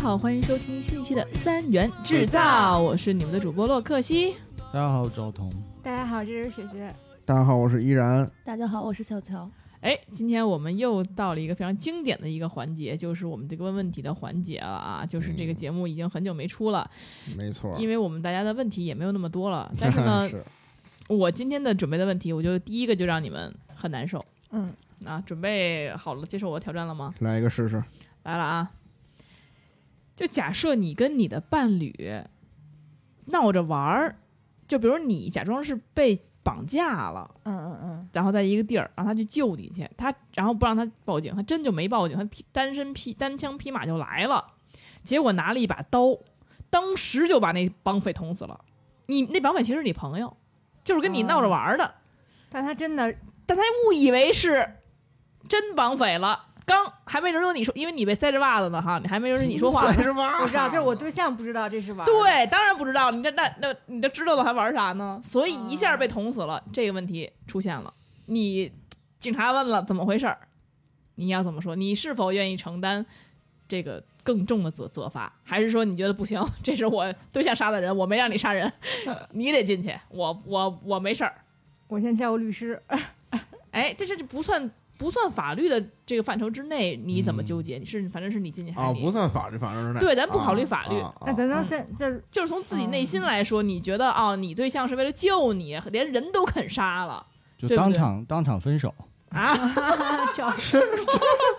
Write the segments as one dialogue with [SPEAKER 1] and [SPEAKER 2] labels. [SPEAKER 1] 好，欢迎收听新一期的三元制造，我是你们的主播洛克西。
[SPEAKER 2] 大家好，我赵彤。
[SPEAKER 3] 大家好，这是雪雪。
[SPEAKER 4] 大家好，我是依然。
[SPEAKER 5] 大家好，我是小乔。
[SPEAKER 1] 哎，今天我们又到了一个非常经典的一个环节，就是我们这个问问题的环节了啊！就是这个节目已经很久没出了，
[SPEAKER 4] 没错，
[SPEAKER 1] 因为我们大家的问题也没有那么多了。但是呢，
[SPEAKER 4] 是
[SPEAKER 1] 我今天的准备的问题，我就第一个就让你们很难受
[SPEAKER 3] 嗯，
[SPEAKER 1] 啊！准备好了接受我的挑战了吗？
[SPEAKER 4] 来一个试试。
[SPEAKER 1] 来了啊！就假设你跟你的伴侣闹着玩儿，就比如你假装是被绑架了，
[SPEAKER 3] 嗯嗯嗯，
[SPEAKER 1] 然后在一个地儿，让他去救你去，他然后不让他报警，他真就没报警，他匹单身匹单枪匹马就来了，结果拿了一把刀，当时就把那绑匪捅死了。你那绑匪其实是你朋友，就是跟你闹着玩儿的，
[SPEAKER 3] 但他真的，
[SPEAKER 1] 但他误以为是真绑匪了。刚还没轮到你说，因为你被塞着袜子呢哈，你还没轮到你说话呢
[SPEAKER 4] 三。十八，
[SPEAKER 3] 我知道，就是我对象不知道这是玩。，
[SPEAKER 1] 对，当然不知道，你这那那你这知道了还玩啥呢？所以一下被捅死了，这个问题出现了。你警察问了怎么回事儿，你要怎么说？你是否愿意承担这个更重的责责罚？还是说你觉得不行？ 这是我对象杀的人，我没让你杀人，你得进去，我我我没事儿。
[SPEAKER 3] 我先叫个律师。
[SPEAKER 1] 哦哎，这这这不算不算法律的这个范畴之内，你怎么纠结？你是反正是你进去还
[SPEAKER 4] 啊，
[SPEAKER 1] 是你？
[SPEAKER 4] 不算法律，反正是那
[SPEAKER 1] 对咱不考虑法律
[SPEAKER 4] 啊啊
[SPEAKER 3] 那
[SPEAKER 4] 啊
[SPEAKER 3] 咱
[SPEAKER 1] 嗯
[SPEAKER 3] 能先 就是
[SPEAKER 1] 就是从自己内心来说，你觉得哦，你对象是为了救你，连人都肯杀了
[SPEAKER 2] 就
[SPEAKER 1] 对不
[SPEAKER 2] 当
[SPEAKER 1] 对
[SPEAKER 2] 场当场分手，
[SPEAKER 1] 啊？
[SPEAKER 3] 叫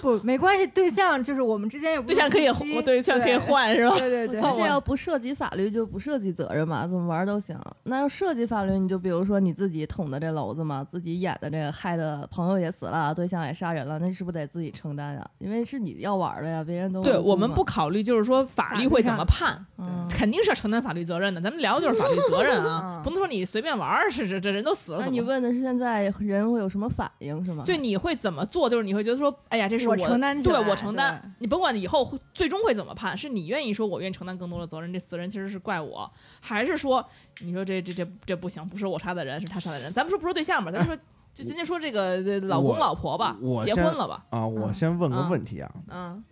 [SPEAKER 3] 不没关系，对象就是我们之间也不
[SPEAKER 1] 对象 可以，
[SPEAKER 3] 夫妻
[SPEAKER 1] 我对象可以。换是吧？
[SPEAKER 3] 对 对对
[SPEAKER 5] 那
[SPEAKER 1] 我
[SPEAKER 3] 对，
[SPEAKER 5] 这要不涉及法律，就不涉及责任嘛，怎么玩都行。那要涉及法律，你就比如说你自己捅的这篓子嘛，自己演的这个，害的朋友也死了，对象也杀人了，那是不是得自己承担呀？因为是你要玩的呀，别人都
[SPEAKER 1] 对
[SPEAKER 5] 无辜
[SPEAKER 1] 我们
[SPEAKER 5] 嘛
[SPEAKER 1] 不，考虑，就是说法嗯律会怎么判，
[SPEAKER 5] 嗯
[SPEAKER 1] 肯定是要承担法律责任的。咱们聊的就是法律责任啊，
[SPEAKER 3] 嗯
[SPEAKER 1] 不能说你随便玩儿，是这这人都死了。
[SPEAKER 5] 那
[SPEAKER 1] 怎
[SPEAKER 5] 你
[SPEAKER 1] 么
[SPEAKER 5] 问的是现在人会有什么反应是吗？
[SPEAKER 1] 对，你会怎么做？就是你会觉得说，哎呀，这是
[SPEAKER 3] 我
[SPEAKER 1] 的
[SPEAKER 3] 承担起
[SPEAKER 1] 对
[SPEAKER 3] 来
[SPEAKER 1] 我承
[SPEAKER 3] 对
[SPEAKER 1] 担。你甭管以后会最终会怎么判，是你愿意说我愿意承担更多的责任，这死人其实是怪我，还是说你说这这这这不行，不是我杀的人，是他杀的人？咱们说不说对象吧，咱们说、就今天说这个呃老公
[SPEAKER 4] 我
[SPEAKER 1] 老婆吧
[SPEAKER 4] 我，我
[SPEAKER 1] 结婚
[SPEAKER 4] 先
[SPEAKER 1] 了吧，
[SPEAKER 4] 啊！我先问个问题啊，
[SPEAKER 1] 嗯，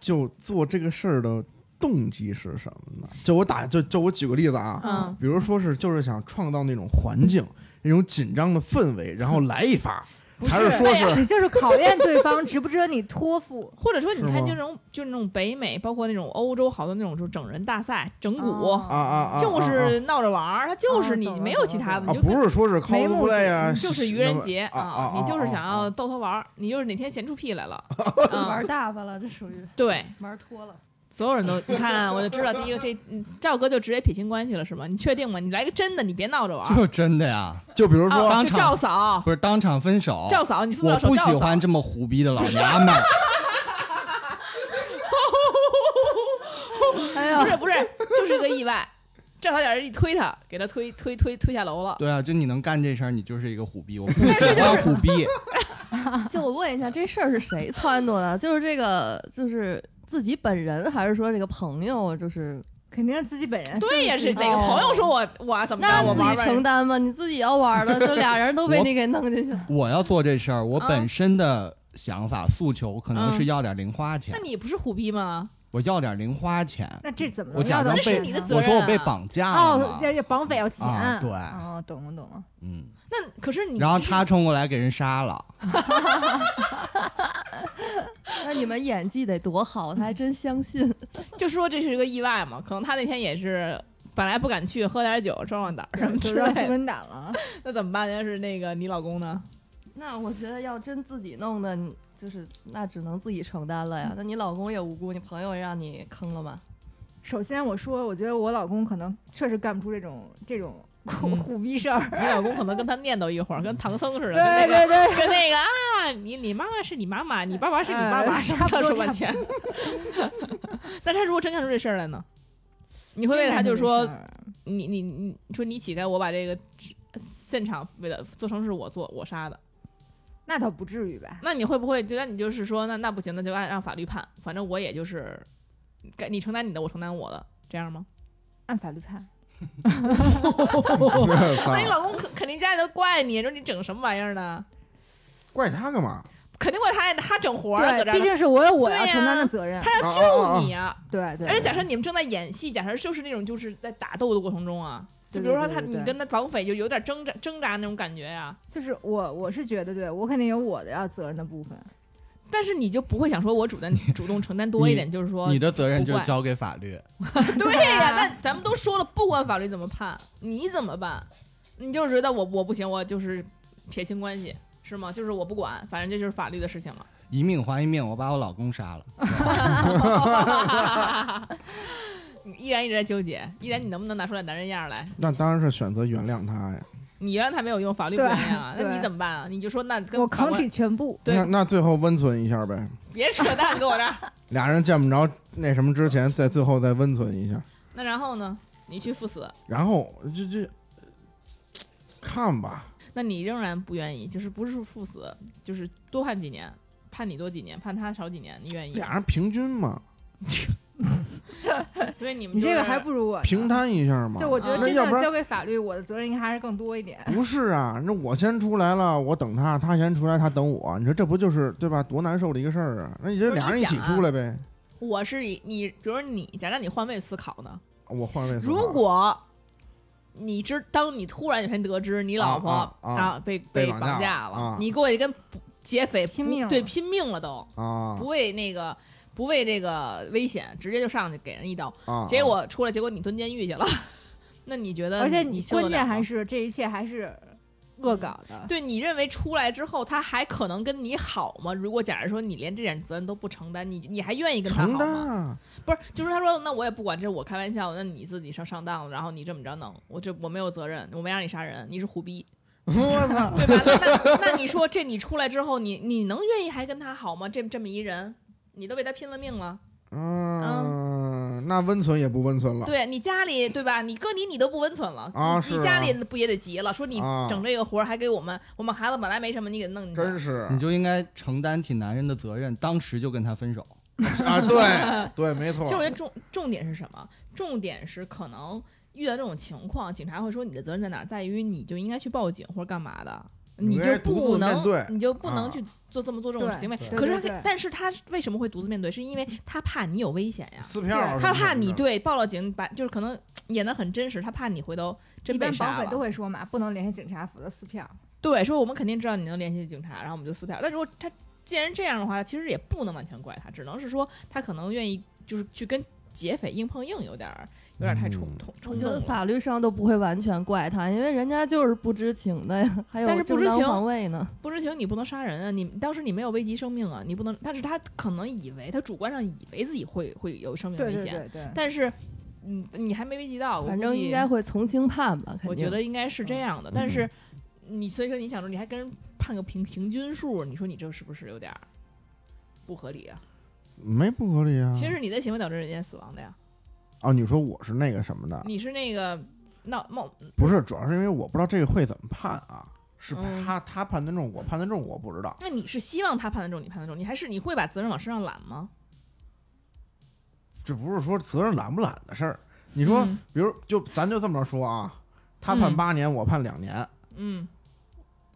[SPEAKER 4] 就做这个事儿的动机是什么呢？就我打就就我举个例子啊，
[SPEAKER 1] 嗯
[SPEAKER 4] 比如说是就是想创造那种环境，那种紧张的氛围，然后来一 发，
[SPEAKER 3] 不
[SPEAKER 4] 还是
[SPEAKER 3] 是
[SPEAKER 4] 说
[SPEAKER 3] 你
[SPEAKER 4] 是
[SPEAKER 3] 就是考验对方值不值得你托付。
[SPEAKER 1] 哎或者说你
[SPEAKER 4] 是
[SPEAKER 1] 看
[SPEAKER 4] 吗
[SPEAKER 1] 就那种就那种北美，包括那种欧洲好多那种就整人大赛、整蛊，
[SPEAKER 3] 哦
[SPEAKER 4] 啊啊啊，
[SPEAKER 1] 就是闹着玩儿，他就是
[SPEAKER 3] 哦
[SPEAKER 1] 你、
[SPEAKER 3] 懂了
[SPEAKER 1] 没有其他的，
[SPEAKER 4] 啊，啊
[SPEAKER 1] 你就
[SPEAKER 4] 不是说是
[SPEAKER 3] 没目的
[SPEAKER 4] cosplay 啊，
[SPEAKER 1] 你嗯就是愚人节
[SPEAKER 4] 啊啊，
[SPEAKER 1] 你就是想
[SPEAKER 4] 啊
[SPEAKER 1] 要
[SPEAKER 4] 啊
[SPEAKER 1] 逗他玩儿，你就是哪天闲出屁来了，
[SPEAKER 5] 玩
[SPEAKER 1] 嗯，
[SPEAKER 5] 大发了，这属于
[SPEAKER 1] 对，
[SPEAKER 5] 玩脱了。
[SPEAKER 1] 所有人都你看，我就知道第一个这嗯赵哥就直接撇清关系了是吗？你确定吗？你来个真的，你别闹着玩儿
[SPEAKER 2] 就真的呀，
[SPEAKER 4] 就比如说
[SPEAKER 1] 啊！
[SPEAKER 2] 当
[SPEAKER 1] 就
[SPEAKER 2] 场
[SPEAKER 1] 赵嫂，
[SPEAKER 2] 不是当场分手。
[SPEAKER 1] 赵嫂，你分不
[SPEAKER 2] 我
[SPEAKER 1] 了手，
[SPEAKER 2] 不喜
[SPEAKER 1] 赵嫂
[SPEAKER 2] 欢。这么虎逼的老娘们儿。
[SPEAKER 5] 哎
[SPEAKER 1] 不
[SPEAKER 5] 呀，
[SPEAKER 1] 是不是，就是个意外。赵小姐一推他，给他推推推推下楼了。
[SPEAKER 2] 对啊，就你能干这事儿，你就是一个虎逼。 我不
[SPEAKER 5] 是
[SPEAKER 2] 喜
[SPEAKER 5] 就
[SPEAKER 2] 欢
[SPEAKER 5] 是
[SPEAKER 2] 虎逼，
[SPEAKER 5] 就我问一下，这事儿是谁撺掇的？就是这个，就是自己本人，还是说这个朋友？就是
[SPEAKER 3] 肯定是自己本人。
[SPEAKER 1] 对呀，是
[SPEAKER 3] 自己哦
[SPEAKER 1] 哪个朋友说我我啊怎么
[SPEAKER 5] 那
[SPEAKER 1] 着？我
[SPEAKER 5] 自
[SPEAKER 1] 玩
[SPEAKER 5] 己
[SPEAKER 1] 玩
[SPEAKER 5] 承担吧，你自己要玩了，就俩人都被你给弄进去了。
[SPEAKER 2] 我要做这事儿，我
[SPEAKER 1] 啊
[SPEAKER 2] 本身的想法诉求可能是
[SPEAKER 1] 嗯
[SPEAKER 2] 要点零花钱
[SPEAKER 1] 那，你不是虎逼吗？
[SPEAKER 2] 我要点零花钱。
[SPEAKER 3] 那这怎么
[SPEAKER 2] 我
[SPEAKER 3] 能
[SPEAKER 2] 假
[SPEAKER 3] 要到
[SPEAKER 2] 装
[SPEAKER 1] 那
[SPEAKER 2] 被
[SPEAKER 1] 是
[SPEAKER 3] 钱
[SPEAKER 1] 你的
[SPEAKER 3] 呢
[SPEAKER 1] 责任、啊。
[SPEAKER 2] 我说我被绑架了
[SPEAKER 3] 哦，
[SPEAKER 2] 嘛，
[SPEAKER 3] 这这绑匪要钱
[SPEAKER 2] 啊对
[SPEAKER 3] 哦，懂了懂了。
[SPEAKER 2] 嗯，
[SPEAKER 1] 那可是你，
[SPEAKER 2] 然后他冲过来给人杀了，
[SPEAKER 5] 那你们演技得多好，他还真相信。
[SPEAKER 1] 就说这是一个意外嘛，可能他那天也是本来不敢去，喝点酒壮壮胆儿什么
[SPEAKER 3] 就
[SPEAKER 1] 之
[SPEAKER 3] 让
[SPEAKER 1] 类的。
[SPEAKER 3] 温胆 了，啊
[SPEAKER 1] 那怎么办？要是那个你老公 呢？
[SPEAKER 5] 那我觉得要真自己弄的，你就是那只能自己承担了呀。那你老公也无辜，你朋友也让你坑了吗？
[SPEAKER 3] 首先我说，我觉得我老公可能确实干不出这种这种虎
[SPEAKER 1] 嗯
[SPEAKER 3] 虎逼 事儿。
[SPEAKER 1] 你老公可能跟他念叨一会儿，跟唐僧似的，
[SPEAKER 3] 对
[SPEAKER 1] 跟那个
[SPEAKER 3] 对对，
[SPEAKER 1] 跟那个 啊，你你妈妈是你妈妈，你爸爸是你爸爸，
[SPEAKER 3] 哎
[SPEAKER 1] 什么
[SPEAKER 3] 差不多
[SPEAKER 1] 的说半天。 但他如果真干出这事儿来呢？你会为了他就说你你你你说你乞丐，我把这个现场为了做成是我做我杀的，
[SPEAKER 3] 那倒不至于吧？
[SPEAKER 1] 那你会不会觉得你就是说，那那不行，那就按让法律判，反正我也就是，该你承担你的，我承担我的，这样吗？
[SPEAKER 3] 按法律判，啊
[SPEAKER 1] 那你老公肯肯定家里都怪你，说你整什么玩意儿呢？
[SPEAKER 4] 怪他干嘛？
[SPEAKER 1] 肯定怪他，他整活儿啊搁这
[SPEAKER 3] 对，
[SPEAKER 1] 儿
[SPEAKER 3] 毕竟是我有我
[SPEAKER 1] 对
[SPEAKER 3] 要
[SPEAKER 1] 呀
[SPEAKER 3] 承担的责任。
[SPEAKER 1] 他要救你啊！
[SPEAKER 3] 对对，
[SPEAKER 1] 而且
[SPEAKER 3] 对
[SPEAKER 1] 假设你们正在演戏，假设就是那种就是在打斗的过程中啊，就
[SPEAKER 3] 对
[SPEAKER 1] 比如
[SPEAKER 3] 对
[SPEAKER 1] 说
[SPEAKER 3] 对
[SPEAKER 1] 他
[SPEAKER 3] 对
[SPEAKER 1] 你
[SPEAKER 3] 对
[SPEAKER 1] 跟他绑匪就有点挣扎挣扎那种感觉呀、
[SPEAKER 3] 就是我我是觉得，对我肯定有我的要责任的部分。
[SPEAKER 1] 但是你就不会想说我主动主动承担多一点，就是说
[SPEAKER 2] 你的责任就
[SPEAKER 1] 不怪
[SPEAKER 2] 交给法律。
[SPEAKER 1] 对呀、
[SPEAKER 3] 啊
[SPEAKER 1] 那咱们都说了，不管法律怎么判，你怎么办？你就是觉得我我不行，我就是撇清关系是吗？就是我不管，反正这就是法律的事 情了。
[SPEAKER 2] 一命还一命，我把我老公杀了。
[SPEAKER 1] 你依然一直在纠结，依然你能不能拿出点男人样儿来？
[SPEAKER 4] 那当然是选择原谅他呀。
[SPEAKER 1] 你原谅他没有用，法律不原谅啊，
[SPEAKER 3] 对
[SPEAKER 1] 那你
[SPEAKER 3] 对
[SPEAKER 1] 怎么办啊？你就说那跟
[SPEAKER 3] 我
[SPEAKER 1] 法
[SPEAKER 3] 扛
[SPEAKER 1] 官
[SPEAKER 3] 起嗯全部，
[SPEAKER 1] 对
[SPEAKER 4] 那那最后温存一下呗，
[SPEAKER 1] 别扯淡，跟我这儿。
[SPEAKER 4] 俩人见不着那什么之前，在最后再温存一下，
[SPEAKER 1] 那然后呢？你去赴死，
[SPEAKER 4] 然后这这呃看吧，
[SPEAKER 1] 那你仍然不愿意，就是不是赴死，就是多判几年，判你多几年，判他少几年，你愿意？
[SPEAKER 4] 俩人平均嘛，
[SPEAKER 1] 所以你们
[SPEAKER 3] 你
[SPEAKER 1] 就
[SPEAKER 3] 这个
[SPEAKER 1] 是
[SPEAKER 3] 还不如我呢
[SPEAKER 4] 平。摊一下嘛。
[SPEAKER 3] 就我觉得
[SPEAKER 1] 啊
[SPEAKER 3] 真
[SPEAKER 4] 那要不
[SPEAKER 3] 正
[SPEAKER 4] 然
[SPEAKER 3] 交给法律，我的责任应该还是更多一点。
[SPEAKER 4] 不是啊，那我先出来了，我等他，他先出来，他等我，你说这不就是对吧？多难受的一个事儿啊！那你这俩人一起出来呗，
[SPEAKER 1] 我是以你，比如你，假设你换位思考呢？
[SPEAKER 4] 我换位思考。
[SPEAKER 1] 如果你知，当你突然有一天得知你老婆
[SPEAKER 4] 啊啊啊
[SPEAKER 1] 被
[SPEAKER 4] 被绑
[SPEAKER 1] 绑
[SPEAKER 4] 架了
[SPEAKER 1] 了，
[SPEAKER 4] 啊
[SPEAKER 1] 你过去跟不劫匪不
[SPEAKER 3] 拼命了
[SPEAKER 1] 对拼命了都，
[SPEAKER 4] 啊
[SPEAKER 1] 不为那个不为这个危险，直接就上去给人一刀，
[SPEAKER 4] 啊，
[SPEAKER 1] 结果出来，结果你蹲监狱去了。 那你觉得？
[SPEAKER 3] 而且
[SPEAKER 1] 嗯你受得
[SPEAKER 3] 关键
[SPEAKER 1] 了吗嗯
[SPEAKER 3] 还是这一切还是恶搞的。
[SPEAKER 1] 对你认为出来之后，他还可能跟你好吗？如果假如说你连这点责任都不承担，你你还愿意跟他好
[SPEAKER 4] 承担
[SPEAKER 1] 吗？
[SPEAKER 4] 啊，
[SPEAKER 1] 不是，就是他说那我也不管，这是我开玩笑，那你自己上上当了，然后你这么着弄，我这我没有责任，我没让你杀人，你是虎逼，
[SPEAKER 4] 我操！
[SPEAKER 1] 对吧？那那那你说这你出来之后，你你能愿意还跟他好吗？这这么一人，你都为他拼了命了，
[SPEAKER 4] 嗯，那温存也不温存了。
[SPEAKER 1] 对你家里对吧？你哥你你都不温存了
[SPEAKER 4] 啊
[SPEAKER 1] 你
[SPEAKER 4] 是
[SPEAKER 1] 家
[SPEAKER 4] 啊
[SPEAKER 1] 里不也得急了？说你
[SPEAKER 4] 啊
[SPEAKER 1] 整这个活儿还给我们，我们孩子本来没什么，你给弄进去了
[SPEAKER 4] 真是
[SPEAKER 2] 你就应该承担起男人的责任，当时就跟他分手。
[SPEAKER 4] 啊，对对，没错
[SPEAKER 1] 其。实我觉得重重点是什么？重点是可能遇到这种情况，警察会说你的责任在哪儿，在于你就应该去报警或者干嘛的，
[SPEAKER 4] 你
[SPEAKER 1] 你
[SPEAKER 4] 应
[SPEAKER 1] 就
[SPEAKER 4] 该独
[SPEAKER 1] 不
[SPEAKER 4] 自面对
[SPEAKER 1] 能，你就不能
[SPEAKER 4] 啊
[SPEAKER 1] 去做这么做这种
[SPEAKER 3] 对
[SPEAKER 1] 行为。
[SPEAKER 4] 对
[SPEAKER 1] 可是他
[SPEAKER 3] 对对对，
[SPEAKER 1] 但是他为什么会独自面对？是因为他怕你有危险呀，
[SPEAKER 4] 撕票什么的，
[SPEAKER 1] 他怕你对报了警，把就是可能演得很真实，他怕你回头真
[SPEAKER 3] 一
[SPEAKER 1] 被
[SPEAKER 3] 般绑
[SPEAKER 1] 杀
[SPEAKER 3] 匪
[SPEAKER 1] 了。
[SPEAKER 3] 都会说嘛，不能联系警察，否则撕票。
[SPEAKER 1] 对，说我们肯定知道你能联系警察，然后我们就撕票。但如果他既然这样的话，其实也不能完全怪他，只能是说他可能愿意就是去跟劫匪硬碰硬，有点儿有点儿太冲
[SPEAKER 4] 嗯
[SPEAKER 1] 冲
[SPEAKER 5] 我
[SPEAKER 1] 冲
[SPEAKER 5] 觉
[SPEAKER 1] 动
[SPEAKER 5] 得
[SPEAKER 1] 了。
[SPEAKER 5] 法律上都不会完全怪他，因为人家就是不知情的呀，还
[SPEAKER 1] 但
[SPEAKER 5] 有
[SPEAKER 1] 是不
[SPEAKER 5] 正
[SPEAKER 1] 知
[SPEAKER 5] 当
[SPEAKER 1] 情
[SPEAKER 5] 防卫呢。
[SPEAKER 1] 不知情你不能杀人啊！你当时你没有危及生命啊，你不能。但是他可能以为他主观上以为自己会会有生命
[SPEAKER 3] 对
[SPEAKER 1] 危
[SPEAKER 3] 对
[SPEAKER 1] 险，
[SPEAKER 3] 对对。
[SPEAKER 1] 但是嗯，你还没危及到，我
[SPEAKER 5] 反
[SPEAKER 1] 估
[SPEAKER 5] 正
[SPEAKER 1] 计
[SPEAKER 5] 应该会从轻判吧，肯定。嗯
[SPEAKER 1] 我觉得应该是这样的。但是你所以说你想说你还跟人判个平平均数，你说你这是不是有点儿不合理啊？
[SPEAKER 4] 没不合理啊。
[SPEAKER 1] 其实你的行为导致人家死亡的呀，
[SPEAKER 4] 哦，你说我是那个什么的，
[SPEAKER 1] 你是那个闹冒
[SPEAKER 4] 不是，主要是因为我不知道这个会怎么判啊，是
[SPEAKER 1] 嗯
[SPEAKER 4] 他他判的重，我判的重，我不知道。
[SPEAKER 1] 那你是希望他判得重，你判得重，你还是你会把责任往身上揽吗？
[SPEAKER 4] 这不是说责任揽不揽的事儿。你说，
[SPEAKER 1] 嗯
[SPEAKER 4] 比如就咱就这么说啊，他判
[SPEAKER 1] 嗯
[SPEAKER 4] 八年，我判两年。
[SPEAKER 1] 嗯，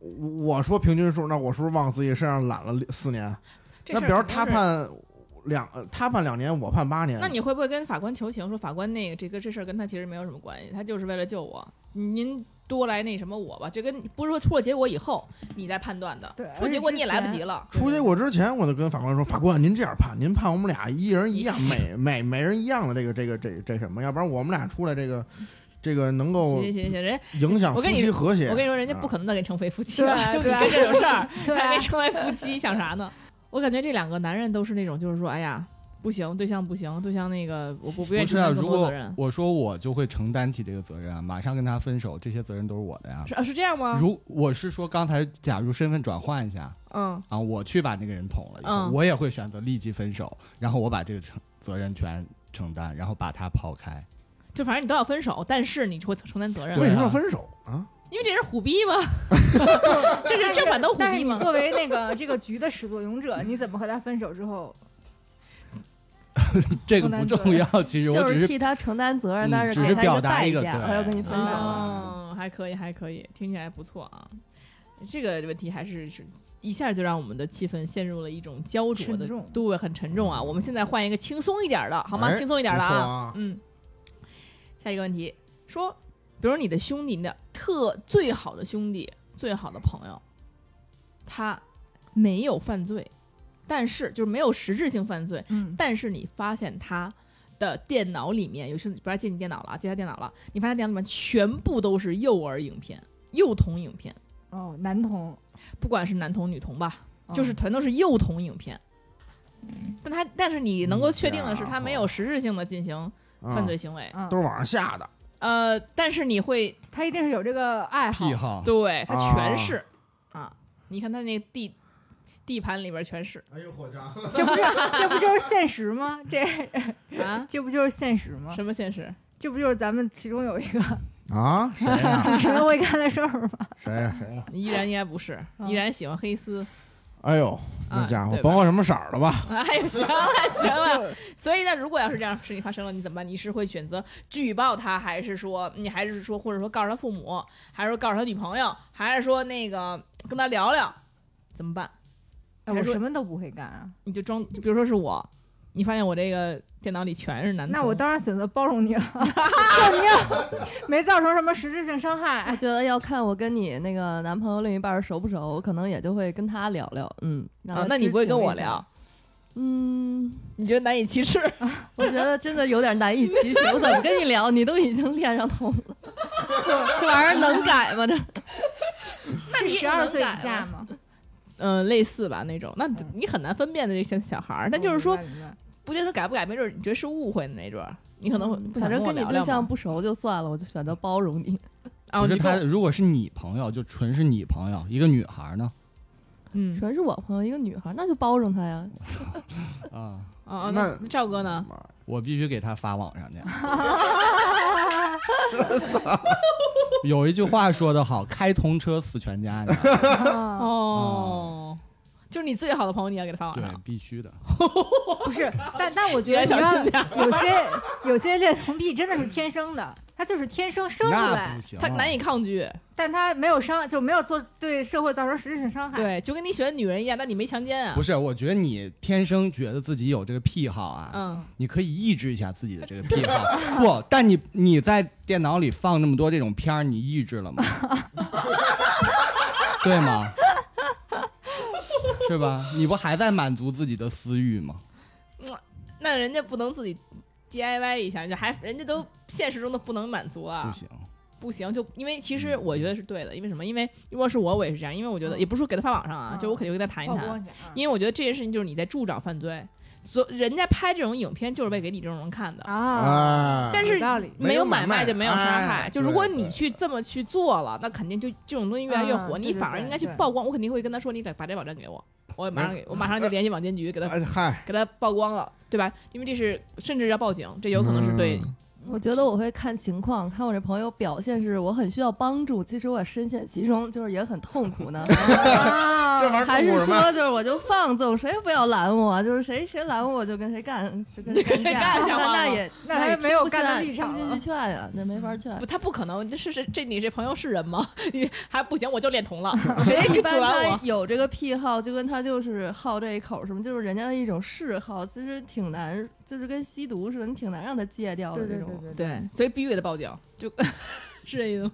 [SPEAKER 4] 我我说平均数，那我是不是往自己身上揽了六四年？
[SPEAKER 1] 这
[SPEAKER 4] 那
[SPEAKER 1] 事
[SPEAKER 4] 比
[SPEAKER 1] 儿
[SPEAKER 4] 如
[SPEAKER 1] 肯定
[SPEAKER 4] 他
[SPEAKER 1] 是，
[SPEAKER 4] 判两，呃他判两年，我判八年。
[SPEAKER 1] 那你会不会跟法官求情，说法官那个这个这事儿跟他其实没有什么关系，他就是为了救我，您多来那什么我吧，这跟不是说出了结果以后你再判断的
[SPEAKER 3] 对，
[SPEAKER 1] 出了结果你也来不及了。
[SPEAKER 4] 出结果之前，我就跟法官说：“法官，您这样判，您判我们俩一人一样，
[SPEAKER 1] 你
[SPEAKER 4] 每每每人一样的这个这个这这什么？要不然我们俩出来这个这个能够
[SPEAKER 1] 行行行行，人家
[SPEAKER 4] 影响
[SPEAKER 1] 我
[SPEAKER 4] 夫
[SPEAKER 1] 跟你
[SPEAKER 4] 妻和谐。
[SPEAKER 1] 我跟你说，人家
[SPEAKER 4] 啊
[SPEAKER 1] 不可能再给你成为夫妻了，
[SPEAKER 3] 对啊
[SPEAKER 1] 就你
[SPEAKER 3] 对
[SPEAKER 1] 跟这种事儿，
[SPEAKER 3] 对啊
[SPEAKER 1] 还没成为夫妻，想啥呢？啊我感觉这两个男人都是那种，就是说，哎呀，不行，对象不行，对象那个我不不愿意
[SPEAKER 2] 不是
[SPEAKER 1] 承
[SPEAKER 2] 啊，
[SPEAKER 1] 担更
[SPEAKER 2] 如
[SPEAKER 1] 多
[SPEAKER 2] 果
[SPEAKER 1] 责任，
[SPEAKER 2] 我说我就会承担起这个责任啊，马上跟他分手，这些责任都是我的呀。
[SPEAKER 1] 是啊是这样吗？
[SPEAKER 2] 如我是说，刚才假如身份转换一下
[SPEAKER 1] 嗯，
[SPEAKER 2] 啊，我去把那个人捅了以后，
[SPEAKER 1] 嗯
[SPEAKER 2] 我也会选择立即分手，然后我把这个承责任全承担，然后把他抛开。
[SPEAKER 1] 就反正你都要分手，但是你会承担责任，
[SPEAKER 4] 为什么
[SPEAKER 2] 对啊
[SPEAKER 4] 要分手啊？
[SPEAKER 1] 因为这人虎逼嘛，这人正版都虎
[SPEAKER 3] 但是
[SPEAKER 1] 逼
[SPEAKER 3] 你
[SPEAKER 1] 嘛。
[SPEAKER 3] 作为那个这个局的始作俑者，你怎么和他分手之 后？
[SPEAKER 2] 这个不重要，其实我
[SPEAKER 5] 就
[SPEAKER 2] 只
[SPEAKER 5] 是
[SPEAKER 2] 是
[SPEAKER 5] 替他承担责任，
[SPEAKER 2] 嗯
[SPEAKER 5] 但是
[SPEAKER 2] 只
[SPEAKER 5] 给
[SPEAKER 2] 是
[SPEAKER 5] 他
[SPEAKER 2] 表
[SPEAKER 5] 个
[SPEAKER 2] 达
[SPEAKER 5] 代
[SPEAKER 2] 一个
[SPEAKER 5] 价，
[SPEAKER 2] 对
[SPEAKER 5] 他要跟你分手。
[SPEAKER 2] 啊
[SPEAKER 1] 哦，还可以，还可以，听起来不错啊。这个问题还是是一下就让我们的气氛陷入了一种焦灼的
[SPEAKER 3] 沉重，
[SPEAKER 1] 对，很沉重啊。我们现在换一个轻松一点的，好吗？
[SPEAKER 4] 哎
[SPEAKER 1] 轻松一点的
[SPEAKER 4] 不错
[SPEAKER 1] 啊
[SPEAKER 4] 啊
[SPEAKER 1] 嗯，下一个问题说，比如你的兄弟，你的特最好的兄弟、最好的朋友，他没有犯罪，但是就是没有实质性犯罪，
[SPEAKER 3] 嗯，
[SPEAKER 1] 但是你发现他的电脑里面，尤其是不要借你电脑了啊，借他电脑了，你发现电脑里面全部都是幼儿影片、幼童影片，
[SPEAKER 3] 哦，男童，
[SPEAKER 1] 不管是男童女童吧，
[SPEAKER 4] 嗯
[SPEAKER 3] 哦
[SPEAKER 1] 就是全都是幼童影片。但他但是你能够确定的是，
[SPEAKER 4] 嗯
[SPEAKER 1] 他没有实质性的进行
[SPEAKER 4] 啊
[SPEAKER 1] 犯罪行为。
[SPEAKER 3] 嗯
[SPEAKER 4] 都，是网上下的，
[SPEAKER 1] 呃，但是你会
[SPEAKER 3] 他一定是有这个爱好
[SPEAKER 2] 癖，好，
[SPEAKER 1] 对他全
[SPEAKER 4] 啊
[SPEAKER 1] 是啊，你看他那地地盘里边全是
[SPEAKER 4] 哎呦我家
[SPEAKER 3] 这不就这不就是现实吗？这，
[SPEAKER 1] 啊
[SPEAKER 3] 这不就是现实吗？
[SPEAKER 1] 什么现实？
[SPEAKER 3] 这不就是咱们其中有一个
[SPEAKER 4] 啊谁呀
[SPEAKER 3] 主持人会干的事儿吗？
[SPEAKER 4] 谁呀谁 呀？
[SPEAKER 1] 你依然应该不是，
[SPEAKER 3] 嗯
[SPEAKER 1] 依然喜欢黑丝
[SPEAKER 4] 哎呦，
[SPEAKER 1] 啊
[SPEAKER 4] 那，家伙
[SPEAKER 1] 对吧
[SPEAKER 4] 甭管什么色儿的吧，
[SPEAKER 1] 哎呦，行了行了，所以呢，如果要是这样事情发生了，你怎么办？你是会选择举报他，还是说嗯你还是说，或者说告诉他父母，还是说告诉他女朋友，还是说那个跟他聊聊，怎么办？
[SPEAKER 3] 哎
[SPEAKER 1] 还
[SPEAKER 3] 我
[SPEAKER 1] 说
[SPEAKER 3] 什么都不会干啊，
[SPEAKER 1] 你就装，就比如说是我，你发现我这个电脑里全是男同，
[SPEAKER 3] 那我当然选择包容你了， 就你要没造成什么实质性伤
[SPEAKER 5] 我
[SPEAKER 3] 害。
[SPEAKER 5] 觉得要看我跟你那个男朋友另一半熟不熟，我可能也就会跟他聊聊，嗯，然后
[SPEAKER 1] 啊，那你不会跟我聊？？
[SPEAKER 5] 嗯，
[SPEAKER 1] 你觉得难以启齿？
[SPEAKER 5] 我觉得真的有点难以启齿，我怎么跟你聊？你都已经恋上头了，这玩意儿能改吗？这
[SPEAKER 3] 是
[SPEAKER 5] 你
[SPEAKER 3] 十二
[SPEAKER 5] 能
[SPEAKER 3] 岁
[SPEAKER 5] 改
[SPEAKER 3] 以下吗？
[SPEAKER 1] 嗯、类似吧那种，那
[SPEAKER 5] 嗯
[SPEAKER 1] 你很难分辨的这些小孩儿。但就是说
[SPEAKER 3] 我，明白，明白
[SPEAKER 1] 不一定是改不改，没准儿你觉得是误会呢，没准儿你可能会不想
[SPEAKER 5] 嗯反正
[SPEAKER 1] 我
[SPEAKER 5] 跟你
[SPEAKER 1] 聊
[SPEAKER 5] 对
[SPEAKER 1] 聊
[SPEAKER 5] 象
[SPEAKER 1] 嘛
[SPEAKER 5] 不熟就算了，我就选择包容你。
[SPEAKER 1] 啊，
[SPEAKER 2] 不
[SPEAKER 1] 我
[SPEAKER 2] 是
[SPEAKER 1] 就
[SPEAKER 2] 他，如果是你朋友，就纯是你朋友，一个女孩呢
[SPEAKER 1] 嗯
[SPEAKER 5] 纯是我朋友一个女孩，那就包容她呀。
[SPEAKER 2] 啊，
[SPEAKER 1] 啊，啊
[SPEAKER 4] 那
[SPEAKER 1] 那赵哥呢？
[SPEAKER 5] 嗯
[SPEAKER 2] 我必须给她发网上去。有一句话说得好，开同车死全家，你知道吗
[SPEAKER 3] 啊
[SPEAKER 1] 哦，就是你最好的朋友，你要给他发网
[SPEAKER 2] 对
[SPEAKER 1] 上，，
[SPEAKER 2] 必须的。
[SPEAKER 3] 不是，但但我觉
[SPEAKER 1] 别
[SPEAKER 3] 得你
[SPEAKER 1] 啊小心
[SPEAKER 3] 要
[SPEAKER 1] 点儿，
[SPEAKER 3] 有些有些恋童癖真的是天生的，他就是天生生出
[SPEAKER 2] 那
[SPEAKER 3] 来
[SPEAKER 2] 不，行，啊
[SPEAKER 1] 他难以抗拒。
[SPEAKER 3] 但他没有伤，就没有做对社会造成实质性伤害。，
[SPEAKER 1] 对，就跟你喜欢女人一样，但你没强奸啊
[SPEAKER 2] 不。是，我觉得你天生觉得自己有这个癖好啊，
[SPEAKER 1] 嗯，
[SPEAKER 2] 你可以抑制一下自己的这个癖好。 不，但你你在电脑里放那么多这种片儿，你抑制了吗？ 对吗？是吧？你不还在满足自己的私欲吗？
[SPEAKER 1] 那人家不能自己 DIY 一下，就还人家都现实中都不能满足
[SPEAKER 2] 不
[SPEAKER 1] 啊，
[SPEAKER 2] 行，
[SPEAKER 1] 不行，就因为其实
[SPEAKER 2] 嗯
[SPEAKER 1] 我觉得是对的，因为什么？因为如果是我，我也是这样，因为我觉得
[SPEAKER 3] 嗯
[SPEAKER 1] 也不是说给他发网上啊，
[SPEAKER 3] 嗯
[SPEAKER 1] 就我肯定会跟他谈一
[SPEAKER 3] 曝
[SPEAKER 1] 谈，
[SPEAKER 3] 光一下啊
[SPEAKER 1] 因为我觉得这件事情就是你在助长犯罪，所人家拍这种影片就是为给你这种人看的。
[SPEAKER 3] 啊，
[SPEAKER 4] 哎，
[SPEAKER 1] 但是
[SPEAKER 3] 有道理。
[SPEAKER 1] 没有买卖就没有伤害。
[SPEAKER 4] 哎
[SPEAKER 1] 就如果
[SPEAKER 4] 对
[SPEAKER 1] 你去这么去做了，那肯定就这种东西越来越火，
[SPEAKER 3] 嗯
[SPEAKER 1] 你
[SPEAKER 3] 对
[SPEAKER 1] 反而
[SPEAKER 3] 对对
[SPEAKER 1] 应该去
[SPEAKER 3] 对
[SPEAKER 1] 曝光。我肯定会跟他说，你给把这网站给我，我马上给我马上就联系网监局给他
[SPEAKER 4] 哎嗨，
[SPEAKER 1] 给他曝光了，对吧？因为这是甚至要报警，这有可能是对
[SPEAKER 4] 嗯
[SPEAKER 5] 我觉得我会看情况，看我这朋友表现是我很需要帮助，其实我深陷其中，就是也很痛苦呢。
[SPEAKER 3] 啊
[SPEAKER 4] 这玩意儿
[SPEAKER 5] 还是
[SPEAKER 4] 痛苦什么？
[SPEAKER 5] 说就是我就放纵，谁也不要拦我，就是谁谁拦我我就跟谁干，就 跟谁
[SPEAKER 1] 跟谁
[SPEAKER 5] 干
[SPEAKER 1] 干
[SPEAKER 5] 架。
[SPEAKER 1] 像话
[SPEAKER 5] 那
[SPEAKER 1] 吗
[SPEAKER 5] 那也
[SPEAKER 3] 那
[SPEAKER 5] 那
[SPEAKER 3] 还
[SPEAKER 5] 也
[SPEAKER 3] 没有
[SPEAKER 5] 听不
[SPEAKER 3] 干的
[SPEAKER 5] 进
[SPEAKER 3] 立场
[SPEAKER 5] 听不
[SPEAKER 3] 了
[SPEAKER 5] 进去劝呀，那没法劝
[SPEAKER 1] 不，。他不可能，这是是这你这朋友是人吗？ 你还不行，我就恋童 了，谁
[SPEAKER 5] 一
[SPEAKER 1] 阻
[SPEAKER 5] 般
[SPEAKER 1] 拦
[SPEAKER 5] 他
[SPEAKER 1] 我？
[SPEAKER 5] 有这个癖好，就跟他就是好这一口什么，就是人家的一种嗜好，其实挺难，就是跟吸毒似的，你挺难让他戒掉
[SPEAKER 3] 对
[SPEAKER 5] 的这
[SPEAKER 3] 对
[SPEAKER 5] 种。
[SPEAKER 3] 对对对，
[SPEAKER 1] 对，所以必须给他报警，就 是这意思吗？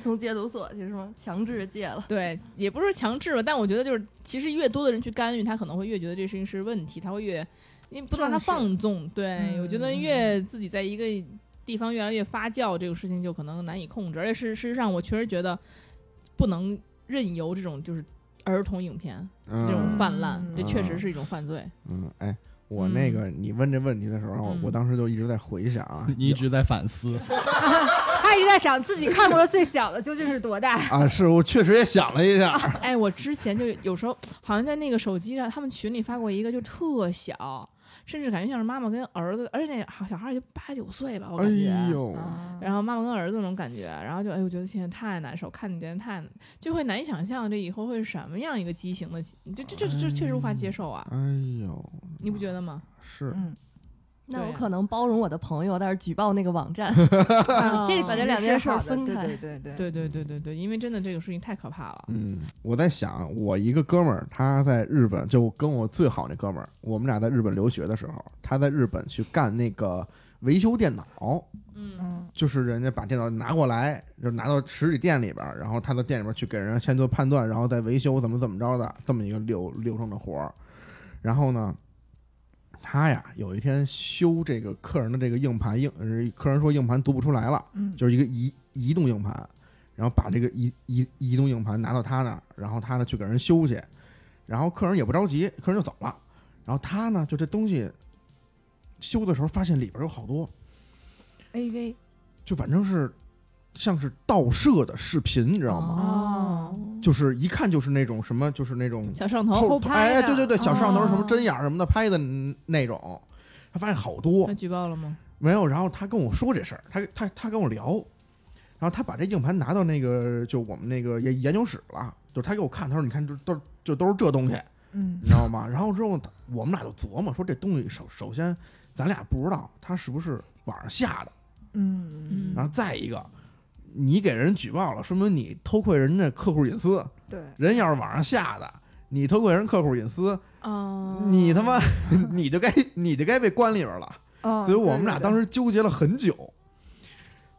[SPEAKER 5] 从戒毒所去是吗？强制戒了。
[SPEAKER 1] 对，也不是强制吧，但我觉得就是，其实越多的人去干预，他可能会越觉得这事情是问题，他会越，你不能让他
[SPEAKER 3] 重视
[SPEAKER 1] 放纵。对、我觉得
[SPEAKER 3] 嗯
[SPEAKER 1] 越自己在一个地方越来越发酵，这个事情就可能难以控制。而且事事实上，我确实觉得不能任由这种就是儿童影片这种
[SPEAKER 4] 嗯
[SPEAKER 1] 泛滥，
[SPEAKER 3] 嗯
[SPEAKER 1] 这确实是一种犯罪。
[SPEAKER 4] 嗯，哎，我那个你问这问题的时候，
[SPEAKER 1] 嗯
[SPEAKER 4] 我当时就一直在回想啊，
[SPEAKER 2] 你一直在反思。
[SPEAKER 3] 他一直在想自己看过的最小的究竟是多大。
[SPEAKER 4] 啊，是我确实也想了一下，
[SPEAKER 1] 哎，我之前就有时候好像在那个手机上，他们群里发过一个，就特小，甚至感觉像是妈妈跟儿子，而且那好小孩儿也就八九岁吧，我
[SPEAKER 4] 哎
[SPEAKER 1] 感觉。
[SPEAKER 4] 呦，
[SPEAKER 1] 然后妈妈跟儿子那种感觉，然后就哎，我觉得现在太难受，看你真太就会难以想象这以后会是什么样一个畸形的，这这这这确实无法接受啊，
[SPEAKER 4] 哎呦，
[SPEAKER 1] 你不觉得吗？
[SPEAKER 4] 是
[SPEAKER 3] 嗯，
[SPEAKER 5] 那我
[SPEAKER 1] 对呀
[SPEAKER 5] 可能包容我的朋友，但是举报那个网站。
[SPEAKER 1] 啊
[SPEAKER 3] 哦这其
[SPEAKER 5] 把这
[SPEAKER 3] 实
[SPEAKER 5] 两件
[SPEAKER 3] 是
[SPEAKER 5] 事
[SPEAKER 3] 好
[SPEAKER 5] 儿
[SPEAKER 3] 的
[SPEAKER 5] 分开
[SPEAKER 3] 对对对对，
[SPEAKER 1] 对对对对对，因为真的这个事情太可怕了。
[SPEAKER 4] 嗯，我在想，我一个哥们儿，他在日本，就跟我最好那哥们儿，我们俩在日本留学的时候，他在日本去干那个维修电脑，
[SPEAKER 1] 嗯，
[SPEAKER 3] 嗯，
[SPEAKER 4] 就是人家把电脑拿过来，就拿到实体店里边儿，然后他到店里边儿去给人家先做判断，然后再维修，怎么怎么着的，这么一个流流程的活儿。然后呢，他呀有一天修这个客人的这个硬盘硬，呃客人说硬盘读不出来了，
[SPEAKER 3] 嗯
[SPEAKER 4] 就是一个移移动硬盘，然后把这个移移移动硬盘拿到他那儿，然后他呢去给人修去，然后客人也不着急，客人就走了，然后他呢就这东西修的时候发现里边有好多
[SPEAKER 3] A V
[SPEAKER 4] 就反正是像是盗摄的视频，你知道吗？
[SPEAKER 1] 哦，
[SPEAKER 4] 就是一看就是那种什么，就是那种
[SPEAKER 1] 小上头，
[SPEAKER 3] 偷拍
[SPEAKER 4] 哎哎，
[SPEAKER 3] 的
[SPEAKER 4] 对对对，小摄像头什么
[SPEAKER 3] 哦
[SPEAKER 4] 针眼儿什么的拍的那种，他发现好多
[SPEAKER 1] 那举报了吗？
[SPEAKER 4] 没有。然后他跟我说这事儿，他他他跟我聊，然后他把这硬盘拿到那个就我们那个研研究室了，就是他给我看，他说你看这都就都是这东西，
[SPEAKER 3] 嗯
[SPEAKER 4] 你知道吗？然后之后我们俩就琢磨说这东西首首先咱俩不知道他是不是网上下的。
[SPEAKER 3] 嗯嗯，
[SPEAKER 4] 然后再一个，你给人举报了，说明你偷窥人家客户隐私。
[SPEAKER 3] 对，
[SPEAKER 4] 人要是网上下的，你偷窥人客户隐私，
[SPEAKER 1] 啊，
[SPEAKER 4] 你他妈 你就该你就该被关里边了。
[SPEAKER 3] 哦
[SPEAKER 4] 所以我们俩当
[SPEAKER 3] 时
[SPEAKER 4] 时纠结了很久，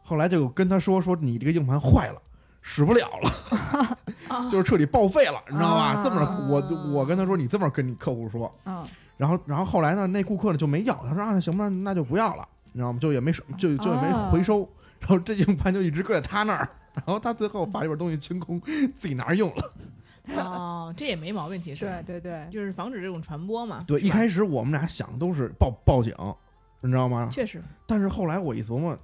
[SPEAKER 4] 后来就跟他说说你这个硬盘坏了。使不了了，
[SPEAKER 1] 啊
[SPEAKER 4] 就是彻底报废了，你知道吧？
[SPEAKER 3] 啊
[SPEAKER 4] 这么着，我我跟他说，你这么跟你客户说，
[SPEAKER 3] 嗯
[SPEAKER 4] 然后然后后来呢，那顾客呢就没要，他说啊，那行吧，那就不要了，你知道吗？就也没收，就就也没
[SPEAKER 3] 哦
[SPEAKER 4] 回收，然后这硬盘就一直搁在他那儿，然后他最后把这本东西清空，自己拿着用了。
[SPEAKER 1] 哦，这也没毛病，其实
[SPEAKER 3] 对对对，
[SPEAKER 1] 就是防止这种传播嘛。
[SPEAKER 4] 对，
[SPEAKER 1] 是
[SPEAKER 4] 一
[SPEAKER 1] 吧
[SPEAKER 4] 开始我们俩想都是报报警，你知道吗？
[SPEAKER 1] 确实，
[SPEAKER 4] 但是后来我一琢磨，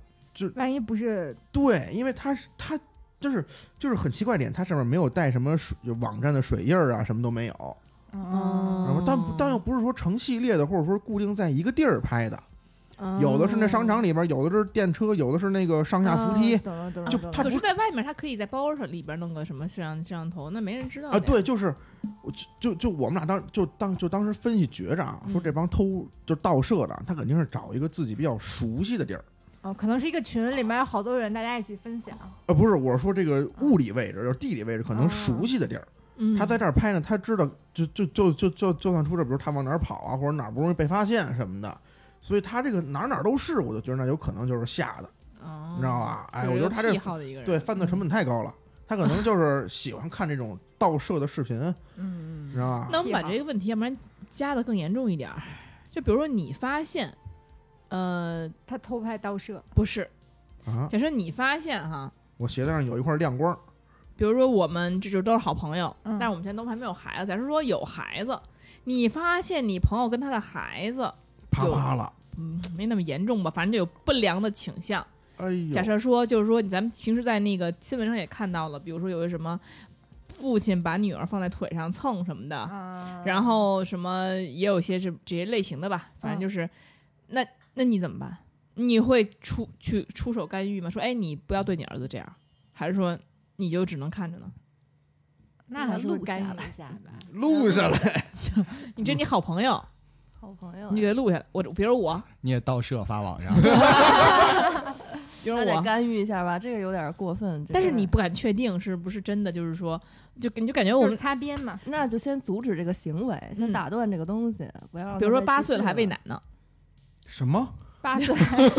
[SPEAKER 3] 万一不是
[SPEAKER 4] 对，因为他是他就是就是很奇怪点，它上面没有带什么水就网站的水印儿啊，什么都没有。
[SPEAKER 3] 嗯
[SPEAKER 4] 然后但不但又
[SPEAKER 1] 哦
[SPEAKER 4] 不是说成系列的，或者说固定在一个地儿拍的，
[SPEAKER 1] 嗯哦
[SPEAKER 4] 有的是那商场
[SPEAKER 1] 里，
[SPEAKER 4] 里边，有的是电车，有的是那个上下扶梯。
[SPEAKER 3] 懂了懂了，
[SPEAKER 4] 就
[SPEAKER 3] 懂了
[SPEAKER 4] 他
[SPEAKER 1] 可
[SPEAKER 4] 不
[SPEAKER 1] 是在外面，他可以在包上里边弄个什么摄像摄像头，那没人知道
[SPEAKER 4] 啊，
[SPEAKER 1] 的呀，
[SPEAKER 4] 对，就是，我就就就我们俩当就当就当时分析觉着啊，说
[SPEAKER 1] 嗯
[SPEAKER 4] 这帮偷就盗摄的，他肯定是找一个自己比较熟悉的地儿，
[SPEAKER 3] 哦，可能是一个群里面有好多人，大家一起分享，
[SPEAKER 4] 呃，不是，我是说这个物理位置，就是地理位置，可
[SPEAKER 1] 哦
[SPEAKER 4] 能熟悉的地儿，
[SPEAKER 1] 嗯，
[SPEAKER 4] 他在这儿拍呢，他知道，就就就就就就算出这，比如他往哪儿跑啊，或者哪儿不容易被发现什么的。所以他这个哪儿哪儿都是，我就觉得那有可能就是下的，
[SPEAKER 1] 哦，
[SPEAKER 4] 你知道吧哎
[SPEAKER 1] 就是
[SPEAKER 4] 我
[SPEAKER 1] 有
[SPEAKER 4] 觉得他这
[SPEAKER 1] 癖好的一个人，
[SPEAKER 4] 对，犯罪成本太高了。他可能就是喜欢看这种盗摄的 视频，
[SPEAKER 3] 嗯
[SPEAKER 4] 你知道吧？
[SPEAKER 1] 那我们把这个问题，要不然加的更严重一点儿，就比如说你发现，呃，
[SPEAKER 3] 他偷拍盗摄，
[SPEAKER 1] 不是，
[SPEAKER 4] 啊，
[SPEAKER 1] 假设你发现哈，
[SPEAKER 4] 我鞋带上有一块亮光，
[SPEAKER 1] 比如说我们这就都是好朋友，
[SPEAKER 3] 嗯
[SPEAKER 1] 但是我们现在都还没有孩子，假设说有孩子，你发现你朋友跟他的孩子，
[SPEAKER 4] 啪
[SPEAKER 1] 有
[SPEAKER 4] 啪了，
[SPEAKER 1] 嗯，没那么严重吧，反正就有不良的倾向。
[SPEAKER 4] 哎呦！
[SPEAKER 1] 假设说，就是说，咱们平时在那个新闻上也看到了，比如说有什么父亲把女儿放在腿上蹭什么的，
[SPEAKER 3] 啊，
[SPEAKER 1] 然后什么也有些这这些类型的吧，
[SPEAKER 5] 嗯
[SPEAKER 1] 反正就是，那那你怎么办？你会出去出手干预吗？说，哎，你不要对你儿子这样，还是说你就只能看着呢？
[SPEAKER 3] 那还是
[SPEAKER 5] 录
[SPEAKER 3] 会干
[SPEAKER 5] 下
[SPEAKER 3] 预
[SPEAKER 5] 来
[SPEAKER 3] 一下吧，
[SPEAKER 4] 录下来，
[SPEAKER 1] 你这你好朋友，
[SPEAKER 5] 好朋友、哎
[SPEAKER 1] 你给他录下来。我比如我，
[SPEAKER 2] 你也盗摄发网上，
[SPEAKER 1] 比如
[SPEAKER 5] 那得
[SPEAKER 1] 我，
[SPEAKER 5] 干预一下吧，这个有点过
[SPEAKER 3] 嗯
[SPEAKER 5] 分。这个
[SPEAKER 1] 但是你不敢确定是不是真的，就是说，就你就感觉我
[SPEAKER 3] 就是
[SPEAKER 1] 们，
[SPEAKER 3] 擦边嘛，
[SPEAKER 5] 那就先阻止这个行为，先
[SPEAKER 1] 嗯
[SPEAKER 5] 打断这个东西，不要让它
[SPEAKER 1] 比如说
[SPEAKER 5] 再
[SPEAKER 1] 八
[SPEAKER 5] 继
[SPEAKER 1] 岁了
[SPEAKER 5] 续
[SPEAKER 1] 还喂奶呢，
[SPEAKER 4] 什 么？
[SPEAKER 3] 八 岁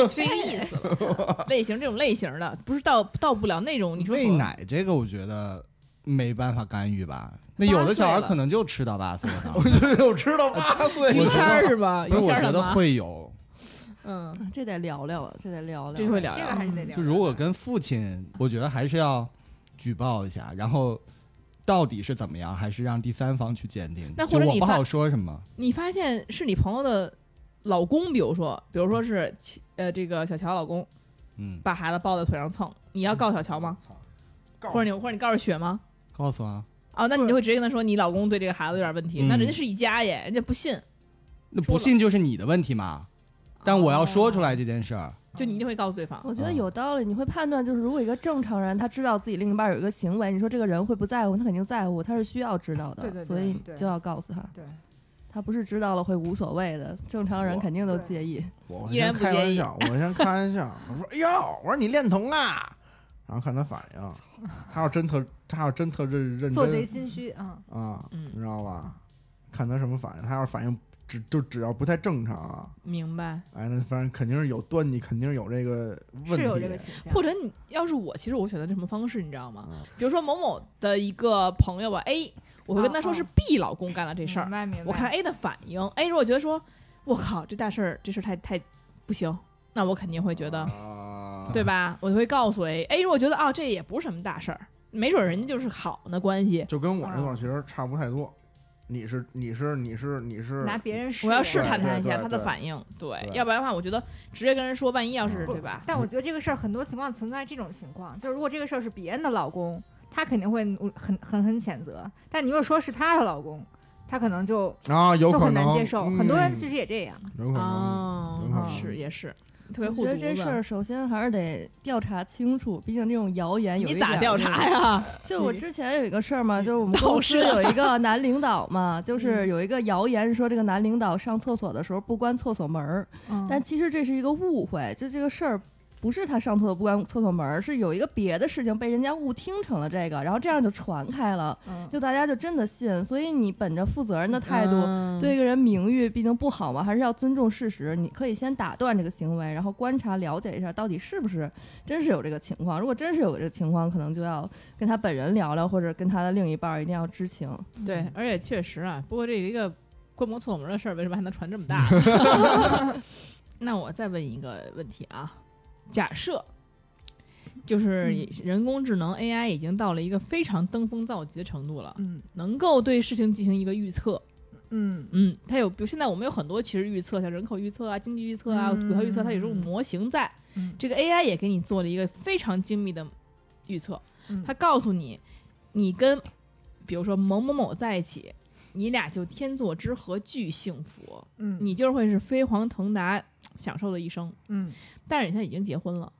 [SPEAKER 1] 是一个意思了。类型这种类型的，不是到到不了那种 你说
[SPEAKER 2] 喂
[SPEAKER 1] 我
[SPEAKER 2] 奶这个我觉得没办法干预吧。那有的小孩可能就吃到八岁 上，
[SPEAKER 4] 我就知道八岁
[SPEAKER 1] 于
[SPEAKER 2] 我觉
[SPEAKER 1] 谦
[SPEAKER 2] 得
[SPEAKER 1] 儿是吧？于
[SPEAKER 2] 不是我
[SPEAKER 1] 谦儿
[SPEAKER 2] 觉
[SPEAKER 1] 他
[SPEAKER 2] 得
[SPEAKER 1] 妈，
[SPEAKER 2] 会有。
[SPEAKER 1] 嗯，
[SPEAKER 5] 嗯这得聊聊了，这得聊聊。
[SPEAKER 1] 这会聊啊
[SPEAKER 3] 这个
[SPEAKER 1] 聊
[SPEAKER 3] 还是得
[SPEAKER 2] 嗯
[SPEAKER 3] 聊，
[SPEAKER 2] 就如果跟父亲，我觉得还是要举报一下，然后到底是怎么样，还是让第三方去鉴定。
[SPEAKER 1] 那或
[SPEAKER 2] 就
[SPEAKER 1] 者
[SPEAKER 2] 我
[SPEAKER 1] 你
[SPEAKER 2] 不
[SPEAKER 1] 发
[SPEAKER 2] 好说什么。
[SPEAKER 1] 你发现是你朋友的老公，比如说，比如说是其呃这个小乔老公
[SPEAKER 2] 嗯，
[SPEAKER 1] 把孩子抱在腿上蹭，你要告小乔吗？？
[SPEAKER 4] 告
[SPEAKER 1] 或者你或者你告诉雪吗？
[SPEAKER 2] 告诉啊，
[SPEAKER 1] 啊，那你就会直接跟他说你老公对这个孩子有点问题，
[SPEAKER 2] 嗯
[SPEAKER 1] 那人家是一家耶，人家不信，
[SPEAKER 2] 那不信就是你的问题
[SPEAKER 1] 哦
[SPEAKER 2] 嘛。但我要说出来这件事儿，
[SPEAKER 1] 就你一定会告诉对方。
[SPEAKER 5] 我觉得有道理，你会判断，就是如果一个正常人他知道自己另一半有一个行为，你说这个人会不在乎，他肯定在乎，他是需要知道的，
[SPEAKER 3] 对对对
[SPEAKER 5] 所以
[SPEAKER 3] 对
[SPEAKER 5] 就要告诉他，
[SPEAKER 3] 对
[SPEAKER 5] 他他不是知道了会无所谓的，正常人
[SPEAKER 4] 我
[SPEAKER 5] 肯定都
[SPEAKER 3] 对
[SPEAKER 5] 介意。
[SPEAKER 4] 我我
[SPEAKER 1] 依然
[SPEAKER 4] 先
[SPEAKER 1] 不
[SPEAKER 4] 开玩
[SPEAKER 1] 介意
[SPEAKER 4] 笑，我先开玩笑，我说哎呦，我说你恋童啊，然后看他反应，他要真特他要真特认认
[SPEAKER 3] 做贼
[SPEAKER 4] 真
[SPEAKER 3] 心虚啊，
[SPEAKER 4] 啊，
[SPEAKER 1] 嗯
[SPEAKER 4] 你知道吧？看他什么反应，他要是反应只就只要不太正常啊，
[SPEAKER 1] 明白。
[SPEAKER 4] 哎，那反正肯定是有端倪，肯定是有这个问
[SPEAKER 3] 是有这
[SPEAKER 4] 题
[SPEAKER 3] 个。倾向。
[SPEAKER 1] 或者你要是我，其实我选择什么方式，你知道吗？
[SPEAKER 4] 嗯
[SPEAKER 1] 比如说某某的一个朋友吧，A，我会跟他说
[SPEAKER 4] 嗯
[SPEAKER 3] 哦
[SPEAKER 1] 是 B 老公干了这事儿
[SPEAKER 3] 明，白明白。
[SPEAKER 1] 我看 A 的反应。A 如果觉得说，我靠，这大事儿，这事儿太太不行，那我肯定会觉得，
[SPEAKER 4] 啊
[SPEAKER 1] 对吧？我就会告诉 A。A 如果觉得啊、这也不是什么大事儿，没准人家就是好呢关系。
[SPEAKER 4] 就跟
[SPEAKER 3] 嗯
[SPEAKER 4] 我这块儿其实差不太多。你是你是你是你是
[SPEAKER 3] 拿别人试
[SPEAKER 1] 我要
[SPEAKER 4] 是
[SPEAKER 1] 试
[SPEAKER 3] 试
[SPEAKER 1] 探他一
[SPEAKER 4] 对
[SPEAKER 1] 下他
[SPEAKER 4] 对
[SPEAKER 1] 的
[SPEAKER 4] 对
[SPEAKER 1] 反应，对，
[SPEAKER 4] 对嗯
[SPEAKER 1] 要不然的话，我觉得直接跟人说，万一要是
[SPEAKER 4] 不
[SPEAKER 1] 对吧？
[SPEAKER 3] 但我觉得这个事儿很多情况存在这种情况，就是如果这个事儿是别人的老公，他肯定会努很狠狠谴责；但你如果说是她的老公，他可能就
[SPEAKER 4] 啊，有
[SPEAKER 3] 就
[SPEAKER 4] 可
[SPEAKER 3] 很
[SPEAKER 4] 能
[SPEAKER 3] 难接受。很多人啊其
[SPEAKER 1] 嗯
[SPEAKER 4] 实
[SPEAKER 3] 实也这样，
[SPEAKER 4] 有可能
[SPEAKER 1] 哦
[SPEAKER 4] 有可能
[SPEAKER 1] 是也是，特别
[SPEAKER 5] 嗯我
[SPEAKER 1] 护犊
[SPEAKER 5] 觉
[SPEAKER 1] 子。
[SPEAKER 5] 得这事儿首先还是得调查清楚，毕竟这种谣言有
[SPEAKER 1] 你
[SPEAKER 5] 一
[SPEAKER 1] 咋
[SPEAKER 5] 点
[SPEAKER 1] 调
[SPEAKER 5] 那
[SPEAKER 1] 查
[SPEAKER 5] 个
[SPEAKER 1] 呀？
[SPEAKER 5] 就是我
[SPEAKER 1] 你
[SPEAKER 5] 之前有一个事儿嘛，
[SPEAKER 1] 你
[SPEAKER 5] 就是我们
[SPEAKER 1] 倒啊
[SPEAKER 5] 公司
[SPEAKER 1] 射
[SPEAKER 5] 有一个男领导嘛，就是有一个谣言说这个男领导上厕所的时候不关厕所门儿，
[SPEAKER 3] 嗯
[SPEAKER 5] 但其实这是一个误会，就这个事儿。不是他上厕所不关厕所门儿，是有一个别的事情被人家误听成了这个，然后这样就传开了，
[SPEAKER 3] 嗯
[SPEAKER 5] 就大家就真的信。所以你本着负责任的态度，
[SPEAKER 1] 嗯
[SPEAKER 5] 对一个人名誉毕竟不好嘛，还是要尊重事实。你可以先打断这个行为，然后观察了解一下到底是不是真是有这个情况。如果真是有这个情况，可能就要跟他本人聊聊，或者跟他的另一半儿一定要知情。
[SPEAKER 3] 嗯
[SPEAKER 1] 对，而且确实啊，不过这一个关门厕所门的事儿，为什么还能传这么 大？ 那我再问一个问题啊，假设就是
[SPEAKER 3] 嗯
[SPEAKER 1] 人工智能 AI 已经到了一个非常登峰造极的程度了，
[SPEAKER 3] 嗯
[SPEAKER 1] 能够对事情进行一个预测。
[SPEAKER 3] 嗯
[SPEAKER 1] 嗯，它有，比如现在我们有很多其实预测，像人口预测啊、经济预测啊、
[SPEAKER 3] 嗯
[SPEAKER 1] 股票预测，它有这种模型在。
[SPEAKER 3] 嗯
[SPEAKER 1] 这个 AI 也给你做了一个非常精密的预测，
[SPEAKER 3] 嗯
[SPEAKER 1] 它告诉你，你跟比如说某某某在一起，你俩就天作之合，巨幸福，
[SPEAKER 3] 嗯
[SPEAKER 1] 你就是会是飞黄腾达，享受的一生。
[SPEAKER 3] 嗯
[SPEAKER 1] 但是你现在已经结婚了，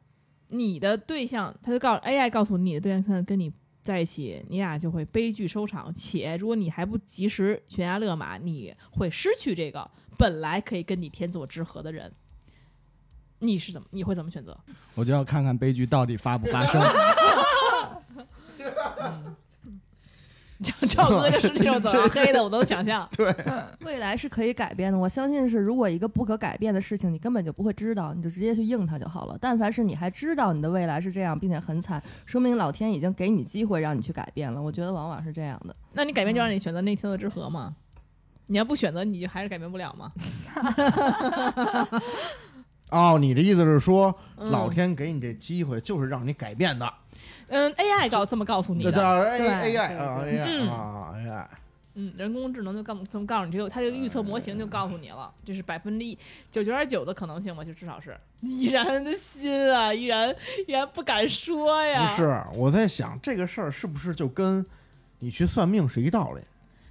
[SPEAKER 1] 你的对象，他就告 AI 告诉你的对象，他跟你在一起，你俩就会悲剧收场，且如果你还不及时悬崖勒马，你会失去这个本来可以跟你天作之合的人。你是怎么？你会怎么选择？
[SPEAKER 2] 我就要看看悲剧到底发不发 生。
[SPEAKER 1] 赵赵哥这个这种走到黑的，我都能想象。
[SPEAKER 5] 未来是可以改变的，我相信是，如果一个不可改变的事情，你根本就不会知道，你就直接去应它就好了。但凡是你还知道你的未来是这样，并且很惨，说明老天已经给你机会让你去改变了。我觉得往往是这样的。
[SPEAKER 1] 那你改变就让你选择那天作之合吗？你要不选择，你就还是改变不了吗？
[SPEAKER 4] 哦，你的意思是说，
[SPEAKER 1] 嗯
[SPEAKER 4] 老天给你这机会就是让你改变的，
[SPEAKER 1] 嗯，AI 告这么告诉你
[SPEAKER 4] 这
[SPEAKER 1] 的，
[SPEAKER 4] 叫
[SPEAKER 5] 对
[SPEAKER 4] A A I 啊
[SPEAKER 5] 对
[SPEAKER 4] A
[SPEAKER 1] 对
[SPEAKER 4] I
[SPEAKER 1] 嗯
[SPEAKER 4] 啊 A I，
[SPEAKER 1] 嗯，人工智能就告这么告诉你，只有它这个预测模型
[SPEAKER 4] 哎
[SPEAKER 1] 就告诉你了，这是百分之九九点九的可能性吧，就至少是。依然的心啊，依然依然不敢说呀。
[SPEAKER 4] 不，是，我在想这个事儿是不是就跟你去算命是一道理？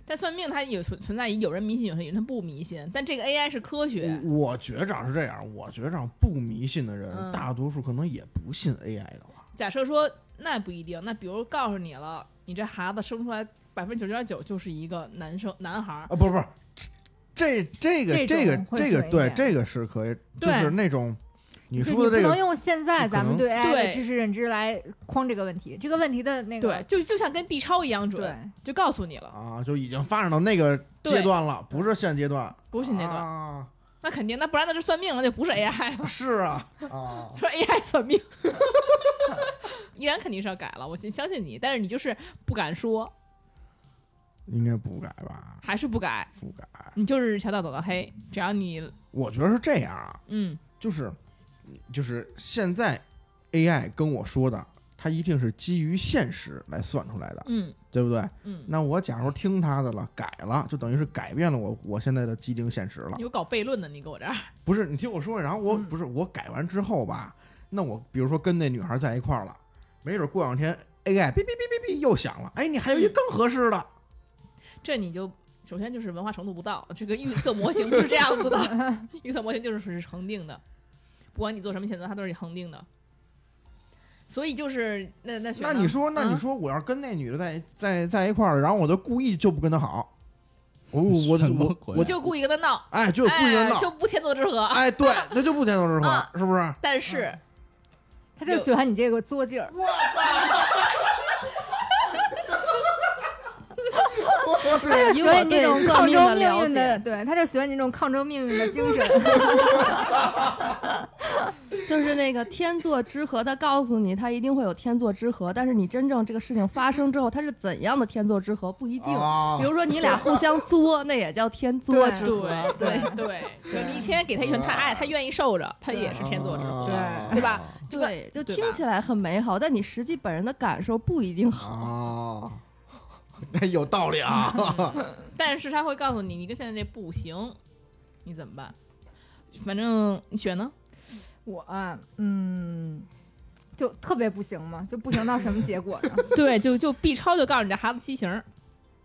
[SPEAKER 1] 但算命它也存存在于有人迷信，有人有人不迷信，但这个 AI 是科学。
[SPEAKER 4] 我觉着是这样，我觉着不迷信的人，
[SPEAKER 1] 嗯
[SPEAKER 4] 大多数可能也不信 A I 的话，
[SPEAKER 1] 假设说那不一定，那比如告诉你了，你这孩子生出来百分之九十九点九就是一个男生男孩儿，
[SPEAKER 4] 啊，不是不是，这这个这
[SPEAKER 3] 这
[SPEAKER 4] 个
[SPEAKER 3] 种会
[SPEAKER 4] 这个
[SPEAKER 3] 准一
[SPEAKER 4] 对
[SPEAKER 3] 点
[SPEAKER 4] 这个是可以，就
[SPEAKER 1] 对
[SPEAKER 4] 是那种你
[SPEAKER 3] 就是
[SPEAKER 4] 说的
[SPEAKER 3] 不
[SPEAKER 4] 这
[SPEAKER 3] 能
[SPEAKER 4] 个
[SPEAKER 3] 用现在
[SPEAKER 4] 就可
[SPEAKER 3] 咱们
[SPEAKER 4] 能
[SPEAKER 3] 对 AI
[SPEAKER 1] 对
[SPEAKER 3] 的知识认知来框这个问题，这个问题的那
[SPEAKER 1] 对
[SPEAKER 3] 个，
[SPEAKER 1] 就就像跟 B 超一样准，就告诉你了，
[SPEAKER 4] 啊，就已经发展到那个阶
[SPEAKER 1] 对
[SPEAKER 4] 段了，不是现阶段，
[SPEAKER 1] 不是那段，
[SPEAKER 4] 啊
[SPEAKER 1] 那肯定，那不然那是算命了，就 不是 AI 了，
[SPEAKER 4] 是啊， 啊，
[SPEAKER 1] 说 AI 算命，依然肯定是要改了，我信相信你，但是你就是不敢说，
[SPEAKER 4] 应该不改吧？
[SPEAKER 1] 还是不改，
[SPEAKER 4] 不改，
[SPEAKER 1] 你就是小道走到黑，只要你
[SPEAKER 4] 我觉得是这样啊，
[SPEAKER 1] 嗯
[SPEAKER 4] 就是，嗯就是现在 AI 跟我说的，它一定是基于现实来算出来的，
[SPEAKER 1] 嗯
[SPEAKER 4] 对不对？
[SPEAKER 1] 嗯，
[SPEAKER 4] 那我假如听它的了，改了，就等于是改变了我我现在的既定现实了。
[SPEAKER 1] 有搞悖论的，你给我这儿，
[SPEAKER 4] 不是，你听我说，然后我、
[SPEAKER 3] 嗯
[SPEAKER 4] 不是我改完之后吧，那我比如说跟那女孩在一块儿了，没准过两天 AI 哔哔哔哔哔又响了，哎，你还有
[SPEAKER 1] 嗯
[SPEAKER 4] 一更合适的，
[SPEAKER 1] 这你就。首先就是文化程度不到，这个预测模型不是这样子的， 预测模型就是是恒定的，不管你做什么选择，它都是恒定的。所以就是那那选
[SPEAKER 4] 那
[SPEAKER 1] 择
[SPEAKER 4] 你说，那
[SPEAKER 1] 啊
[SPEAKER 4] 你说，我要跟那女的在在在一块儿，然后我就故意就不跟她好，我我
[SPEAKER 2] 什么
[SPEAKER 4] 我
[SPEAKER 2] 鬼啊
[SPEAKER 4] 我
[SPEAKER 1] 就故意跟他闹，
[SPEAKER 4] 哎，就有故意
[SPEAKER 1] 哎
[SPEAKER 4] 的闹，
[SPEAKER 1] 就不天作之 合。
[SPEAKER 4] 哎，对，那就不天作之合
[SPEAKER 5] 嗯
[SPEAKER 1] 啊，
[SPEAKER 4] 是不是？
[SPEAKER 1] 但是
[SPEAKER 3] 他就喜欢你这个作劲儿。
[SPEAKER 4] 我操！ 我
[SPEAKER 3] 他
[SPEAKER 4] 这
[SPEAKER 3] 就喜欢你这种抗争
[SPEAKER 5] 以我对算
[SPEAKER 3] 命
[SPEAKER 5] 命
[SPEAKER 3] 运
[SPEAKER 5] 的
[SPEAKER 3] 的，
[SPEAKER 5] 了
[SPEAKER 3] 对，他就喜欢你这种抗争命运的精神。
[SPEAKER 5] 就是那个天作之合，他告诉你他一定会有天作之合，但是你真正这个事情发生之后，他是怎样的天作之合不一定。
[SPEAKER 4] 啊
[SPEAKER 5] 比如说你俩互相作，那也叫天 作之合。
[SPEAKER 1] 对对，就你先给他一拳，他爱他愿意受着，他也是天作之
[SPEAKER 5] 哦
[SPEAKER 1] 合，
[SPEAKER 4] 啊
[SPEAKER 1] 对吧？就跟
[SPEAKER 5] 对，就
[SPEAKER 1] 对
[SPEAKER 5] 听
[SPEAKER 1] 吧
[SPEAKER 5] 起来很美好，但你实际本人的感受不一定好。哦
[SPEAKER 4] 啊， 哎有道理 啊！
[SPEAKER 1] 但是他会告诉你，你跟现在这不行，你怎么办？反正你选呢？
[SPEAKER 3] 我啊嗯，就特别不行嘛，就不行到什么结果呢？
[SPEAKER 1] 对，就就 B 超就告诉你这孩子畸形儿，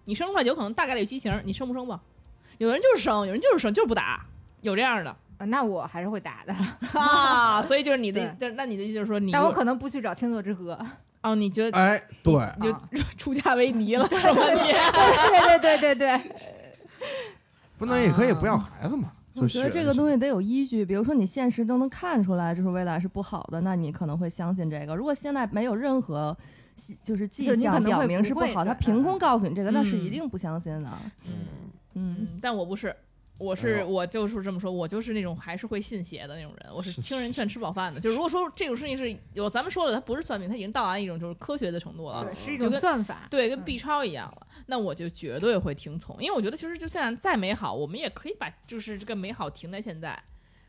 [SPEAKER 1] 你生出来有可能大概率畸形儿，你生不生吧？有人就是生，有人就是生，就是不打，有这样的
[SPEAKER 3] 啊那我还是会打的，
[SPEAKER 1] 啊。所以就是你的，就是那你的意思就是说你
[SPEAKER 3] 但我可能不去找天作之合。
[SPEAKER 1] 哦，你觉得
[SPEAKER 4] 哎，对，
[SPEAKER 1] 你就
[SPEAKER 3] 啊
[SPEAKER 1] 出家为尼了是吧？你
[SPEAKER 3] 对对对对对，
[SPEAKER 4] 不能也可以不要孩子嘛。
[SPEAKER 5] 嗯我觉得这个
[SPEAKER 4] 西
[SPEAKER 5] 东西得有依据，比如说你现实都能看出来，就是未来是不好的，那你可能会相信这个。如果现在没有任何迹就是迹
[SPEAKER 3] 就是你可
[SPEAKER 5] 象
[SPEAKER 3] 能会
[SPEAKER 5] 表明是不
[SPEAKER 3] 不
[SPEAKER 5] 好，
[SPEAKER 3] 会啊
[SPEAKER 5] 他
[SPEAKER 3] 的
[SPEAKER 5] 凭空告诉你这个，那是
[SPEAKER 1] 嗯
[SPEAKER 5] 一定不相信的。嗯，
[SPEAKER 1] 嗯，但我不是，我
[SPEAKER 4] 哎
[SPEAKER 1] 是
[SPEAKER 4] 呦
[SPEAKER 1] 我就是这么说，我就是那种还是会信邪的那种人，我
[SPEAKER 4] 是
[SPEAKER 1] 是听人劝吃饱饭的。就如果说这种事情是有咱们说了，它不是算命，它已经到达一种就是科学的程度了。
[SPEAKER 3] 对是一
[SPEAKER 1] 就
[SPEAKER 3] 种
[SPEAKER 1] 跟
[SPEAKER 3] 算法。
[SPEAKER 1] 对，跟
[SPEAKER 3] 嗯
[SPEAKER 1] B 超一样了，那我就绝对会听从，因为我觉得其实就算再美好，我们也可以把就是这个美好停在现在。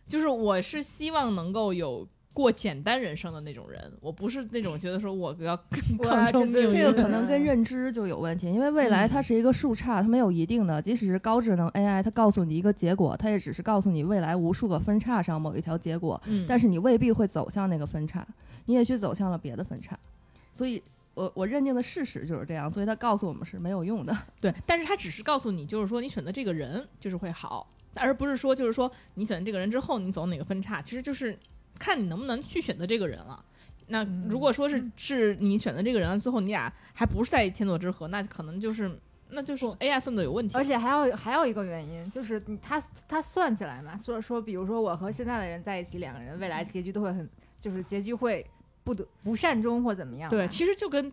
[SPEAKER 1] 就是我是希望能够有过简单人生的那种人，我不是那种觉得说我要 抗争命
[SPEAKER 3] 这
[SPEAKER 1] 运
[SPEAKER 5] 这
[SPEAKER 1] 的
[SPEAKER 5] 个可能跟认知就有问题，因为未
[SPEAKER 1] 嗯
[SPEAKER 5] 来它是一个树杈，它没有一定的，即使是高智能 AI，它告诉你一个结果，它也只是告诉你未来无数个分叉上某一条结果，
[SPEAKER 1] 嗯，
[SPEAKER 5] 但是你未必会走向那个分叉，你也许走向了别的分叉，所以我我认定的事实就是这样，所以它告诉我们是没有用的。
[SPEAKER 1] 对，但是他只是告诉你，就是说你选择这个人就是会好，而不是说就是说你选择这个人之后你走哪个分叉，其实就是看你能不能去选择这个人了。那如果说是、是你选择这个人了，最后你俩还不是在天作之合，那可能就是那就是
[SPEAKER 3] 不
[SPEAKER 1] AI 算的有问题。
[SPEAKER 3] 而且还有还有一个原因，就是你他他算起来嘛，所以说，比如说我和现在的人在一起，两个人未来结局都会很，就是结局会不得不善终或怎么样吧。
[SPEAKER 1] 对，其实就跟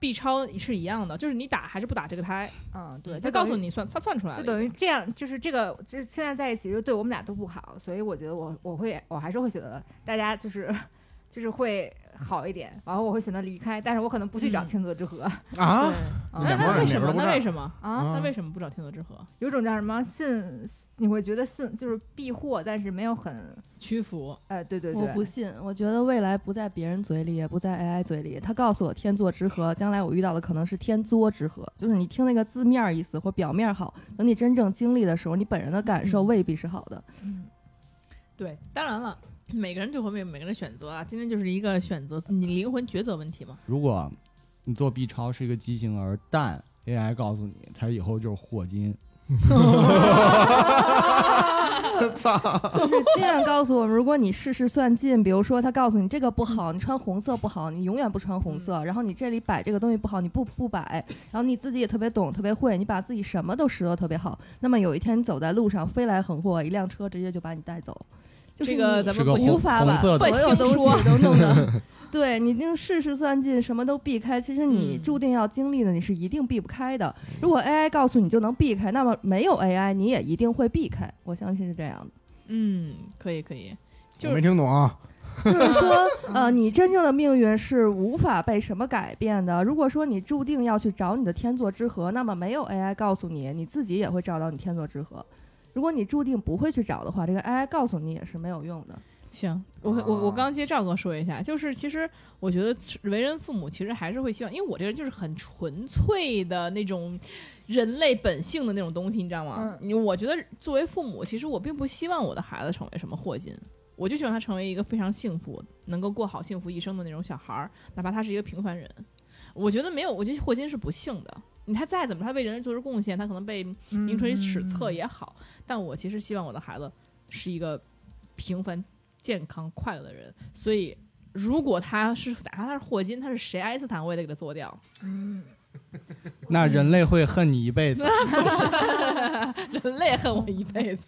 [SPEAKER 1] B 超是一样的，就是你打还是不打这个胎，
[SPEAKER 3] 嗯，对，
[SPEAKER 1] 他
[SPEAKER 3] 就
[SPEAKER 1] 告诉
[SPEAKER 3] 等于，
[SPEAKER 1] 你算，他算出来了
[SPEAKER 3] 就
[SPEAKER 1] 已经，
[SPEAKER 3] 等于这样，就是这个，就现在在一起，就对我们俩都不好，所以我觉得我我会我还是会选择大家就是就是会好一点，然后我会选择离开，但是我可能不去找
[SPEAKER 1] 嗯
[SPEAKER 3] 天作之合嗯
[SPEAKER 4] 啊，
[SPEAKER 1] 那
[SPEAKER 4] 两边
[SPEAKER 1] 那为
[SPEAKER 4] 儿哪边
[SPEAKER 1] 什
[SPEAKER 4] 儿
[SPEAKER 1] 么
[SPEAKER 4] 都？不
[SPEAKER 1] 那
[SPEAKER 4] 占
[SPEAKER 1] 为什么？
[SPEAKER 3] 啊
[SPEAKER 1] 那
[SPEAKER 4] 啊
[SPEAKER 1] 为什么不找天作之合？
[SPEAKER 3] 有种叫什么信，你会觉得信就是避祸，但是没有很，
[SPEAKER 1] 屈服，
[SPEAKER 3] 呃，对对对，
[SPEAKER 5] 我不信，我觉得未来不在别人嘴里，也不在 AI 嘴里。他告诉我天作之合，将来我遇到的可能是天作之合，就是你听那个字面意思或表面好，等你真正经历的时候，你本人的感受
[SPEAKER 1] 嗯
[SPEAKER 5] 未必是好的。
[SPEAKER 1] 对，当然了，每个人就会有每个人的选择啊。今天就是一个选择，你灵魂抉择问题嘛。
[SPEAKER 2] 如果你做 B 超是一个畸形儿，但 AI 告诉你，他以后就是霍金，
[SPEAKER 4] 操！
[SPEAKER 5] 就是经验告诉我们，如果你事事算尽，比如说他告诉你这个不好，你穿红色不好，你永远不穿红色，然后你这里摆这个东西不好，你不不摆，然后你自己也特别懂，特别会，你把自己什么都拾掇特别好，那么有一天你走在路上，飞来横祸，一辆车直接就把你带走，就是
[SPEAKER 1] 这个
[SPEAKER 5] 你
[SPEAKER 1] 咱
[SPEAKER 2] 是
[SPEAKER 1] 们
[SPEAKER 2] 个
[SPEAKER 1] 不
[SPEAKER 5] 无
[SPEAKER 2] 红
[SPEAKER 1] 行，
[SPEAKER 5] 法
[SPEAKER 2] 红
[SPEAKER 5] 把
[SPEAKER 2] 色
[SPEAKER 5] 所
[SPEAKER 1] 的
[SPEAKER 5] 有东
[SPEAKER 1] 不
[SPEAKER 5] 西都弄的，对你那个事事算尽，什么都避开，其实你
[SPEAKER 1] 嗯
[SPEAKER 5] 注定要经历的，你是一定避不开的。如果 AI 告诉你就能避开，那么没有 AI 你也一定会避开，我相信是这样子。
[SPEAKER 1] 嗯，可以可以，就
[SPEAKER 4] 我没
[SPEAKER 1] 是
[SPEAKER 4] 听懂啊，
[SPEAKER 5] 就是说，呃，你真正的命运是无法被什么改变的。如果说你注定要去找你的天作之合，那么没有 AI 告诉你，你自己也会找到你天作之合。如果你注定不会去找的话，这个 AI 告诉你也是没有用的。
[SPEAKER 1] 行。我我我刚接赵哥说一下，就是其实我觉得为人父母其实还是会希望，因为我这人就是很纯粹的那种人类本性的那种东西，你知道吗？你我觉得作为父母，其实我并不希望我的孩子成为什么霍金。我就希望他成为一个非常幸福、能够过好幸福一生的那种小孩儿，哪怕他是一个平凡人。我觉得没有，我觉得霍金是不幸的。你他再怎么，他为人类做出贡献，他可能被
[SPEAKER 3] 嗯
[SPEAKER 1] 名垂史册也好，但我其实希望我的孩子是一个平凡、健康、快乐的人。所以，如果他是哪怕他是霍金，他是谁，爱因斯坦我也得给他做掉。
[SPEAKER 3] 嗯，
[SPEAKER 2] 那人类会恨你一 辈子。
[SPEAKER 1] 人类恨我一辈子。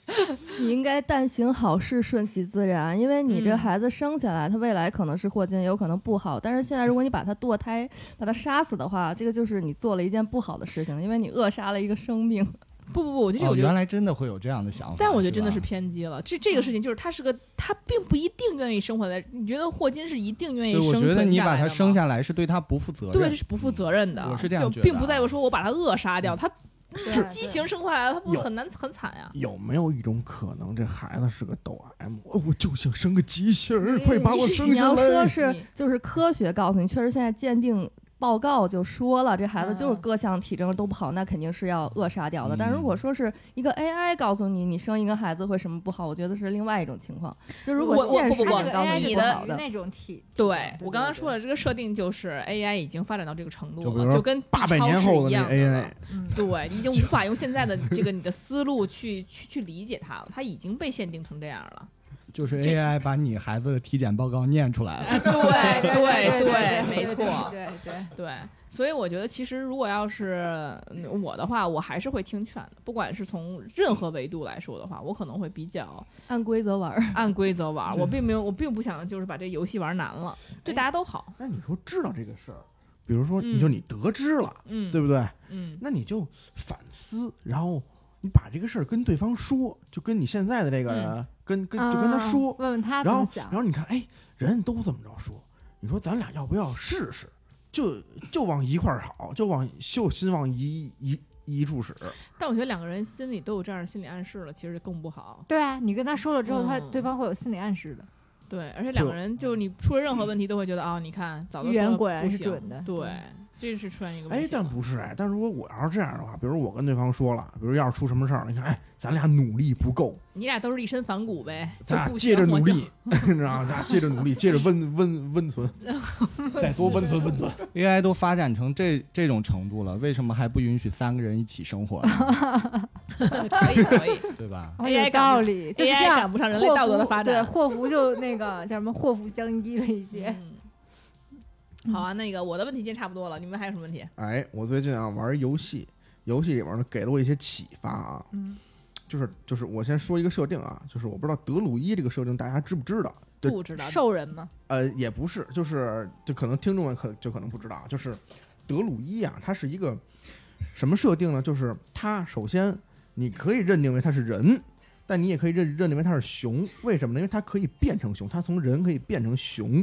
[SPEAKER 5] 你应该但行好事，顺其自然，因为你这
[SPEAKER 1] 嗯
[SPEAKER 5] 孩子生下来，他未来可能是霍金，有可能不好。但是现在，如果你把他堕胎，把他杀死的话，这个就是你做了一件不好的事情，因为你扼杀了一个生命。
[SPEAKER 1] 不不不，我觉得这个
[SPEAKER 2] 哦，
[SPEAKER 1] 我觉得
[SPEAKER 2] 原来真的会有这样的想法，
[SPEAKER 1] 但我觉得真的是
[SPEAKER 2] 吧
[SPEAKER 1] 偏激了。这这个事情就是他是个，他并不一定愿意生活在。你觉得霍金是一定愿意
[SPEAKER 2] 对，我
[SPEAKER 1] 生
[SPEAKER 2] 觉得
[SPEAKER 1] 存
[SPEAKER 2] 你
[SPEAKER 1] 下
[SPEAKER 2] 把
[SPEAKER 1] 来的
[SPEAKER 2] 他
[SPEAKER 1] 吗
[SPEAKER 2] 生下来是对他不负责任，
[SPEAKER 1] 对，这是不负责任的。
[SPEAKER 2] 我是这样
[SPEAKER 1] 就
[SPEAKER 2] 觉得
[SPEAKER 1] 并
[SPEAKER 2] 啊嗯
[SPEAKER 1] 不在于说我把他扼杀掉，他
[SPEAKER 3] 是
[SPEAKER 1] 畸形生活下来，他不
[SPEAKER 4] 有
[SPEAKER 1] 很难很惨呀。
[SPEAKER 4] 有没有一种可能，这孩子是个抖 M？哦我就想生个畸形儿，快把我生
[SPEAKER 5] 你
[SPEAKER 4] 下
[SPEAKER 5] 要说
[SPEAKER 4] 来！
[SPEAKER 5] 是
[SPEAKER 1] 你
[SPEAKER 5] 就是科学告诉你，确实现在鉴定报告就说了，这孩子就是
[SPEAKER 1] 嗯
[SPEAKER 5] 各项体征都不好，那肯定是要扼杀掉的。但
[SPEAKER 2] 嗯
[SPEAKER 5] 如果说是一个 AI 告诉你你生一个孩子会什么不好，我觉得是另外一种情况。就如
[SPEAKER 1] 我
[SPEAKER 5] 果
[SPEAKER 1] 我
[SPEAKER 5] 现
[SPEAKER 1] 不不
[SPEAKER 5] 实
[SPEAKER 1] 不
[SPEAKER 5] 上告诉
[SPEAKER 1] 你
[SPEAKER 5] 你
[SPEAKER 1] 的
[SPEAKER 5] 不
[SPEAKER 3] 属
[SPEAKER 5] 好
[SPEAKER 3] 于
[SPEAKER 5] 的，
[SPEAKER 3] 那种体，
[SPEAKER 1] 啊对我刚才
[SPEAKER 3] 对
[SPEAKER 1] 说了，这个设定就是 AI 已经发展到这个程
[SPEAKER 4] 就
[SPEAKER 1] 度
[SPEAKER 4] 比如
[SPEAKER 1] 了，
[SPEAKER 4] 说
[SPEAKER 1] 就跟
[SPEAKER 4] 八百
[SPEAKER 1] B 超
[SPEAKER 4] 年后
[SPEAKER 1] 是
[SPEAKER 4] 的
[SPEAKER 1] 一
[SPEAKER 4] 那
[SPEAKER 1] 样
[SPEAKER 4] AI，
[SPEAKER 1] 了。嗯对，已经无法用现在的这个你的思路去去去理解它了，它已经被限定成这样了。
[SPEAKER 2] 就是
[SPEAKER 1] 这
[SPEAKER 2] AI 把你孩子的体检报告念出来 了。
[SPEAKER 1] 对对
[SPEAKER 3] 对，
[SPEAKER 1] 没错，
[SPEAKER 3] 对对。
[SPEAKER 1] 对。所以我觉得，其实如果要是嗯我的话，我还是会听劝的。不管是从任何维度来说的话，我可能会比较
[SPEAKER 5] 按规则玩儿。
[SPEAKER 1] 按规则玩儿。我并没有，我并不想就是把这游戏玩难了，对大家都好。
[SPEAKER 4] 那你说知道这个事儿，比如说
[SPEAKER 1] 嗯
[SPEAKER 4] 你就你得知了，
[SPEAKER 1] 嗯，
[SPEAKER 4] 对不对？
[SPEAKER 1] 嗯，
[SPEAKER 4] 那你就反思，然后你把这个事儿跟对方说，就跟你现在的这个人，
[SPEAKER 1] 嗯
[SPEAKER 4] 跟跟就跟他
[SPEAKER 3] 啊
[SPEAKER 4] 说，
[SPEAKER 3] 问问他怎
[SPEAKER 4] 然
[SPEAKER 3] 么
[SPEAKER 4] 后
[SPEAKER 3] 想
[SPEAKER 4] 然。后你看，哎，人家都这么着说，你说咱俩要不要试试？就就往一块儿好，就往就心往一一一处使。
[SPEAKER 1] 但我觉得两个人心里都有这样的心理暗示了，其实更不好。
[SPEAKER 3] 对啊，你跟他说了之后，他
[SPEAKER 1] 嗯
[SPEAKER 3] 对方会有心理暗示的。
[SPEAKER 1] 对，而且两个人就是你出了任何问题都会觉得啊、你看早都
[SPEAKER 3] 语
[SPEAKER 1] 说
[SPEAKER 3] 言
[SPEAKER 1] 了
[SPEAKER 3] 果然
[SPEAKER 1] 不
[SPEAKER 3] 是
[SPEAKER 1] 行
[SPEAKER 3] 准的
[SPEAKER 1] 对，这是出现一个问题
[SPEAKER 4] 哎
[SPEAKER 1] 了。，
[SPEAKER 4] 但不是哎，但如果我要是这样的话，比如我跟对方说了，比如要是出什么事儿，你看，哎，咱俩努力不够，
[SPEAKER 1] 你俩都是一身反骨呗，
[SPEAKER 4] 咱俩
[SPEAKER 1] 就不
[SPEAKER 4] 接着
[SPEAKER 1] 行
[SPEAKER 4] 努
[SPEAKER 1] 我就
[SPEAKER 4] 力， 你知道吗？咱俩接着努力，接着温温温存，再多温存温存。
[SPEAKER 2] AI 都发展成这这种程度了，为什么还不允许三个人一起生 活呢？
[SPEAKER 1] 可以 可以。嗯
[SPEAKER 2] 对吧？
[SPEAKER 3] 哦
[SPEAKER 1] AI
[SPEAKER 3] 有
[SPEAKER 1] 赶
[SPEAKER 3] 道
[SPEAKER 1] 不
[SPEAKER 3] 理，就是
[SPEAKER 1] AI
[SPEAKER 3] 这样。
[SPEAKER 1] 赶不上人类
[SPEAKER 3] 祸
[SPEAKER 1] 道德的
[SPEAKER 3] 福
[SPEAKER 1] 发展
[SPEAKER 3] 对，。祸福就那个叫什么祸福相依了一些。
[SPEAKER 1] 嗯好啊，那个我的问题已经差不多了，你们还有什么问题？
[SPEAKER 4] 哎，我最近啊玩游戏，游戏里边呢给了我一些启发啊，
[SPEAKER 3] 嗯，
[SPEAKER 4] 就是就是我先说一个设定啊，就是我不知道德鲁伊这个设定大家知不知道？对
[SPEAKER 1] 不知道，
[SPEAKER 3] 兽人嘛，
[SPEAKER 4] 呃，也不是，就是就可能听众们可就可能不知道啊，就是德鲁伊啊，他是一个什么设定呢？就是他首先你可以认定为他是人，但你也可以认认定为他是熊，为什么呢？因为他可以变成熊，他从人可以变成熊。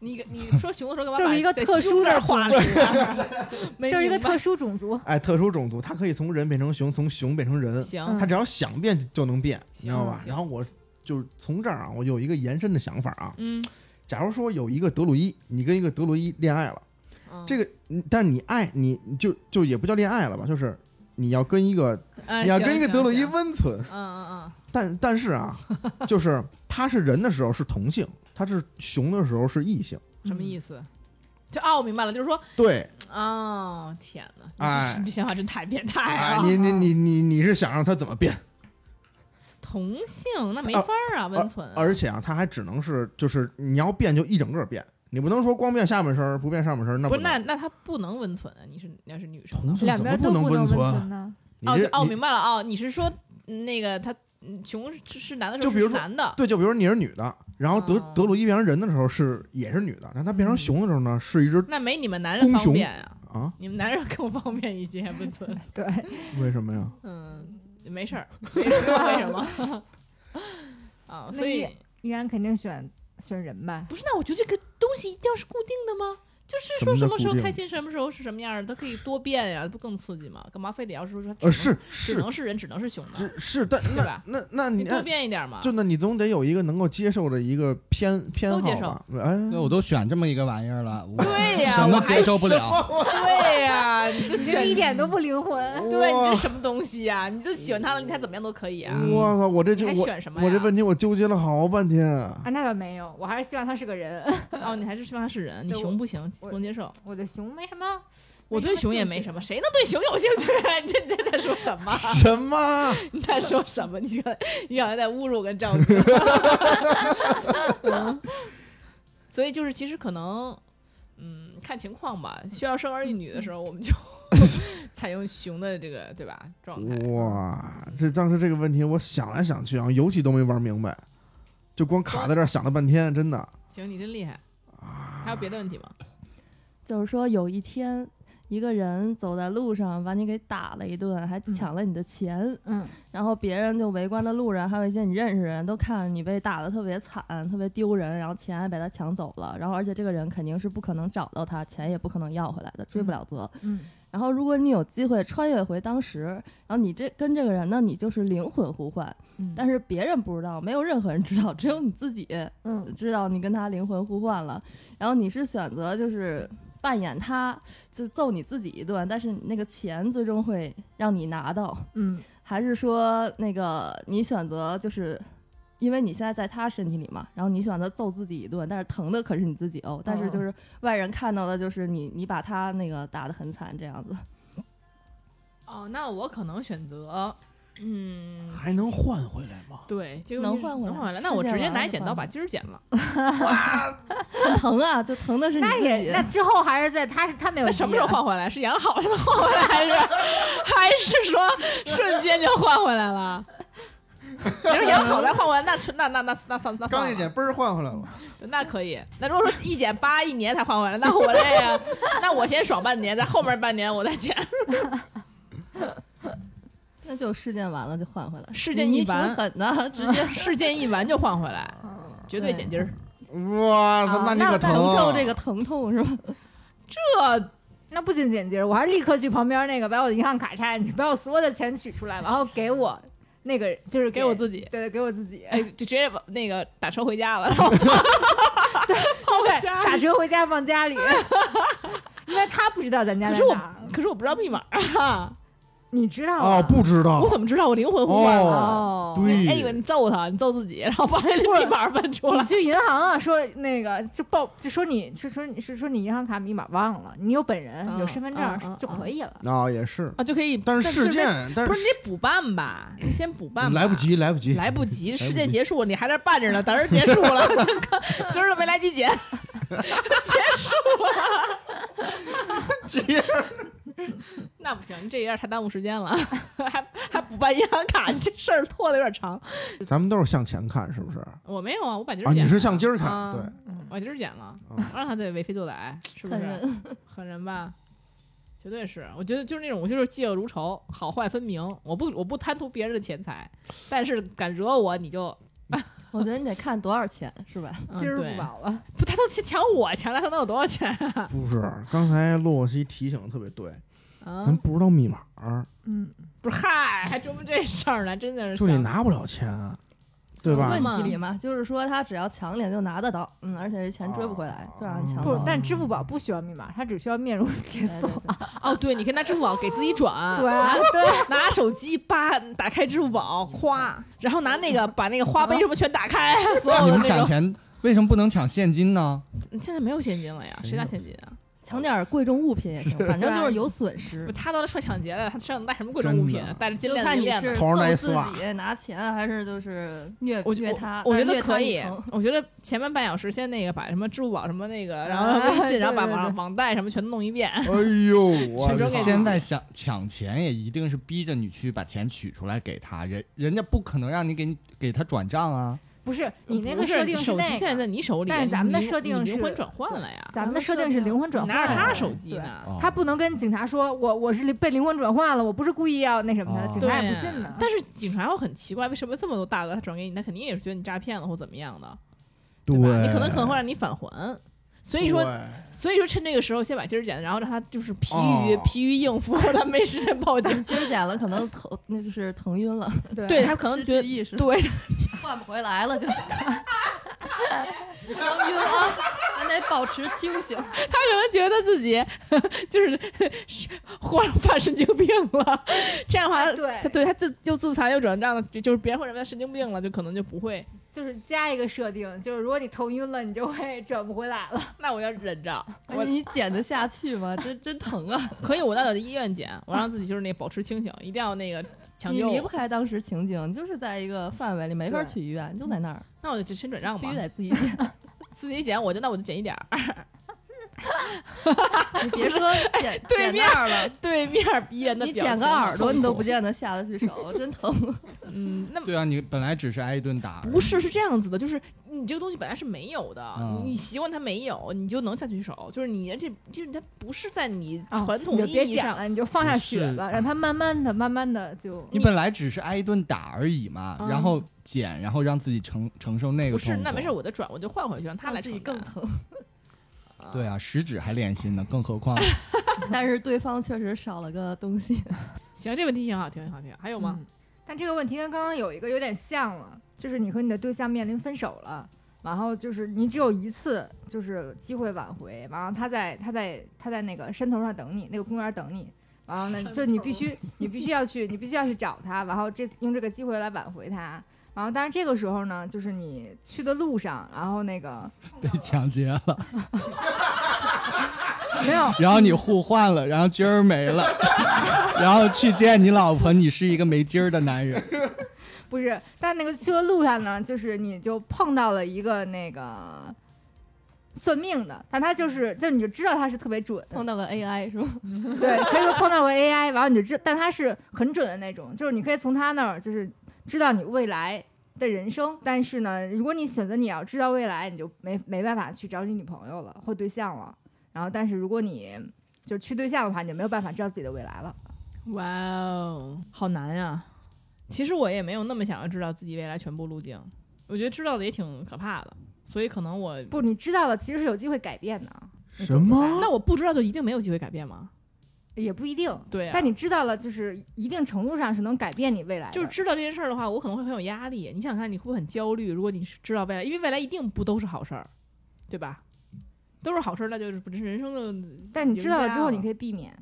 [SPEAKER 1] 你你说熊的时候干嘛把？
[SPEAKER 3] 就是一个特殊
[SPEAKER 1] 的
[SPEAKER 3] 的
[SPEAKER 1] 画了
[SPEAKER 3] 种
[SPEAKER 1] 一下， 没
[SPEAKER 3] 就是一个
[SPEAKER 1] 明白
[SPEAKER 3] 特殊种族。
[SPEAKER 4] 哎，特殊种族，他可以从人变成熊，从熊变成人，
[SPEAKER 1] 行
[SPEAKER 3] 嗯
[SPEAKER 4] 他只要想变就能变，你知道吧？
[SPEAKER 1] 行
[SPEAKER 4] 然后我就从这儿啊，我有一个延伸的想法啊，
[SPEAKER 1] 嗯，
[SPEAKER 4] 假如说有一个德鲁伊，你跟一个德鲁伊恋爱了。
[SPEAKER 1] 嗯
[SPEAKER 4] 这个，嗯但你爱你你就就也不叫恋爱了吧，就是你要跟一个
[SPEAKER 1] 哎
[SPEAKER 4] 你要跟
[SPEAKER 1] 行
[SPEAKER 4] 一个德鲁伊
[SPEAKER 1] 行行
[SPEAKER 4] 温存，
[SPEAKER 1] 嗯嗯
[SPEAKER 4] 但但是啊，就是他是人的时候是同性，他是熊的时候是异性。
[SPEAKER 1] 嗯，什么意思？就哦，我明白了，就是说，
[SPEAKER 4] 对，
[SPEAKER 1] 哦，天哪，你这
[SPEAKER 4] 哎
[SPEAKER 1] 你这 想法真太变态啊
[SPEAKER 4] 哎，
[SPEAKER 1] 了。
[SPEAKER 4] 你你你你你是想让他怎么变？
[SPEAKER 1] 同性那没法儿啊，温存啊。
[SPEAKER 4] 而且啊，他还只能是就是你要变就一整个变，你不能说光变下半身儿不变上半身儿，那
[SPEAKER 1] 不是，
[SPEAKER 4] 能
[SPEAKER 1] 那那他不能温存啊！你是你要是女生的
[SPEAKER 4] 同
[SPEAKER 1] 话
[SPEAKER 4] 性
[SPEAKER 3] 两
[SPEAKER 4] 怎
[SPEAKER 3] 边
[SPEAKER 4] 么
[SPEAKER 3] 都
[SPEAKER 4] 能
[SPEAKER 3] 能
[SPEAKER 4] 温啊
[SPEAKER 3] 存？呢？
[SPEAKER 4] 你
[SPEAKER 1] 哦
[SPEAKER 4] 这
[SPEAKER 1] 就哦，
[SPEAKER 4] 你
[SPEAKER 1] 明白了哦，你是说嗯那个他嗯熊是是男的时
[SPEAKER 4] 就
[SPEAKER 1] 候
[SPEAKER 4] 比如
[SPEAKER 1] 是
[SPEAKER 4] 说
[SPEAKER 1] 男的，
[SPEAKER 4] 对，就比如你是女的，然后德、
[SPEAKER 1] 哦
[SPEAKER 4] 德鲁伊变成人的时候是也是女的，但他变
[SPEAKER 1] 嗯
[SPEAKER 4] 成熊的时候呢，是一只
[SPEAKER 1] 那没你们男人
[SPEAKER 4] 公
[SPEAKER 1] 方
[SPEAKER 4] 熊
[SPEAKER 1] 便啊，
[SPEAKER 4] 啊，
[SPEAKER 1] 你们男人更方便一些温 存。
[SPEAKER 3] 对，
[SPEAKER 4] 为什么呀？
[SPEAKER 1] 嗯，没事儿，没事儿为什么？啊，所以
[SPEAKER 3] 那依然肯定选选人吧。
[SPEAKER 1] 不是，那我觉得这个东西一定要是固定的吗？就是说
[SPEAKER 4] 什
[SPEAKER 1] 什
[SPEAKER 4] 么叫
[SPEAKER 1] 么时候
[SPEAKER 4] 固定
[SPEAKER 1] 开心，什么时候是什么样儿，它可以多变呀，不更刺激吗？干嘛非得要说说它
[SPEAKER 4] 呃，
[SPEAKER 1] 只能
[SPEAKER 4] 是
[SPEAKER 1] 只
[SPEAKER 4] 是
[SPEAKER 1] 能是人，只能是熊的？
[SPEAKER 4] 是是，但
[SPEAKER 1] 对
[SPEAKER 4] 那
[SPEAKER 1] 吧
[SPEAKER 4] 那那你
[SPEAKER 1] 你多
[SPEAKER 4] 那
[SPEAKER 1] 变一点嘛。
[SPEAKER 4] 就那你总得有一个能够接受的一个偏偏好
[SPEAKER 1] 都接
[SPEAKER 4] 吧？哎，
[SPEAKER 2] 对，我都选这么一个玩意儿了，我
[SPEAKER 1] 对呀
[SPEAKER 2] 什么
[SPEAKER 1] 我还
[SPEAKER 2] 接受不了？
[SPEAKER 1] 对呀，你就
[SPEAKER 3] 你这
[SPEAKER 1] 选
[SPEAKER 3] 一点都不灵魂。
[SPEAKER 1] 对你
[SPEAKER 4] 哇
[SPEAKER 1] 这什么东西呀、你就喜欢他了，你还怎么样都可以啊。
[SPEAKER 4] 我操！我这
[SPEAKER 1] 你
[SPEAKER 4] 就
[SPEAKER 1] 还
[SPEAKER 4] 我
[SPEAKER 1] 选什么呀？
[SPEAKER 4] 我这问题我纠结了好半天。
[SPEAKER 3] 啊，那倒没有，我还是希望他是个人。
[SPEAKER 1] 哦，你还是希望他是人，你
[SPEAKER 3] 对我
[SPEAKER 1] 熊不行，
[SPEAKER 3] 我
[SPEAKER 1] 不能接受。
[SPEAKER 3] 我对熊没什么，
[SPEAKER 1] 我对熊也没什么，谁能对熊有兴趣？啊 你这这在说什么？
[SPEAKER 4] 什么？
[SPEAKER 1] 你在说什么？你刚 你刚才在侮辱跟赵哥。 嗯所以就是，其实可能嗯，看情况吧。需要生儿育女的时候，我们就 采用熊的这个对吧状态。
[SPEAKER 4] 哇，这当时这个问题我想来想去啊，游戏都没玩明白，就光卡在这儿想了半天，真的。
[SPEAKER 1] 行，你真厉害。还有别的问题吗？
[SPEAKER 5] 就是说有一天一个人走在路上把你给打了一顿，还抢了你的钱，
[SPEAKER 3] 嗯，
[SPEAKER 5] 然后别人就围观的路人，还有一些你认识人都看你被打的特别惨，特别丢人，然后钱还被他抢走了，然后而且这个人肯定是不可能找到他，钱也不可能要回来的，追不了责。
[SPEAKER 3] 嗯，
[SPEAKER 5] 然后如果你有机会穿越回当时，然后你这跟这个人呢，你就是灵魂互换，但
[SPEAKER 3] 是
[SPEAKER 5] 是别人不知道，没有任何人知道，只有你自己
[SPEAKER 3] 嗯
[SPEAKER 5] 知道你跟他灵魂互换了。然后你是选择就是扮演他，就揍你自己一顿，但是那个钱最终会让你拿到，
[SPEAKER 3] 嗯
[SPEAKER 5] 还是说那个你选择就是。因为你现在在他身体里嘛，然后你选择揍自己一顿，但是疼的可是你自己哦。但是就是外人看到的就是你，你把他那个打得很惨这样子。
[SPEAKER 1] 哦，那我可能选择，嗯，
[SPEAKER 4] 还能换回来吗？
[SPEAKER 1] 对，这个
[SPEAKER 5] 能
[SPEAKER 1] 问题
[SPEAKER 5] 换回
[SPEAKER 1] 能
[SPEAKER 5] 来
[SPEAKER 1] 换回来。那
[SPEAKER 5] 世
[SPEAKER 1] 我
[SPEAKER 5] 界
[SPEAKER 1] 直接
[SPEAKER 5] 完
[SPEAKER 1] 拿
[SPEAKER 5] 了
[SPEAKER 1] 剪
[SPEAKER 5] 换
[SPEAKER 1] 刀
[SPEAKER 5] 回
[SPEAKER 1] 把
[SPEAKER 5] 来
[SPEAKER 1] 筋儿剪了。
[SPEAKER 5] 很疼啊，就疼的是你
[SPEAKER 3] 那
[SPEAKER 5] 自己
[SPEAKER 3] 也。那之后还是在他他没有
[SPEAKER 1] 那
[SPEAKER 3] 急
[SPEAKER 1] 什么时候
[SPEAKER 3] 啊？
[SPEAKER 1] 换回来？是养好了换回来，还是 还是说瞬间就换回来 了？你说养好再换回来，那那那那那啊算那
[SPEAKER 4] 刚一
[SPEAKER 1] 算
[SPEAKER 4] 剪
[SPEAKER 1] 了，
[SPEAKER 4] 嘣儿换回来了，
[SPEAKER 1] 那可以。那如果说一减八一年才换回来，那我这个，那我先爽半年，在后面半年我再减。
[SPEAKER 5] 那就事件完了就换回来，
[SPEAKER 1] 事件
[SPEAKER 5] 你
[SPEAKER 1] 一
[SPEAKER 5] 你挺
[SPEAKER 1] 完
[SPEAKER 5] 狠的，直接
[SPEAKER 1] 接事件一完就换回来，
[SPEAKER 4] 嗯
[SPEAKER 1] 绝对减筋 儿。
[SPEAKER 4] 哇
[SPEAKER 3] 啊
[SPEAKER 4] 塞，你
[SPEAKER 3] 那
[SPEAKER 4] 可
[SPEAKER 3] 那
[SPEAKER 4] 疼
[SPEAKER 5] 承
[SPEAKER 4] 啊
[SPEAKER 5] 受这个疼痛是吧？
[SPEAKER 1] 这
[SPEAKER 3] 那不仅剪辑，我还立刻去旁边那个把我的银行卡插进去，把我所有的钱取出来，然后给我那个就是
[SPEAKER 1] 给我自己，
[SPEAKER 3] 对，给我自己。
[SPEAKER 1] 哎，就直接把那个打车回家了，然后
[SPEAKER 3] 对，
[SPEAKER 1] 家
[SPEAKER 3] 打车回家 放家里，因为他不知道咱家
[SPEAKER 1] 可
[SPEAKER 3] 在
[SPEAKER 1] 是我
[SPEAKER 3] 哪儿，
[SPEAKER 1] 可是我不知道密码啊，
[SPEAKER 3] 你知道啊
[SPEAKER 4] 哦，不知道
[SPEAKER 1] 我，怎么知道我灵魂互换了？
[SPEAKER 3] 哦，
[SPEAKER 4] 对，
[SPEAKER 1] 哎，以为你揍他，你揍自己，然后把这
[SPEAKER 3] 不是
[SPEAKER 1] 密码问出
[SPEAKER 3] 你
[SPEAKER 1] 来。
[SPEAKER 3] 去银行啊，说那个就报就说你是说你是说你银行卡密码忘了，你有本人、
[SPEAKER 1] 嗯
[SPEAKER 3] 有身份证、
[SPEAKER 1] 嗯嗯
[SPEAKER 3] 就可以了。
[SPEAKER 4] 啊也是，
[SPEAKER 1] 啊，就可以。
[SPEAKER 4] 但是事件，但
[SPEAKER 1] 不是你得补办吧？你先补办吧，
[SPEAKER 4] 来不，及，来不及，
[SPEAKER 1] 来不 及，
[SPEAKER 4] 及
[SPEAKER 1] 事件结束了，你还在这办着呢，等着结束了， 就刚今儿都没来及剪， 结束了，
[SPEAKER 4] 及。
[SPEAKER 1] 那不行，你这有点太耽误时间了， 还还补办银行卡，这事儿拖的有点长。
[SPEAKER 4] 咱们都是向前看，是不是？啊，
[SPEAKER 1] 我没有啊，我把今儿剪
[SPEAKER 4] 你
[SPEAKER 1] 了，
[SPEAKER 4] 是向今儿看，
[SPEAKER 1] 啊
[SPEAKER 4] 对，
[SPEAKER 1] 我今儿剪了，
[SPEAKER 4] 啊
[SPEAKER 1] 我让他对为非作歹，是不
[SPEAKER 5] 狠
[SPEAKER 1] 是？
[SPEAKER 5] 人，
[SPEAKER 1] 狠人吧，绝对是。我觉得就是那种，我就是嫉恶如仇，好坏分明。我不我不贪图别人的钱财，但是敢惹我你就
[SPEAKER 5] 我觉得你得看多少钱是吧？
[SPEAKER 1] 嗯
[SPEAKER 3] 今儿
[SPEAKER 1] 对
[SPEAKER 3] 不保了，
[SPEAKER 1] 不，他都去抢我钱了，他能有多少钱 啊？
[SPEAKER 4] 不是。刚才洛西提醒得特别对，
[SPEAKER 1] 啊
[SPEAKER 4] 咱不知道密码儿，
[SPEAKER 3] 嗯，
[SPEAKER 1] 不是嗨，还琢磨这事儿呢，真的是
[SPEAKER 4] 就你
[SPEAKER 1] 想。
[SPEAKER 4] 拿不了钱，啊对吧
[SPEAKER 5] 问？题里嘛，就是说他只要强点就拿得到，嗯，而且这钱追不回来，就让人抢
[SPEAKER 3] 不
[SPEAKER 5] 走。，哎
[SPEAKER 3] 但支付宝不需要密码，它只需要面容解
[SPEAKER 5] 对
[SPEAKER 3] 锁
[SPEAKER 5] 对。对
[SPEAKER 1] 哦，对，你可以拿支付宝给自己 转，
[SPEAKER 3] 对
[SPEAKER 5] 啊
[SPEAKER 1] 拿
[SPEAKER 3] 对，
[SPEAKER 1] 拿手机叭打开支付宝，
[SPEAKER 5] 嗯
[SPEAKER 1] 咵，然后拿那个把那个花呗什么全打开，所
[SPEAKER 2] 你
[SPEAKER 1] 有
[SPEAKER 2] 们
[SPEAKER 1] 的那
[SPEAKER 2] 抢
[SPEAKER 1] 种。
[SPEAKER 2] 钱为什么不能抢现金呢？
[SPEAKER 1] 嗯现在没有现金了呀，谁拿现金啊？
[SPEAKER 5] 抢点贵重物品也行，反正就是有损失
[SPEAKER 1] 不，。他都出来抢劫了，他身上带什么贵重物品
[SPEAKER 4] 真的？
[SPEAKER 1] 带着金
[SPEAKER 5] 就
[SPEAKER 1] 链子、
[SPEAKER 5] 看
[SPEAKER 1] 银
[SPEAKER 5] 你
[SPEAKER 1] 链子
[SPEAKER 5] 是。
[SPEAKER 4] 头儿
[SPEAKER 5] 揍
[SPEAKER 4] 那一丝袜
[SPEAKER 5] 自己拿钱，还是就是虐
[SPEAKER 1] 我
[SPEAKER 5] 虐他。
[SPEAKER 1] 我，我
[SPEAKER 3] 呃
[SPEAKER 1] 觉
[SPEAKER 5] 但是
[SPEAKER 1] 得
[SPEAKER 5] 虐他
[SPEAKER 1] 可
[SPEAKER 5] 你
[SPEAKER 1] 以
[SPEAKER 5] 疼。
[SPEAKER 1] 我觉得前面半小时先那个把什么支付宝什么那个，然后
[SPEAKER 3] 啊
[SPEAKER 1] 微信，然后把
[SPEAKER 3] 对对
[SPEAKER 1] 网
[SPEAKER 3] 对
[SPEAKER 1] 网贷什么全弄一遍。
[SPEAKER 4] 哎呦，我
[SPEAKER 1] 全都给
[SPEAKER 4] 操
[SPEAKER 1] 你
[SPEAKER 2] 现在想抢钱也一定是逼着你去把钱取出来给他，人人家不可能让你给你给他转账啊。
[SPEAKER 3] 不是你那
[SPEAKER 1] 嗯
[SPEAKER 3] 个
[SPEAKER 1] 不是
[SPEAKER 3] 设定
[SPEAKER 1] 手机
[SPEAKER 3] 那
[SPEAKER 1] 现在在
[SPEAKER 3] 个，
[SPEAKER 1] 你手里，
[SPEAKER 3] 但是咱们的
[SPEAKER 1] 你
[SPEAKER 3] 设定
[SPEAKER 1] 你灵
[SPEAKER 3] 是
[SPEAKER 1] 魂转换了呀，
[SPEAKER 3] 咱们的设定是灵魂转
[SPEAKER 1] 你
[SPEAKER 3] 换，
[SPEAKER 1] 拿着他
[SPEAKER 2] 换
[SPEAKER 1] 手机
[SPEAKER 3] 对
[SPEAKER 1] 呢。
[SPEAKER 2] 哦
[SPEAKER 3] 他不能跟警察说我我是被灵魂转换了，我不是故意要那什么的，
[SPEAKER 2] 哦
[SPEAKER 3] 警
[SPEAKER 1] 对
[SPEAKER 3] 察也不信呢。
[SPEAKER 1] 但是警察会很奇怪，为什么这么多大额他转给你？他肯定也是觉得你诈骗了或怎么样的，
[SPEAKER 2] 对
[SPEAKER 1] 吧？你可能可能会让你返还。所以说，
[SPEAKER 4] 对
[SPEAKER 1] 所以说趁这个时候先把筋儿剪了，然后让他就是疲于
[SPEAKER 4] 哦
[SPEAKER 1] 疲于应付，他没时间报警。
[SPEAKER 5] 今儿剪了，可能疼，那就是疼晕了，
[SPEAKER 3] 对
[SPEAKER 1] 对他可能觉
[SPEAKER 5] 失
[SPEAKER 1] 得
[SPEAKER 5] 去意识
[SPEAKER 1] 对
[SPEAKER 5] 换不回来 了就。不能晕啊，还得保持清醒。
[SPEAKER 1] 他可能觉得自己 就是是 患犯神经病了， 这样的话，
[SPEAKER 3] 对
[SPEAKER 1] 他对他自又自残又转账了，就就是别人会认为他神经病了，就可能就不会。
[SPEAKER 3] 就是加一个设定，就是如果你头晕了，你就会 转不回来了。
[SPEAKER 1] 那我要忍着，哎
[SPEAKER 5] 而 且你剪得下去吗？真真疼啊！
[SPEAKER 1] 可以，我到医院检，我让自己就是那保持清醒，一定要那个抢
[SPEAKER 5] 你
[SPEAKER 1] 救。
[SPEAKER 5] 离不开当时情景，就是在一个范围里，没法
[SPEAKER 3] 对
[SPEAKER 5] 去医院，就在那儿，
[SPEAKER 1] 那我就先转账
[SPEAKER 5] 必
[SPEAKER 1] 吧
[SPEAKER 5] 须，得自己剪。
[SPEAKER 1] 自己检，我就那我就减一点儿。
[SPEAKER 5] 你别说剪
[SPEAKER 1] 哎对
[SPEAKER 5] 剪
[SPEAKER 1] 面
[SPEAKER 5] 那儿了，
[SPEAKER 1] 对面儿逼人的
[SPEAKER 5] 你
[SPEAKER 1] 表
[SPEAKER 5] 剪
[SPEAKER 1] 情
[SPEAKER 5] 个
[SPEAKER 1] 好
[SPEAKER 5] 耳朵
[SPEAKER 1] 痛
[SPEAKER 5] 你都
[SPEAKER 1] 苦
[SPEAKER 5] 不见得下得去 手，真疼。
[SPEAKER 1] 嗯，那
[SPEAKER 2] 对啊，你本来只是挨一顿打，
[SPEAKER 1] 不是，是这样子的，就是你这个东西本来是没有的，
[SPEAKER 2] 啊
[SPEAKER 1] 你习惯它没有，你就能下去手。就是你，而且就是它不是在你
[SPEAKER 3] 啊
[SPEAKER 1] 传
[SPEAKER 3] 你
[SPEAKER 1] 统
[SPEAKER 3] 就
[SPEAKER 1] 意
[SPEAKER 3] 别
[SPEAKER 1] 义
[SPEAKER 3] 剪
[SPEAKER 1] 上，
[SPEAKER 3] 了，你就放下
[SPEAKER 2] 不
[SPEAKER 3] 血
[SPEAKER 2] 是
[SPEAKER 3] 吧，让它慢慢的、慢慢的就
[SPEAKER 2] 你本来只是挨一顿打而已嘛，
[SPEAKER 1] 嗯
[SPEAKER 2] 然后减，然后让自己承承受那
[SPEAKER 1] 不
[SPEAKER 2] 个痛
[SPEAKER 1] 是
[SPEAKER 2] 苦。
[SPEAKER 1] 那没事，我就转，我就换回去，让他
[SPEAKER 5] 让
[SPEAKER 1] 来
[SPEAKER 5] 自己
[SPEAKER 1] 承
[SPEAKER 5] 更
[SPEAKER 1] 担。
[SPEAKER 5] 疼，
[SPEAKER 2] 对啊，食指还练心呢，更何 况
[SPEAKER 5] 但是对方确实少了个东西。
[SPEAKER 1] 行，这问题挺好，挺好，挺好。还有吗？
[SPEAKER 3] 嗯但这个问题跟刚刚有一个有点像了，就是你和你的对象面临分手了，然后就是你只有一次就是机会挽回，然后他在他在他在那个山头上等你，那个公园等你，然后呢，就是你必 须你必须要去你必须要去找他，然后这用这个机会来挽回他。然后，但是这个时候呢，就是你去的路上，然后那个
[SPEAKER 2] 被抢劫了，
[SPEAKER 3] 没有，
[SPEAKER 2] 然后你互换了，然后筋儿没了， 然后去见你老婆，你是一个没筋儿的男人。
[SPEAKER 3] 不是，但那个去的路上呢，就是你就碰到了一个那个算命的，但他就是，就你就知道他是特别准，
[SPEAKER 5] 碰到个 AI 是吗？
[SPEAKER 3] 对，他就碰到个 AI，然后你就知，但他是很准的那种，就是你可以从他那儿就是知道你未来的人生，但是呢，如果你选择你要知道未来，你就没没办法去找你女朋友了或对象了，然后但是如果你就是去对象的话，你就没有办法知道自己的未来了。
[SPEAKER 1] 哇哦，好难呀、其实我也没有那么想要知道自己未来全部路径，我觉得知道的也挺可怕的，所以可能我
[SPEAKER 3] 不，你知道了，其实是有机会改变的，
[SPEAKER 4] 什么？
[SPEAKER 1] 那我不知道就一定没有机会改变吗？
[SPEAKER 3] 也不一定。
[SPEAKER 1] 对、啊，
[SPEAKER 3] 但你知道了，就是一定程度上是能改变你未来的。
[SPEAKER 1] 就是知道这件事儿的话，我可能会很有压力。你想看，你会不会很焦虑？如果你是知道未来，因为未来一定不都是好事儿，对吧？都是好事儿，那就是不是人生的。
[SPEAKER 3] 但你知道了之后，你可
[SPEAKER 1] 以，
[SPEAKER 3] 以避免啊、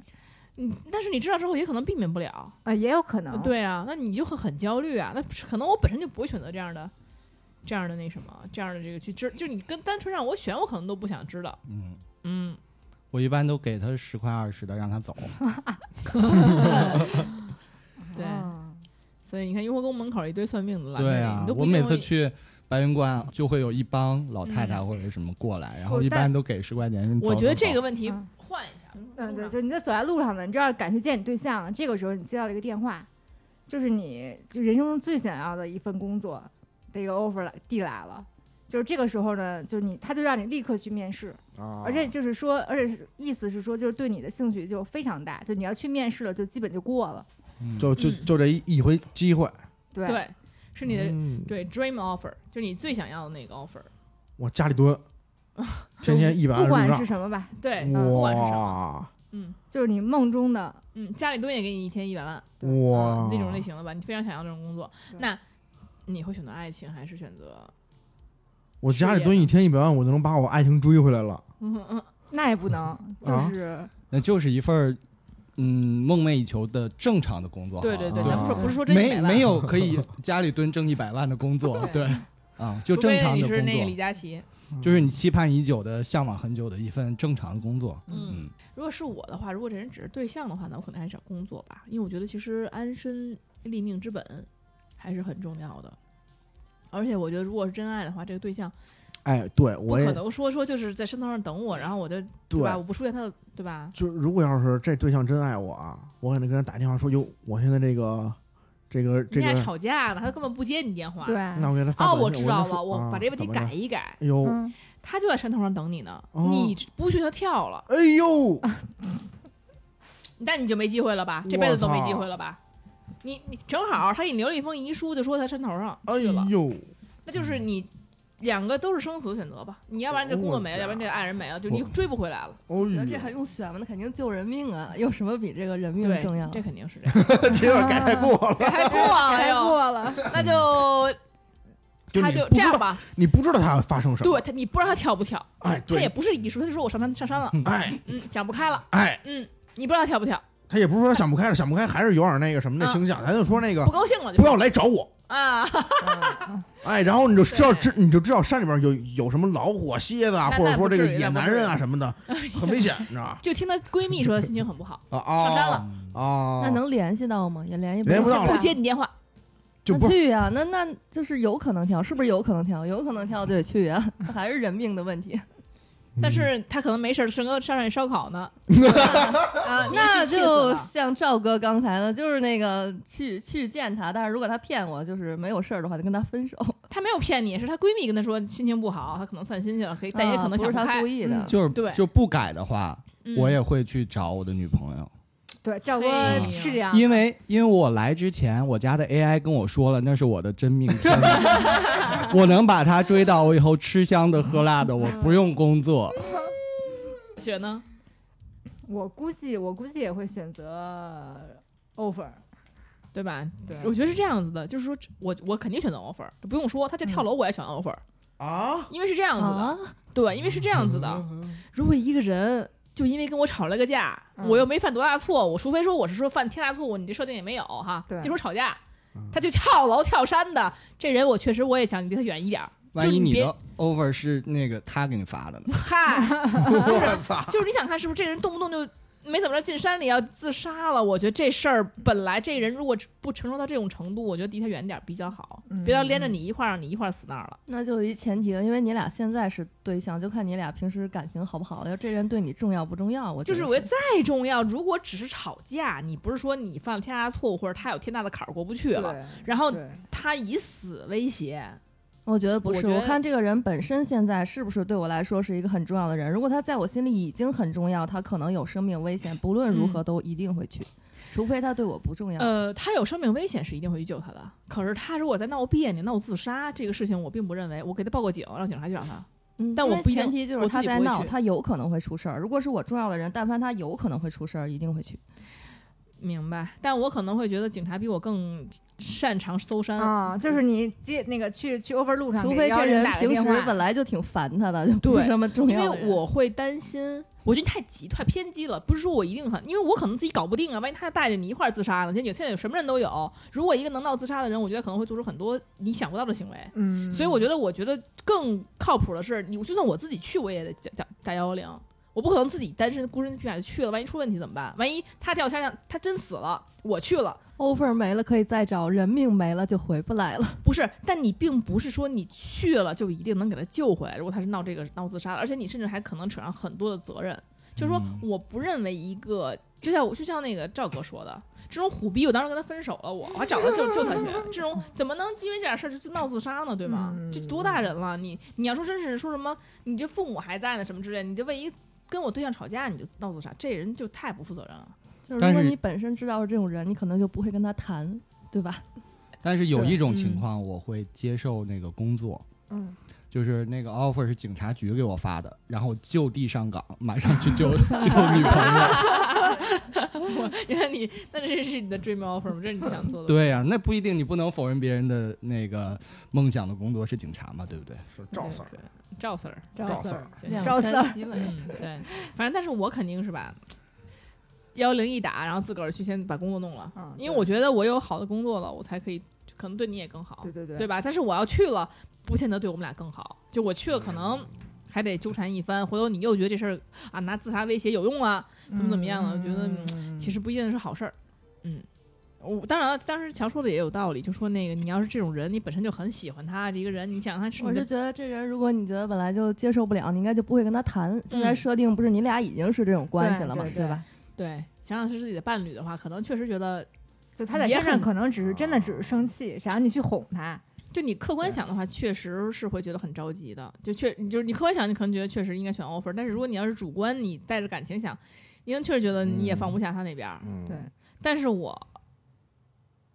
[SPEAKER 1] 嗯，但是你知道之后，也可能避免不了。
[SPEAKER 3] 也有可能。，
[SPEAKER 1] 对啊，那你就会很焦虑啊。那不是可能我本身就不会选择这样的，这样的那什么，这样的这个去知，就你跟单纯让我选，我可能都不想知道。
[SPEAKER 2] 嗯，
[SPEAKER 1] 嗯，
[SPEAKER 2] 我一般都给他十块二十的，让他走。
[SPEAKER 3] 嗯
[SPEAKER 1] 对所以你看，雍和宫门口一堆算命的拦着
[SPEAKER 2] 对
[SPEAKER 1] 你，
[SPEAKER 2] 啊
[SPEAKER 1] 你都，不
[SPEAKER 2] 我
[SPEAKER 1] 一定
[SPEAKER 2] 每次
[SPEAKER 1] 会
[SPEAKER 2] 去白云观就会有一帮老太
[SPEAKER 1] 嗯
[SPEAKER 2] 太或者什么过来，然后
[SPEAKER 3] 我
[SPEAKER 2] 一
[SPEAKER 3] 但
[SPEAKER 2] 般都给十块钱。你
[SPEAKER 1] 我
[SPEAKER 2] 走
[SPEAKER 1] 觉得
[SPEAKER 2] 走
[SPEAKER 1] 这个
[SPEAKER 2] 走
[SPEAKER 1] 问题
[SPEAKER 3] 嗯
[SPEAKER 1] 换一下。
[SPEAKER 3] 嗯，对，就你在走在路上呢，你知道赶去见你对象了，这个时候你接到了一个电话，就是你就人生中最想要的一份工作的一个 offer 来递来了。就是这个时候呢，就是你，他就让你立刻去面试，
[SPEAKER 4] 啊
[SPEAKER 1] 哦
[SPEAKER 3] 而且就是说，而且是意思是说，就是对你的兴趣就非常大，就你要去面试了，就基本就过了。
[SPEAKER 2] 嗯
[SPEAKER 4] 就就
[SPEAKER 1] 嗯
[SPEAKER 4] 就这一一回机会，
[SPEAKER 3] 对，
[SPEAKER 1] 对，是你的
[SPEAKER 4] 嗯
[SPEAKER 1] 对，dream offer 就是你最想要的那个 offer。
[SPEAKER 4] 我家里蹲，天天一百
[SPEAKER 3] 不
[SPEAKER 4] 二
[SPEAKER 3] 管
[SPEAKER 4] 十
[SPEAKER 3] 啊是什么吧，
[SPEAKER 1] 对，
[SPEAKER 2] 嗯
[SPEAKER 4] 入
[SPEAKER 1] 不管是什么，
[SPEAKER 4] 账，
[SPEAKER 1] 嗯
[SPEAKER 3] 就是你梦中的
[SPEAKER 1] 嗯，家里蹲也给你一天一百万，
[SPEAKER 4] 哇哇
[SPEAKER 1] 啊，那种类型的吧？你非常想要这种工作，
[SPEAKER 3] 对
[SPEAKER 1] 那你会选择爱情还是选 择？
[SPEAKER 4] 我家
[SPEAKER 1] 事
[SPEAKER 4] 里
[SPEAKER 1] 业
[SPEAKER 4] 蹲一天一百万，我就能把我爱情追回来了。
[SPEAKER 1] 嗯嗯，
[SPEAKER 3] 那也不能，就
[SPEAKER 4] 啊
[SPEAKER 3] 是、
[SPEAKER 2] 那就是一份儿嗯梦寐以求的正常的工作好
[SPEAKER 1] 对
[SPEAKER 2] 了啊，
[SPEAKER 1] 对对，
[SPEAKER 4] 啊
[SPEAKER 1] 咱不说不是说真
[SPEAKER 2] 没
[SPEAKER 1] 100万
[SPEAKER 2] 没，有可以家里蹲挣一百万的工作，对啊，就
[SPEAKER 1] 除非
[SPEAKER 2] 正常
[SPEAKER 1] 你
[SPEAKER 2] 的
[SPEAKER 1] 是
[SPEAKER 2] 工
[SPEAKER 1] 那嗯个李
[SPEAKER 2] 作，
[SPEAKER 1] 佳琦。
[SPEAKER 2] 就是你期盼已久的、向往很久的一份正常的工作。
[SPEAKER 1] 嗯，
[SPEAKER 2] 嗯，
[SPEAKER 1] 如果是我的话，如果这人只是对象的话，那我可能还是找工作吧，因为我觉得其实安身立命之本还是很重要的。而且我觉得，如果是真爱的话，这个对象
[SPEAKER 4] 哎，对
[SPEAKER 1] 不
[SPEAKER 4] 我
[SPEAKER 1] 可
[SPEAKER 4] 也
[SPEAKER 1] 能说说就是在山头上等我，然后我就对吧？我不出现他的对吧？
[SPEAKER 4] 就如果要是这对象真爱我啊，我可能跟他打电话说哟，我现在这个这个这
[SPEAKER 1] 你俩
[SPEAKER 4] 个，
[SPEAKER 1] 吵架呢，他根本不接你电话。
[SPEAKER 3] 对，
[SPEAKER 4] 那我给他发
[SPEAKER 1] 哦，
[SPEAKER 4] 短信
[SPEAKER 1] 我知道了，
[SPEAKER 4] 我
[SPEAKER 1] 我把这问题。
[SPEAKER 4] 啊怎么
[SPEAKER 1] 改
[SPEAKER 4] 着
[SPEAKER 1] 一改。
[SPEAKER 2] 哦
[SPEAKER 4] 哎呦，
[SPEAKER 3] 嗯
[SPEAKER 1] 他就在山头上等你呢，
[SPEAKER 4] 哦
[SPEAKER 1] 你不去他跳了，
[SPEAKER 4] 哎呦，
[SPEAKER 1] 啊但你就没机会了吧？这辈子都没机会了吧？你你正好他给你留了一封遗书，就说他山头上
[SPEAKER 4] 哎
[SPEAKER 1] 去了，
[SPEAKER 4] 呦，
[SPEAKER 1] 那就是你两个都是生死的选择吧？你要不然这工作没了，
[SPEAKER 4] 哦我
[SPEAKER 1] 要不然这爱人没了，就你追不回来了。
[SPEAKER 4] 哦
[SPEAKER 5] 觉
[SPEAKER 4] 呦
[SPEAKER 5] 得，这还用选吗？那肯定救人命啊！有什么比这个
[SPEAKER 4] 嗯
[SPEAKER 5] 人命
[SPEAKER 1] 对
[SPEAKER 5] 重要，？
[SPEAKER 1] 这肯定是 这样。
[SPEAKER 4] 这有点改过了，哎
[SPEAKER 1] 还过了
[SPEAKER 3] 太
[SPEAKER 1] 哟，
[SPEAKER 3] 过了，
[SPEAKER 1] 那就他
[SPEAKER 4] 你
[SPEAKER 1] 就这
[SPEAKER 4] 不知
[SPEAKER 1] 样
[SPEAKER 4] 道，
[SPEAKER 1] 吧。
[SPEAKER 4] 你不知道他发生什么，
[SPEAKER 1] 对他，你不知道他跳不跳，
[SPEAKER 4] 哎，
[SPEAKER 1] 他也
[SPEAKER 4] 对，
[SPEAKER 1] 不是遗书，他就说我上山上山了，
[SPEAKER 4] 哎
[SPEAKER 1] 嗯，想不开了，
[SPEAKER 4] 哎，
[SPEAKER 1] 嗯，你不知道他跳不跳，
[SPEAKER 4] 他也不是说想不开了，想不开还是有点那个什么的
[SPEAKER 1] 啊
[SPEAKER 4] 倾向，咱就说那个
[SPEAKER 1] 不高兴了就
[SPEAKER 4] 不要来找我，
[SPEAKER 1] 啊，
[SPEAKER 4] 哎，然后你就知道
[SPEAKER 1] 对
[SPEAKER 4] 知你就知道山里边有有什么老虎、蝎子啊，
[SPEAKER 1] 那
[SPEAKER 4] 或者
[SPEAKER 1] 那
[SPEAKER 4] 说
[SPEAKER 1] 不
[SPEAKER 4] 这个
[SPEAKER 1] 至于那
[SPEAKER 4] 野
[SPEAKER 1] 不
[SPEAKER 4] 男
[SPEAKER 1] 至
[SPEAKER 4] 人
[SPEAKER 1] 于
[SPEAKER 4] 啊什么的，很危险，你知道吧？
[SPEAKER 1] 就听她闺蜜说她心情很不好，哦
[SPEAKER 4] 啊啊，
[SPEAKER 1] 上山了
[SPEAKER 2] 嗯
[SPEAKER 4] 啊，
[SPEAKER 5] 那能联系到吗？也联系
[SPEAKER 4] 联不到
[SPEAKER 5] 到
[SPEAKER 4] 了
[SPEAKER 1] 不接你电话，
[SPEAKER 4] 就
[SPEAKER 5] 那
[SPEAKER 4] 不是
[SPEAKER 5] 去呀、那那就是有可能跳，是不是有可能跳？有可能跳就得去呀、还是人命的问题。
[SPEAKER 1] 但是他可能没事儿，整个上上烧烤 呢，
[SPEAKER 3] 啊，你
[SPEAKER 5] 那
[SPEAKER 3] 是气死
[SPEAKER 5] 就
[SPEAKER 3] 了
[SPEAKER 5] 像赵哥刚才呢，就是那个去去见他，但是如果他骗我，就是没有事儿的话，就跟他分手。
[SPEAKER 1] 他没有骗你，是她闺蜜跟她说心情不好，她可能散心去了，可以，但也
[SPEAKER 5] 啊
[SPEAKER 1] 可能
[SPEAKER 5] 不
[SPEAKER 1] 想
[SPEAKER 5] 是他
[SPEAKER 1] 开
[SPEAKER 5] 故。意的
[SPEAKER 1] 嗯。
[SPEAKER 2] 就是
[SPEAKER 1] 对
[SPEAKER 2] 就不改的话，
[SPEAKER 1] 嗯
[SPEAKER 2] 我也会去找我的女朋友，
[SPEAKER 3] 对赵哥
[SPEAKER 1] 嘿
[SPEAKER 3] 是这样，
[SPEAKER 2] 因为因为我来之前，我家的 AI 跟我说了，那是我的真命天 女，我能把她追到，我以后吃香的喝辣的，我不用工作。
[SPEAKER 1] 雪呢？
[SPEAKER 3] 我估计我估计也会选择呃 offer，
[SPEAKER 2] 嗯
[SPEAKER 1] 对吧？
[SPEAKER 3] 对
[SPEAKER 1] 我觉得是这样子的，就是说我我肯定选择 offer，不用说，他这
[SPEAKER 5] 嗯
[SPEAKER 1] 跳楼我也选 offer，、
[SPEAKER 4] 啊，
[SPEAKER 1] 因为是这样子的，
[SPEAKER 5] 啊，
[SPEAKER 1] 对，因为是这样子的，如果一个人就因为跟我吵了个架，
[SPEAKER 3] 嗯
[SPEAKER 1] 我又没犯多大错误，除非说我是说犯天大错误，你这设定也没有哈。
[SPEAKER 3] 对
[SPEAKER 1] 就说吵架
[SPEAKER 4] 嗯，
[SPEAKER 1] 他就跳楼跳山的，这人我确实我也想离他远一点儿。
[SPEAKER 2] 万一
[SPEAKER 1] 就
[SPEAKER 2] 你
[SPEAKER 1] 别
[SPEAKER 2] 的 over 是那个他给你发的呢？
[SPEAKER 1] 嗨，
[SPEAKER 4] 我操！
[SPEAKER 1] 就是你想看是不是这人动不动就没怎么着进山里要自杀了？我觉得这事儿本来这人如果不成熟到这种程度，我觉得离他远点儿比较好，
[SPEAKER 3] 嗯
[SPEAKER 1] 别到连着你一块儿让你一块儿死那儿了。
[SPEAKER 5] 那就有一前提，因为你俩现在是对象，就看你俩平时感情好不好。要这人对你重要不重要，我
[SPEAKER 1] 就
[SPEAKER 5] 觉得
[SPEAKER 1] 是我觉得再重要，如果只是吵架，你不是说你犯了天大的错误，或者他有天大的坎儿过不去了，
[SPEAKER 3] 对，
[SPEAKER 1] 然后
[SPEAKER 3] 对
[SPEAKER 1] 他以死威胁，
[SPEAKER 5] 我觉得不
[SPEAKER 1] 我
[SPEAKER 5] 是，
[SPEAKER 1] 觉得
[SPEAKER 5] 我看这个人本身现在是不是对我来说是一个很重要的人。如果他在我心里已经很重要，他可能有生命危险，不论如何都一定会去，除非他对我不重要。
[SPEAKER 1] 嗯呃，他有生命危险是一定会去救他的。可是他如果在闹别扭、闹自杀这个事情，我并不认为我给他报个警，让警察去找他。
[SPEAKER 5] 嗯，
[SPEAKER 1] 但
[SPEAKER 5] 因
[SPEAKER 1] 我
[SPEAKER 5] 为
[SPEAKER 1] 不一定
[SPEAKER 5] 前提就
[SPEAKER 1] 我
[SPEAKER 5] 是
[SPEAKER 1] 自
[SPEAKER 5] 他
[SPEAKER 1] 己
[SPEAKER 5] 在
[SPEAKER 1] 不会
[SPEAKER 5] 闹，
[SPEAKER 1] 去
[SPEAKER 5] 他有可能会出事儿。如果是我重要的人，但凡他有可能会出事儿，一定会去。
[SPEAKER 1] 明白？但我可能会觉得警察比我更擅长搜山。
[SPEAKER 3] 啊，就是你接那个去去 offer 路上
[SPEAKER 5] 嗯除
[SPEAKER 3] 给120
[SPEAKER 5] 非
[SPEAKER 3] 打
[SPEAKER 5] 这
[SPEAKER 3] 个
[SPEAKER 5] 人
[SPEAKER 3] 电话，
[SPEAKER 5] 平时本来就挺烦他的，就不是
[SPEAKER 1] 对
[SPEAKER 5] 什么重
[SPEAKER 1] 因为
[SPEAKER 5] 要的人。
[SPEAKER 1] 我会担心，我觉得你太急、太偏激了。不是说我一定很，因为我可能自己搞不定啊，万一他带着你一块儿自杀呢？现在有现在有什么人都有。如果一个能闹自杀的人，我觉得可能会做出很多你想不到的行为。
[SPEAKER 3] 嗯，
[SPEAKER 1] 所以我觉得，我觉得更靠谱的是，你就算我自己去，我也得叫叫打幺幺零。我不可能自己单身孤身匹马就去了，万一出问题怎么办？万一他掉山上，他真死了，我去了，
[SPEAKER 5] offer 没了可以再找，人命没了就回不来了。
[SPEAKER 1] 不是？但你并不是说你去了就一定能给他救回来。如果他是闹这个闹自杀了，而且你甚至还可能扯上很多的责任。就是说
[SPEAKER 2] 嗯，
[SPEAKER 1] 我不认为一个，就像我就像那个赵哥说的，这种虎逼，我当时跟他分手了，我我还找他救救他去，这种怎么能因为这点事儿就闹自杀呢？对吗？
[SPEAKER 3] 嗯
[SPEAKER 1] 这多大人了，你你要说真是说什么，你这父母还在呢，什么之类，你这为一跟我对象吵架你就闹自杀，这人就太不负责任了。
[SPEAKER 5] 就是
[SPEAKER 2] 但
[SPEAKER 5] 如果
[SPEAKER 2] 是
[SPEAKER 5] 你本身知道是这种人，你可能就不会跟他谈，对吧？
[SPEAKER 2] 但是有
[SPEAKER 3] 对
[SPEAKER 2] 一种
[SPEAKER 1] 嗯
[SPEAKER 2] 情况，我会接受那个工作，
[SPEAKER 3] 嗯，
[SPEAKER 2] 就是那个 offer 是警察局给我发的，然后就地上岗，马上去 救救女朋友。
[SPEAKER 1] 原来你那这是你的 dream offer 吗？这是你想做的？，
[SPEAKER 2] 对呀、那不一定，你不能否认别人的那个梦想的工作是警察嘛，对不对？
[SPEAKER 4] 是赵 Sir，
[SPEAKER 1] 对，赵 Sir，
[SPEAKER 4] 赵
[SPEAKER 3] 赵
[SPEAKER 4] Sir，
[SPEAKER 1] 行
[SPEAKER 5] 两
[SPEAKER 3] 招
[SPEAKER 5] 全
[SPEAKER 3] 四儿
[SPEAKER 5] 其美。
[SPEAKER 1] 嗯，对，反正但是我肯定是把幺零一打，然后自个儿去先把工作弄了，
[SPEAKER 3] 嗯
[SPEAKER 1] 因为我觉得我有好的工作了，我才可以，可能对你也更好，
[SPEAKER 3] 对对对
[SPEAKER 1] 对吧？但是我要去了，不见得对我们俩更好，就我去了可能。还得纠缠一番，回头你又觉得这事儿啊拿自杀威胁有用啊，
[SPEAKER 3] 怎
[SPEAKER 1] 么怎么样了我
[SPEAKER 5] 嗯
[SPEAKER 1] 觉得
[SPEAKER 3] 嗯得
[SPEAKER 1] 其实不一定是好事儿。嗯，我当然了，当时乔说的也有道理，就说那个你要是这种人，你本身就很喜欢他这一个人，你想他是
[SPEAKER 5] 我
[SPEAKER 1] 你 的
[SPEAKER 5] 是觉得这人，如果你觉得本来就接受不了，你应该就不会跟他谈。现在
[SPEAKER 1] 嗯
[SPEAKER 5] 设定不是你俩已经是这种关系
[SPEAKER 3] 对
[SPEAKER 5] 了嘛，
[SPEAKER 3] 对对
[SPEAKER 5] 吧？
[SPEAKER 1] 对，想想是自己的伴侣的话，可能确实觉得
[SPEAKER 3] 就他在
[SPEAKER 1] 也
[SPEAKER 3] 身上
[SPEAKER 1] 很
[SPEAKER 3] 可能只
[SPEAKER 5] 哦
[SPEAKER 3] 是真的只是生气，想让你去哄他，
[SPEAKER 1] 就你客观
[SPEAKER 3] 对
[SPEAKER 1] 想的话，确实是会觉得很着急的。就确你就是你客观想，你可能觉得确实应该选 offer，但是如果你要是主观，你带着感情想，你可能确实觉得你也放不下他那边儿。
[SPEAKER 4] 嗯，
[SPEAKER 3] 对
[SPEAKER 1] 但是我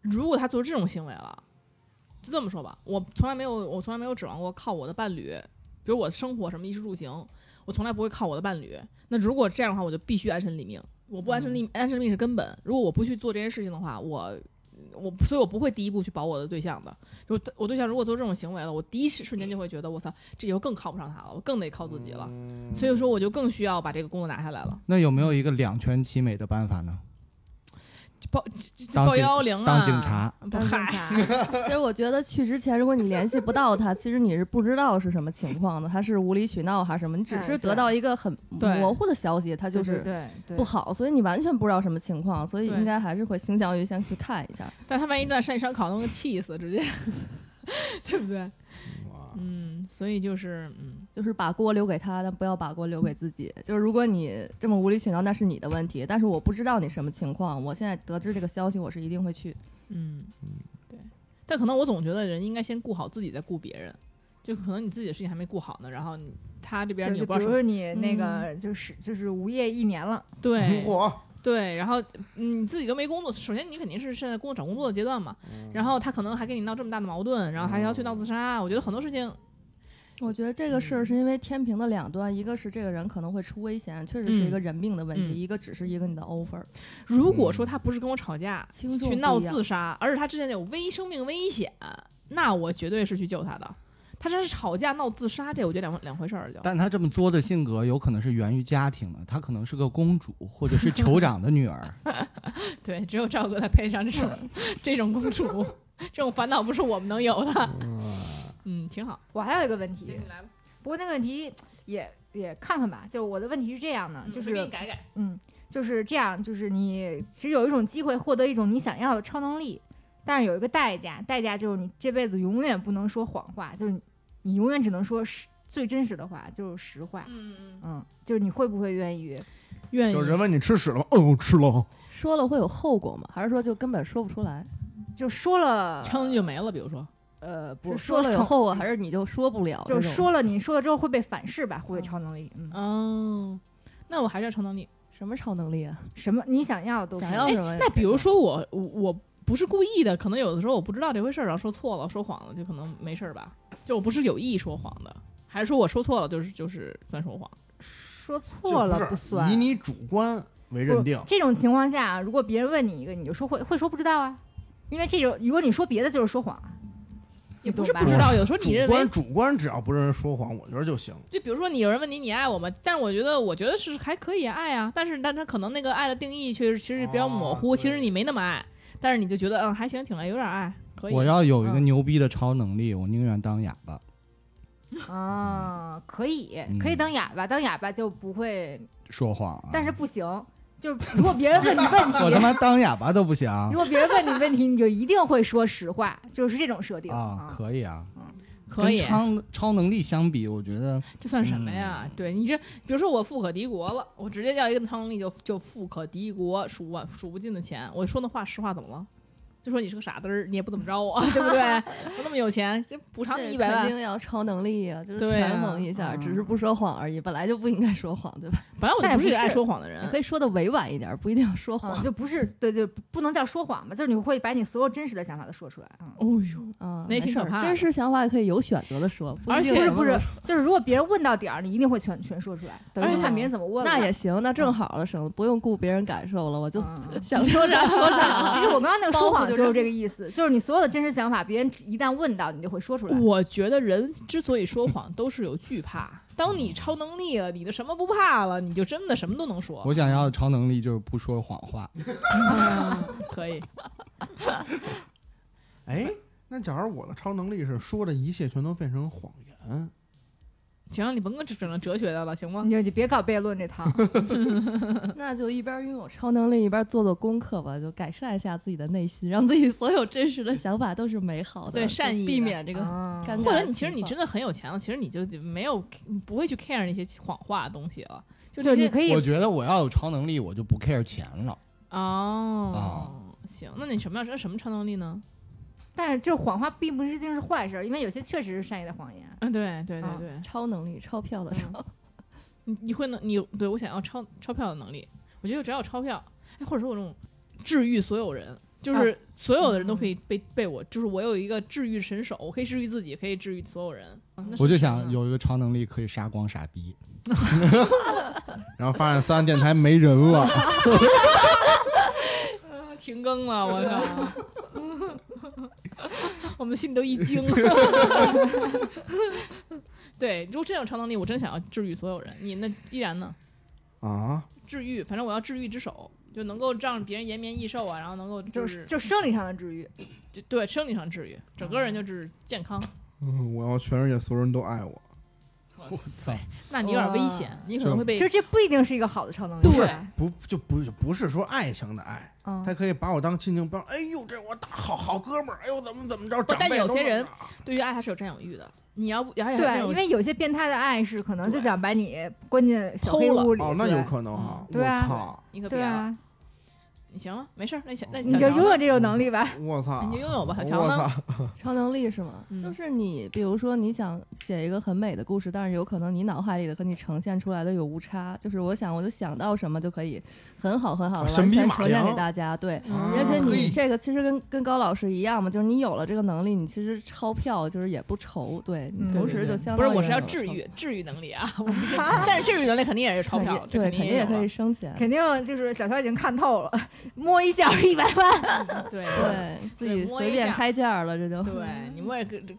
[SPEAKER 1] 如果他做这种行为了，就这么说吧，我从来没有我从来没有指望过靠我的伴侣，比如我的生活什么衣食住行，我从来不会靠我的伴侣。那如果这样的话，我就必须安身立命。我不安身立、
[SPEAKER 4] 嗯
[SPEAKER 1] 安身立命是根本。如果我不去做这件事情的话，我我所以我不会第一步去保我的对象的。就我对象如果做这种行为了，我第一瞬间就会觉得我操，这以后更靠不上他了，我更得靠自己了。
[SPEAKER 4] 嗯
[SPEAKER 1] 所以说，我就更需要把这个工作拿下来了，
[SPEAKER 2] 那有没有一个两全其美的办法呢？
[SPEAKER 1] 就报
[SPEAKER 2] 当
[SPEAKER 1] 报
[SPEAKER 2] 警
[SPEAKER 1] 幺幺零啊，
[SPEAKER 2] 当警察
[SPEAKER 1] 不
[SPEAKER 3] 当警
[SPEAKER 1] 嗨，
[SPEAKER 3] 察，
[SPEAKER 5] 其实我觉得去之前，如果你联系不到他，其实你是不知道是什么情况的，他是无理取闹还是什么，你只
[SPEAKER 3] 哎
[SPEAKER 5] 是
[SPEAKER 3] 对
[SPEAKER 5] 得到一个很
[SPEAKER 1] 对
[SPEAKER 5] 模糊的消息，他就
[SPEAKER 3] 对
[SPEAKER 5] 是
[SPEAKER 3] 对对
[SPEAKER 5] 不好，所以你完全不知道什么情况，所以
[SPEAKER 1] 对
[SPEAKER 5] 应该还是会倾向于先去看一下。
[SPEAKER 1] 但他万一在山里烧烤，能给气死，直接，对不对？
[SPEAKER 4] 哇
[SPEAKER 1] 嗯，所以就是嗯，
[SPEAKER 5] 就是把锅留给他，但不要把锅留给自己。就是如果你这么无理取闹，那是你的问题。但是我不知道你什么情况，我现在得知这个消息，我是一定会去。
[SPEAKER 1] 嗯，对。但可能我总觉得人应该先顾好自己，再顾别人。就可能你自己的事情还没顾好呢，然后你他这边
[SPEAKER 3] 就
[SPEAKER 1] 你
[SPEAKER 3] 是
[SPEAKER 1] 又不
[SPEAKER 3] 比
[SPEAKER 1] 知道什
[SPEAKER 3] 如
[SPEAKER 1] 么
[SPEAKER 3] 说你那个
[SPEAKER 5] 嗯
[SPEAKER 3] 就是就是无业一年了，
[SPEAKER 1] 对
[SPEAKER 4] 嚯，
[SPEAKER 1] 对，然后嗯你自己都没工作，首先你肯定是现在工作找工作的阶段嘛，然后他可能还跟你闹这么大的矛盾，然后还要去闹自杀，我觉得很多事情
[SPEAKER 5] 我觉得这个事儿是因为天平的两端，一个是这个人可能会出危险，确实是一个人命的问题；
[SPEAKER 1] 嗯
[SPEAKER 5] 一个只是一个你的 offer。
[SPEAKER 1] 如果说他不是跟我吵架、
[SPEAKER 5] 轻重
[SPEAKER 1] 去
[SPEAKER 5] 不
[SPEAKER 1] 闹
[SPEAKER 5] 一样
[SPEAKER 1] 自杀，而是他之前有危生命危险，那我绝对是去救他的。他这是吵架闹自杀，这我觉得两两回事儿就。
[SPEAKER 2] 但她这么作的性格，有可能是源于家庭的，她可能是个公主，或者是酋长的女 儿。
[SPEAKER 1] 对，只有赵哥才配得上这种这种公主， 这种烦恼不是我们能有的。嗯，挺好。
[SPEAKER 3] 我还有一个问题，
[SPEAKER 1] 来吧，
[SPEAKER 3] 不过那个问题也也看看吧。就是我的问题是这样的，就是
[SPEAKER 1] 改改。
[SPEAKER 3] 嗯，就是这样，就是你其实有一种机会获得一种你想要的超能力，但是有一个代价，代价就是你这辈子永远不能说谎话，就是你你永远只能说实最真实的话，就是实话。
[SPEAKER 1] 嗯，
[SPEAKER 3] 嗯，就是你会不会愿意？
[SPEAKER 1] 愿意
[SPEAKER 4] 就是人问你吃屎了吗？哦，吃了。
[SPEAKER 5] 说了会有后果吗？还是说就根本说不出来？
[SPEAKER 3] 就说了
[SPEAKER 1] 撑就没了。比如说，
[SPEAKER 3] 呃，不
[SPEAKER 5] 是说了有
[SPEAKER 3] 成
[SPEAKER 5] 后果，还是你就说不了这
[SPEAKER 3] 就
[SPEAKER 5] 种？
[SPEAKER 3] 是说了你说了之后会被反噬吧，会被超能力。嗯，
[SPEAKER 1] 哦，那我还是要超能力。
[SPEAKER 5] 什么超能力啊？
[SPEAKER 3] 什么你想要的都哎
[SPEAKER 5] 想
[SPEAKER 3] 可以
[SPEAKER 5] 要什么？
[SPEAKER 1] 那比如说我我我不是故意的，可能有的时候我不知道这回事儿，然后说错了，说谎了，就可能没事儿吧。就我不是有意说谎的，还是说我说错了，就是就是算说谎？
[SPEAKER 3] 说错了
[SPEAKER 4] 就不
[SPEAKER 3] 不
[SPEAKER 4] 是
[SPEAKER 3] 算
[SPEAKER 4] 以。你主观为认定
[SPEAKER 3] 不，这种情况下，如果别人问你一个，你就说会会说不知道啊，因为这种如果你说别的就是说谎啊，
[SPEAKER 1] 也
[SPEAKER 3] 你
[SPEAKER 1] 不
[SPEAKER 3] 懂
[SPEAKER 1] 是
[SPEAKER 3] 吧
[SPEAKER 1] 不知道，有时候你
[SPEAKER 4] 主
[SPEAKER 1] 认为
[SPEAKER 4] 观，主观只要不让人说谎，我觉得就行。
[SPEAKER 1] 就比如说你有人问你你爱我吗？但是我觉得我觉得是还可以爱啊，但是但他可能那个爱的定义确实其实比较模糊，
[SPEAKER 4] 哦对
[SPEAKER 1] 其实你没那么爱，但是你就觉得嗯还行，挺爱，有点爱，可以。嗯
[SPEAKER 2] 我要有一个牛逼的超能力，我宁愿当哑巴。
[SPEAKER 3] 啊，可以
[SPEAKER 2] 嗯
[SPEAKER 3] 可以当哑巴，当哑巴就不会，
[SPEAKER 2] 说谎、啊，
[SPEAKER 3] 但是不行，就是如果别人问你问
[SPEAKER 2] 我他
[SPEAKER 3] 题，
[SPEAKER 2] 妈当哑巴都不行
[SPEAKER 3] 如果别人问你问题，你就一定会说实话，就是这种设定
[SPEAKER 2] 啊！可以啊，
[SPEAKER 1] 可以
[SPEAKER 2] 跟，超超能力相比，我觉得
[SPEAKER 1] 这算什么呀？对你这，比如说我富可敌国了，我直接要一个超能力就就富可敌国，数万数不尽的钱。我说那话实话怎么了？就说你是个傻嘚儿，你也不怎么着我， 对不对？我那么有钱，这补偿你一百
[SPEAKER 5] 肯
[SPEAKER 1] 万。
[SPEAKER 5] 定要超能力啊，就是
[SPEAKER 1] 对啊
[SPEAKER 5] 权衡一下，
[SPEAKER 3] 嗯
[SPEAKER 5] 只是不说谎而已，本来就不应该说谎，对吧？
[SPEAKER 1] 本来我就
[SPEAKER 3] 那也
[SPEAKER 1] 不是一
[SPEAKER 3] 不
[SPEAKER 1] 个爱
[SPEAKER 3] 是
[SPEAKER 1] 说谎的
[SPEAKER 5] 你
[SPEAKER 1] 人，
[SPEAKER 5] 可以说的委婉一点，不一定要说谎
[SPEAKER 3] 嗯，就不是对对，不不能叫说谎吧，就是你会把你所有真实的想法都说出来，嗯。
[SPEAKER 1] 哦呦，
[SPEAKER 5] 啊。
[SPEAKER 1] 那也
[SPEAKER 5] 没
[SPEAKER 1] 挺
[SPEAKER 5] 事儿
[SPEAKER 1] 可怕的
[SPEAKER 5] 真实想法也可以有选择的说，不一
[SPEAKER 1] 而且
[SPEAKER 5] 定
[SPEAKER 3] 不是不
[SPEAKER 5] 什么都
[SPEAKER 3] 是，就是如果别人问到点儿，你一定会全全说出来，等
[SPEAKER 5] 而且
[SPEAKER 3] 于看别人怎么问了。
[SPEAKER 5] 那也行，那正好了，省得不用顾别人感受了，我就
[SPEAKER 3] 嗯
[SPEAKER 5] 想说啥说啥。
[SPEAKER 3] 其实我刚刚那个说
[SPEAKER 5] 包袱
[SPEAKER 3] 谎
[SPEAKER 5] 就
[SPEAKER 3] 就是这个意思，就是你所有的真实想法，别人一旦问到，你就会说出来。
[SPEAKER 1] 我觉得人之所以说谎，都是有惧怕。当你超能力了，你就什么不怕了，你就真的什么都能说。
[SPEAKER 2] 我想要的超能力就是不说谎话。
[SPEAKER 1] 可以，
[SPEAKER 4] 哎，那假如我的超能力是说的一切全都变成谎言，
[SPEAKER 1] 行了，你甭跟这整哲学的了，行吗
[SPEAKER 3] 你？就你别搞悖论这套，
[SPEAKER 1] 嗯
[SPEAKER 5] 那就一边拥有超能力，一边做做功课吧，就改善一下自己的内心，让自己所有真实的想法都是美好的，
[SPEAKER 1] 对
[SPEAKER 5] 就
[SPEAKER 1] 善意的
[SPEAKER 5] 避免这个
[SPEAKER 3] 啊
[SPEAKER 5] 尴尬的情
[SPEAKER 1] 或
[SPEAKER 5] 况。
[SPEAKER 1] 者你其实你真的很有钱了，其实你就没有你不会去 care 那些谎话的东西了，就
[SPEAKER 3] 就
[SPEAKER 1] 这
[SPEAKER 3] 你
[SPEAKER 1] 些
[SPEAKER 3] 可以
[SPEAKER 2] 我觉得我要有超能力，我就不 care 钱了。
[SPEAKER 1] 哦。行，那你什么要什么超能力呢？
[SPEAKER 3] 但是就是谎话并不是一定是坏事儿，因为有些确实是善意的谎言。
[SPEAKER 1] 嗯，对对对
[SPEAKER 3] 啊
[SPEAKER 1] 对，
[SPEAKER 5] 超能力，钞票
[SPEAKER 1] 嗯
[SPEAKER 5] 的钞，
[SPEAKER 1] 你你会能你对我想要钞钞票的能力，我觉得只要有钞票，哎，或者说我这种治愈所有人，就是所有的人都可以被、被我，就是我有一个治愈神手，我可以治愈自己，可以治愈所有人。啊那是
[SPEAKER 2] 我就
[SPEAKER 1] 什么
[SPEAKER 2] 想
[SPEAKER 1] 呢
[SPEAKER 2] 有一个超能力可以杀光傻逼。
[SPEAKER 4] 然后发现三电台没人了，
[SPEAKER 1] 啊停更了，我靠！ 我们心里都一惊。对，如果真有超能力，我真想要治愈所有人。你那依然呢？
[SPEAKER 4] 啊，
[SPEAKER 1] 治愈，反正我要治愈之手，就能够让别人延绵益寿啊，然后能够
[SPEAKER 3] 就
[SPEAKER 1] 就是是
[SPEAKER 3] 就生理上的治愈，
[SPEAKER 1] 就对生理上治愈，整个人就是健康。
[SPEAKER 4] 嗯，我要全世界所有人都爱我。
[SPEAKER 2] 我操！
[SPEAKER 1] 那你有点危险
[SPEAKER 3] 哇，
[SPEAKER 1] 你可能会被
[SPEAKER 3] 其实这不一定是一个好的超能力。
[SPEAKER 1] 对
[SPEAKER 3] 吧
[SPEAKER 4] 不就不不是说爱情的爱，
[SPEAKER 3] 嗯
[SPEAKER 4] 他可以把我当亲情，帮哎呦这我大好好哥们儿，哎呦怎么怎么着，
[SPEAKER 1] 不
[SPEAKER 4] 长
[SPEAKER 1] 但
[SPEAKER 4] 辈
[SPEAKER 1] 有
[SPEAKER 4] 都
[SPEAKER 1] 些
[SPEAKER 4] 这
[SPEAKER 1] 人
[SPEAKER 4] 样
[SPEAKER 1] 对于爱他是有占有欲的，你要不，而且还
[SPEAKER 3] 对，
[SPEAKER 1] 有
[SPEAKER 3] 因
[SPEAKER 1] 那种
[SPEAKER 3] 为有些变态的爱是可能就
[SPEAKER 1] 对
[SPEAKER 3] 想把你关进小黑屋里。
[SPEAKER 4] 哦，那有
[SPEAKER 3] 对
[SPEAKER 4] 可能哈，
[SPEAKER 1] 嗯
[SPEAKER 3] 对啊
[SPEAKER 4] 我操，
[SPEAKER 1] 你可别
[SPEAKER 3] 对
[SPEAKER 1] 了，
[SPEAKER 3] 啊，
[SPEAKER 1] 你行了，没事儿，那小那
[SPEAKER 3] 你
[SPEAKER 1] 小
[SPEAKER 3] 就
[SPEAKER 1] 乔
[SPEAKER 3] 拥有这种能力吧。
[SPEAKER 4] 我操，
[SPEAKER 1] 你就拥有吧，小乔
[SPEAKER 4] 啊我
[SPEAKER 1] 呢？
[SPEAKER 4] 操，
[SPEAKER 5] 超能力是吗？
[SPEAKER 1] 嗯
[SPEAKER 5] 就是你，比如说你想写一个很美的故事，但是有可能你脑海里的和你呈现出来的有误差。就是我想，我就想到什么就可以很好很好
[SPEAKER 4] 啊
[SPEAKER 5] 的
[SPEAKER 4] 神
[SPEAKER 5] 完
[SPEAKER 4] 笔
[SPEAKER 5] 全
[SPEAKER 4] 马
[SPEAKER 5] 呈现给
[SPEAKER 4] 良
[SPEAKER 5] 大家。对，
[SPEAKER 1] 嗯
[SPEAKER 5] 而且
[SPEAKER 4] 嘿
[SPEAKER 5] 你这个其实跟跟高老师一样嘛，就是你有了这个能力，你其实钞票就是也不愁，对你
[SPEAKER 3] 嗯
[SPEAKER 5] 同时就相
[SPEAKER 1] 不是，
[SPEAKER 5] 当于
[SPEAKER 1] 我是要
[SPEAKER 5] 有了
[SPEAKER 1] 治
[SPEAKER 5] 钞
[SPEAKER 1] 愈治愈能力 啊，我不是但是治愈能力肯定也是钞票，这
[SPEAKER 5] 对，肯定
[SPEAKER 1] 也
[SPEAKER 5] 也
[SPEAKER 1] 有
[SPEAKER 5] 可以
[SPEAKER 1] 了
[SPEAKER 5] 生钱，
[SPEAKER 3] 肯定就是小乔已经看透了，摸一下一百万，
[SPEAKER 1] 对
[SPEAKER 5] 对自
[SPEAKER 1] 对
[SPEAKER 5] 己
[SPEAKER 1] 摸
[SPEAKER 5] 随
[SPEAKER 1] 一
[SPEAKER 5] 便
[SPEAKER 1] 下
[SPEAKER 5] 开价了，这就
[SPEAKER 1] 对，你我也可这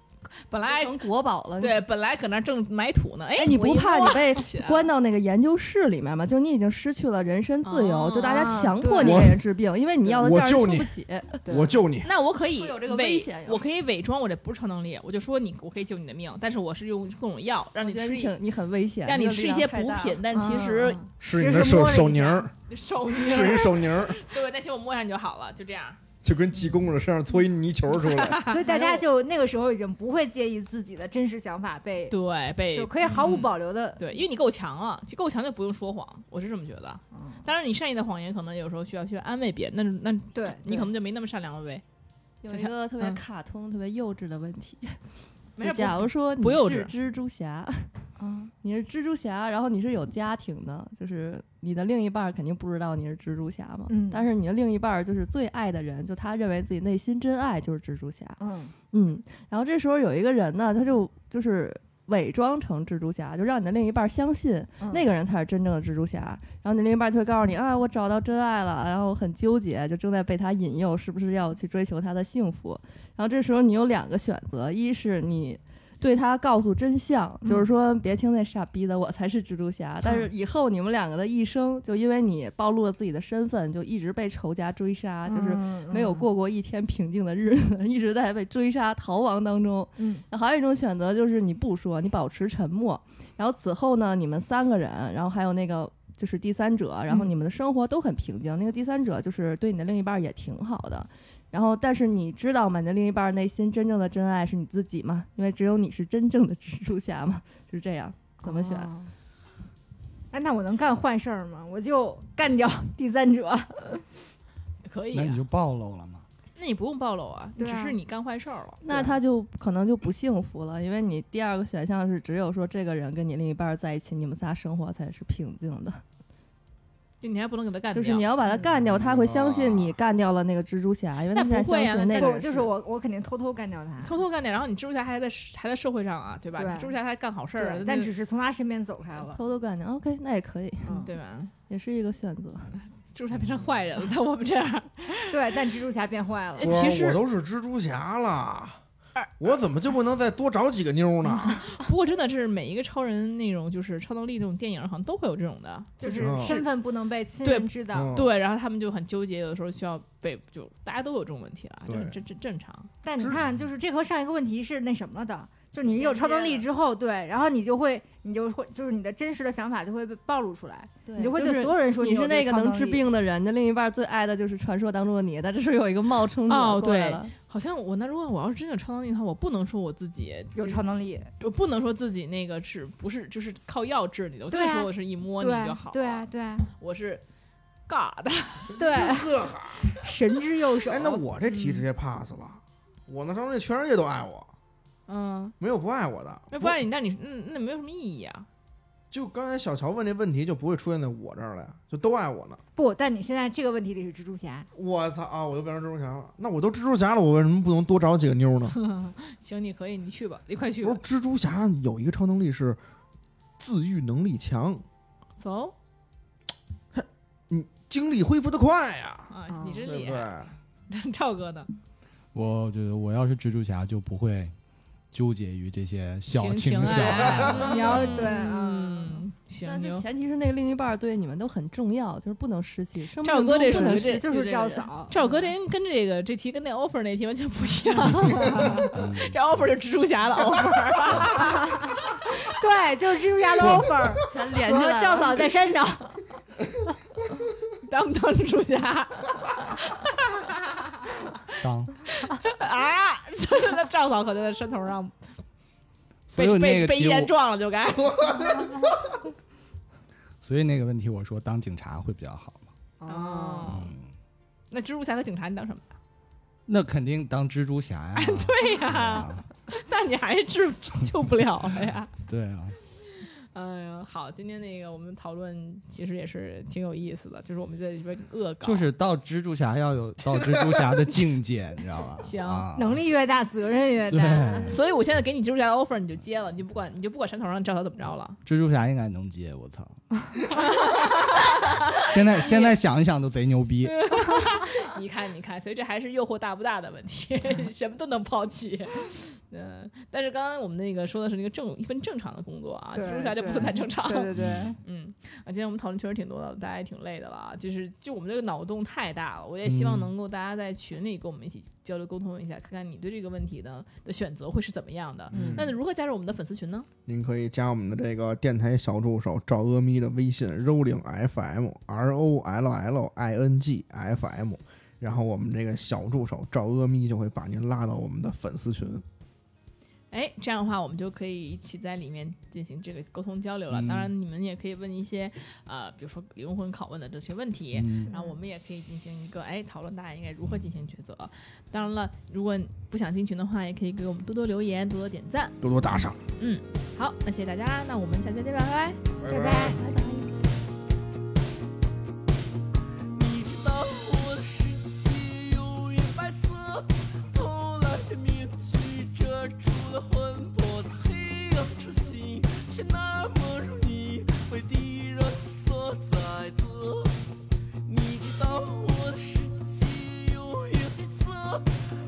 [SPEAKER 1] 本来
[SPEAKER 5] 成国宝了。
[SPEAKER 1] 对本来搁那儿正埋土呢，哎
[SPEAKER 5] 哎，，你
[SPEAKER 1] 我
[SPEAKER 5] 不
[SPEAKER 1] 一
[SPEAKER 5] 怕你
[SPEAKER 1] 摸
[SPEAKER 5] 被
[SPEAKER 1] 起来了
[SPEAKER 5] 关到那个研究室里面吗？就是你已经失去了人身自由，
[SPEAKER 1] 哦
[SPEAKER 5] 就大家强迫你
[SPEAKER 4] 对
[SPEAKER 5] 给人治病，因为你要的
[SPEAKER 4] 我
[SPEAKER 5] 价是
[SPEAKER 4] 救
[SPEAKER 5] 出
[SPEAKER 4] 你
[SPEAKER 5] 不起。对
[SPEAKER 4] 我救你，
[SPEAKER 1] 那我可以
[SPEAKER 5] 会有这个
[SPEAKER 1] 伪
[SPEAKER 5] 危险呀
[SPEAKER 1] 我可以伪装我这不是超能力，我就说你我可以救你的命，但是我是用各种药让
[SPEAKER 5] 我
[SPEAKER 1] 你
[SPEAKER 5] 觉得
[SPEAKER 1] 吃
[SPEAKER 5] 你
[SPEAKER 1] 一，
[SPEAKER 5] 挺你很危险，
[SPEAKER 1] 让你
[SPEAKER 5] 这个
[SPEAKER 1] 吃一
[SPEAKER 5] 力
[SPEAKER 1] 些
[SPEAKER 5] 量
[SPEAKER 1] 补
[SPEAKER 5] 太大
[SPEAKER 1] 品
[SPEAKER 5] 了，
[SPEAKER 1] 但其
[SPEAKER 5] 啊
[SPEAKER 1] 其实
[SPEAKER 3] 嗯
[SPEAKER 5] 啊
[SPEAKER 4] 是
[SPEAKER 3] 就
[SPEAKER 4] 你的
[SPEAKER 3] 是
[SPEAKER 4] 手
[SPEAKER 3] 摸了一
[SPEAKER 4] 手
[SPEAKER 3] 下
[SPEAKER 4] 泥儿，
[SPEAKER 1] 手泥
[SPEAKER 4] 是
[SPEAKER 1] 儿，
[SPEAKER 4] 你手泥儿，
[SPEAKER 1] 对，那行我摸上你就好了，就这样。
[SPEAKER 4] 就跟济公似的，身上搓一泥球出 来，
[SPEAKER 3] 所以大家就那个时候已经不会介意自己的真实想法被，
[SPEAKER 1] 对，被
[SPEAKER 3] 就可以毫无
[SPEAKER 1] 嗯
[SPEAKER 3] 保留的
[SPEAKER 1] 对，因为你够强了，就够强就不用说谎，我是这么觉得。
[SPEAKER 3] 嗯
[SPEAKER 1] 当然，你善意的谎言可能有时候需要去安慰别人，那那
[SPEAKER 3] 对，
[SPEAKER 1] 你可
[SPEAKER 3] 对
[SPEAKER 1] 能就没那么善良了呗。嗯
[SPEAKER 5] 有一个特别卡通、特别幼稚的问题。
[SPEAKER 1] 没事
[SPEAKER 5] 就假如说你
[SPEAKER 1] 不幼
[SPEAKER 5] 是
[SPEAKER 1] 稚
[SPEAKER 5] 蜘蛛侠，
[SPEAKER 3] 嗯
[SPEAKER 5] 啊，你是蜘蛛侠，然后你是有家庭的，就是你的另一半儿肯定不知道你是蜘蛛侠嘛。
[SPEAKER 3] 嗯
[SPEAKER 5] 但是你的另一半儿就是最爱的人，就他认为自己内心真爱就是蜘蛛侠。
[SPEAKER 3] 嗯
[SPEAKER 5] 嗯，然后这时候有一个人呢，他就就是伪装成蜘蛛侠，就让你的另一半相信
[SPEAKER 3] 嗯
[SPEAKER 5] 那个人才是真正的蜘蛛侠。然后你另一半就会告诉你啊，我找到真爱了，然后我很纠结，就正在被他引诱，是不是要去追求他的幸福？然后这时候你有两个选择，一是你。对他告诉真相，
[SPEAKER 1] 嗯
[SPEAKER 5] 就是说别听那傻逼的，我才是蜘蛛侠。但是以后你们两个的一生，就因为你暴露了自己的身份，就一直被仇家追杀，啊就是
[SPEAKER 3] 嗯
[SPEAKER 5] 没有过过一天平静的日子， 一直在被追杀逃亡当中。
[SPEAKER 3] 嗯
[SPEAKER 5] 那还有一种选择就是你不说，你保持沉默。然后此后呢，你们三个人，然后还有那个就是第三者，然后
[SPEAKER 3] 嗯
[SPEAKER 5] 你们的生活都很平静。那个第三者就是对你的另一半也挺好的。然后，但是你知道吗？你的另一半内心真正的真爱是你自己吗？因为只有你是真正的蜘蛛侠嘛，就是这样。怎么选？
[SPEAKER 3] 哦哎，那我能干坏事儿吗？我就干掉第三 者。
[SPEAKER 1] 可以
[SPEAKER 2] 那你
[SPEAKER 1] 啊，
[SPEAKER 2] 就暴露了嘛。
[SPEAKER 1] 那你不用暴露啊，你
[SPEAKER 3] 对
[SPEAKER 1] 只
[SPEAKER 3] 啊
[SPEAKER 1] 是你干坏事儿了。
[SPEAKER 5] 那他就可能就不幸福了，因为你第二个选项是只有说这个人跟你另一半在一起，你们仨生活才是平静的。
[SPEAKER 1] 就你还不能给他干
[SPEAKER 5] 就
[SPEAKER 1] 掉，
[SPEAKER 5] 是你要把他干掉，他会相信你干掉了那个蜘蛛侠，因为他现在相信那个
[SPEAKER 3] 不，
[SPEAKER 5] 人
[SPEAKER 3] 就是我，我肯定偷偷干掉他。
[SPEAKER 1] 偷偷干掉，然后你蜘蛛侠还在还在社会上啊，对吧？
[SPEAKER 3] 对
[SPEAKER 1] 你蜘蛛侠还干好事儿啊
[SPEAKER 3] 对，，
[SPEAKER 1] 那
[SPEAKER 3] 但
[SPEAKER 1] 就
[SPEAKER 3] 只是从他身边走开了。
[SPEAKER 5] 偷偷干掉。OK，那也可以，
[SPEAKER 3] 嗯
[SPEAKER 1] 对吧？
[SPEAKER 5] 也是一个选择。
[SPEAKER 1] 蜘蛛侠变成坏人了，在我们 这儿，
[SPEAKER 3] 对，但蜘蛛侠变坏 了
[SPEAKER 1] 哎。
[SPEAKER 4] 我
[SPEAKER 1] 其实
[SPEAKER 4] 我都是蜘蛛侠了，我怎么就不能再多找几个妞呢？
[SPEAKER 1] 不过真的是每一个超人那种就是超能力这种电影，好像都会有这种的，
[SPEAKER 3] 就是是身份不能被亲
[SPEAKER 1] 对
[SPEAKER 3] 人知道，
[SPEAKER 4] 嗯
[SPEAKER 1] 对，然后他们就很纠结，有的时候需要被就大家都有这种问题了，这
[SPEAKER 4] 对
[SPEAKER 1] 这这正常。
[SPEAKER 3] 但你
[SPEAKER 4] 知
[SPEAKER 3] 看，就是这和上一个问题是那什么的，就是你
[SPEAKER 5] 衔
[SPEAKER 3] 有超能
[SPEAKER 5] 接
[SPEAKER 3] 力
[SPEAKER 5] 的
[SPEAKER 3] 之后，对，然后你就会，你就会，就是你的真实的想法就会被暴露出来，
[SPEAKER 5] 对
[SPEAKER 3] 你就会
[SPEAKER 5] 就
[SPEAKER 3] 对
[SPEAKER 5] 是
[SPEAKER 3] 所有人说
[SPEAKER 5] 你
[SPEAKER 3] 有
[SPEAKER 5] 是
[SPEAKER 3] 这
[SPEAKER 5] 那个
[SPEAKER 3] 超
[SPEAKER 5] 能
[SPEAKER 3] 能
[SPEAKER 5] 治
[SPEAKER 3] 力，
[SPEAKER 5] 病的人，那另一半最爱的就是传说当中的你，但这时候有一个冒充者
[SPEAKER 1] 哦
[SPEAKER 5] 过来
[SPEAKER 1] 对
[SPEAKER 5] 了，
[SPEAKER 1] 好像我那如果我要是真有超能力的话，我不能说我自己
[SPEAKER 3] 有超，能力，
[SPEAKER 1] 我不能说自己那个是不是就是靠药治你的，我就
[SPEAKER 3] 对啊
[SPEAKER 1] 说我是一摸你
[SPEAKER 3] 对
[SPEAKER 1] 就好，
[SPEAKER 3] 对啊，，对啊，
[SPEAKER 1] 我是。尬的，
[SPEAKER 3] 对，
[SPEAKER 4] 呵呵，
[SPEAKER 3] 神之右手。
[SPEAKER 4] 哎，那我这题直接 pass 了，我那上那全世界都爱我，
[SPEAKER 1] 嗯，
[SPEAKER 4] 没有不爱我的，
[SPEAKER 1] 那不爱你，但你嗯，那没有什么意义啊。
[SPEAKER 4] 就刚才小乔问这问题就不会出现在我这儿了呀，就都爱我呢。
[SPEAKER 3] 不，但你现在这个问题里是蜘蛛侠，
[SPEAKER 4] 我操啊！我又变成蜘蛛侠了。那我都蜘蛛侠了，我为什么不能多找几个妞呢？
[SPEAKER 1] 行，你可以，你去吧，你快去
[SPEAKER 4] 不
[SPEAKER 1] 吧
[SPEAKER 4] 是，蜘蛛侠有一个超能力是自愈能力强，
[SPEAKER 1] 走
[SPEAKER 4] 精力恢复的快呀，
[SPEAKER 1] 啊
[SPEAKER 3] 哦！
[SPEAKER 1] 你这
[SPEAKER 4] 对不
[SPEAKER 1] 脸，
[SPEAKER 4] 对？
[SPEAKER 1] 赵哥呢？
[SPEAKER 2] 我觉得我要是蜘蛛侠，就不会纠结于这些小
[SPEAKER 1] 情
[SPEAKER 2] 情小爱。
[SPEAKER 1] 爱，
[SPEAKER 3] 你要
[SPEAKER 1] 嗯，
[SPEAKER 3] 对
[SPEAKER 5] 但
[SPEAKER 1] 啊行，
[SPEAKER 5] 这
[SPEAKER 1] 牛
[SPEAKER 5] 前提是那个另一半对你们都很重要，就是不能失去。生命
[SPEAKER 1] 赵哥
[SPEAKER 5] 中
[SPEAKER 1] 这
[SPEAKER 5] 不
[SPEAKER 1] 属
[SPEAKER 5] 能
[SPEAKER 1] 于
[SPEAKER 5] 失
[SPEAKER 1] 这
[SPEAKER 3] 就
[SPEAKER 1] 就是这
[SPEAKER 3] 较
[SPEAKER 1] 个
[SPEAKER 3] 早。
[SPEAKER 1] 赵哥这跟这个这题跟那 offer 那题完全不一 样，这 offer 就蜘蛛侠的 offer，
[SPEAKER 3] 对，就是蜘蛛侠的 offer，
[SPEAKER 5] 全连起
[SPEAKER 3] 和
[SPEAKER 5] 来
[SPEAKER 3] 赵
[SPEAKER 5] 了
[SPEAKER 3] 嫂在山上。
[SPEAKER 1] 当不当蜘蛛侠
[SPEAKER 2] 当
[SPEAKER 1] 啊？就是那赵嫂可就在山头上
[SPEAKER 2] 所
[SPEAKER 1] 被
[SPEAKER 2] 以那
[SPEAKER 1] 被
[SPEAKER 2] 个
[SPEAKER 1] 被一
[SPEAKER 2] 题我
[SPEAKER 1] 人撞了就该。
[SPEAKER 2] 所以那个问题我说当警察会比较好嘛。
[SPEAKER 3] 哦，
[SPEAKER 1] 哦，那蜘蛛侠和警察你当什么
[SPEAKER 2] 嗯
[SPEAKER 1] 呀？
[SPEAKER 2] 那肯定当蜘蛛侠呀、
[SPEAKER 1] 对呀、
[SPEAKER 2] 啊，
[SPEAKER 1] 那你还治救不了了呀。
[SPEAKER 2] 对啊，
[SPEAKER 1] 哎呀，好，今天那个我们讨论其实也是挺有意思的，就是我们在这边恶搞，
[SPEAKER 2] 就是到蜘蛛侠要有到蜘蛛 侠的境界，你知道吧？
[SPEAKER 1] 行
[SPEAKER 2] 啊、
[SPEAKER 3] 能力越大，责任越
[SPEAKER 2] 对，
[SPEAKER 3] 大。
[SPEAKER 1] 所以我现在给你蜘蛛侠的 offer，你就接了，你就不管，你就不管山头上叫他怎么着了。
[SPEAKER 2] 蜘蛛侠应该能接，我操！ 现在现在想一想都贼牛逼，
[SPEAKER 1] 你看，你看，所以这还是诱惑大不大的问题， 什么都能抛弃。嗯，但是刚刚我们那个说的是那个正一份正常的工作啊，
[SPEAKER 3] 对
[SPEAKER 1] 蜘蛛侠就不
[SPEAKER 3] 对
[SPEAKER 1] 算太正常。
[SPEAKER 3] 对对对，
[SPEAKER 1] 嗯，啊，今天我们讨论确实挺多的，大家也挺累的了啊。就是就我们这个脑洞太大了，我也希望
[SPEAKER 2] 嗯
[SPEAKER 1] 能够大家在群里跟我们一起交流沟通一下，看看你对这个问题的的选择会是怎么样的。
[SPEAKER 3] 嗯
[SPEAKER 1] 那如何加入我们的粉丝群呢？
[SPEAKER 4] 您可以加我们的这个电台小助手赵阿咪的微信 rolling fm r o l l i n g f m，然后我们这个小助手赵阿咪就会把您拉到我们的粉丝群。
[SPEAKER 1] 哎，这样的话，我们就可以一起在里面进行这个沟通交流了。当然，你们也可以问一些，呃，比如说灵魂拷问的这些问题，
[SPEAKER 2] 嗯
[SPEAKER 1] 然后我们也可以进行一个哎讨论，大家应该如何进行抉择。当然了，如果你不想进群的话，也可以给我们多多留言，多多点赞。
[SPEAKER 4] 多多打赏，
[SPEAKER 1] 嗯，好，那谢谢大家，那我们下期再见，拜拜。
[SPEAKER 3] 拜拜。
[SPEAKER 5] 拜拜。
[SPEAKER 6] 你知道我的世界永远白色，偷来的面具遮住了魂魄，在黑暗之心却那么容易被敌人所宰割。你知道我的世界永远黑色，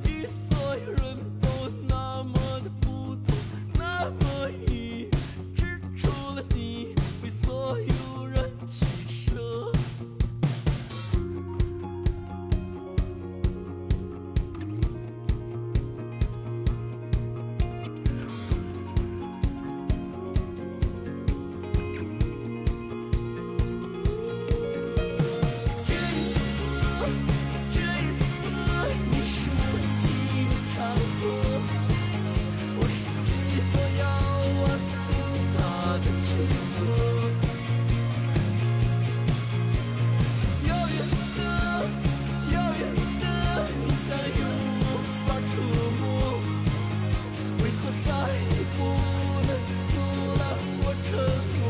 [SPEAKER 6] 与所有人都那么的不同，那么异，只除了你为所有人取舍。这一刻，这一刻，你是我记忆的长河。我是寂寞遥望灯塔的躯壳。遥远的，遥远的，你像又无法触摸。为何再也不能阻拦我沉默？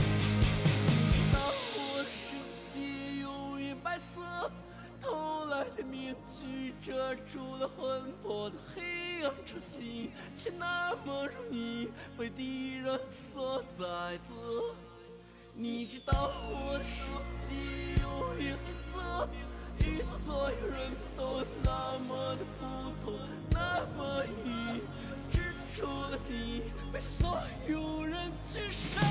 [SPEAKER 6] 你道我的世界永远白色，偷来的面具遮住了魂魄，在黑暗之心却那么容易被敌人所宰割。你知道我的世界永远黑色，与所有人都那么的不同，那么异，只除了你被所有人取舍。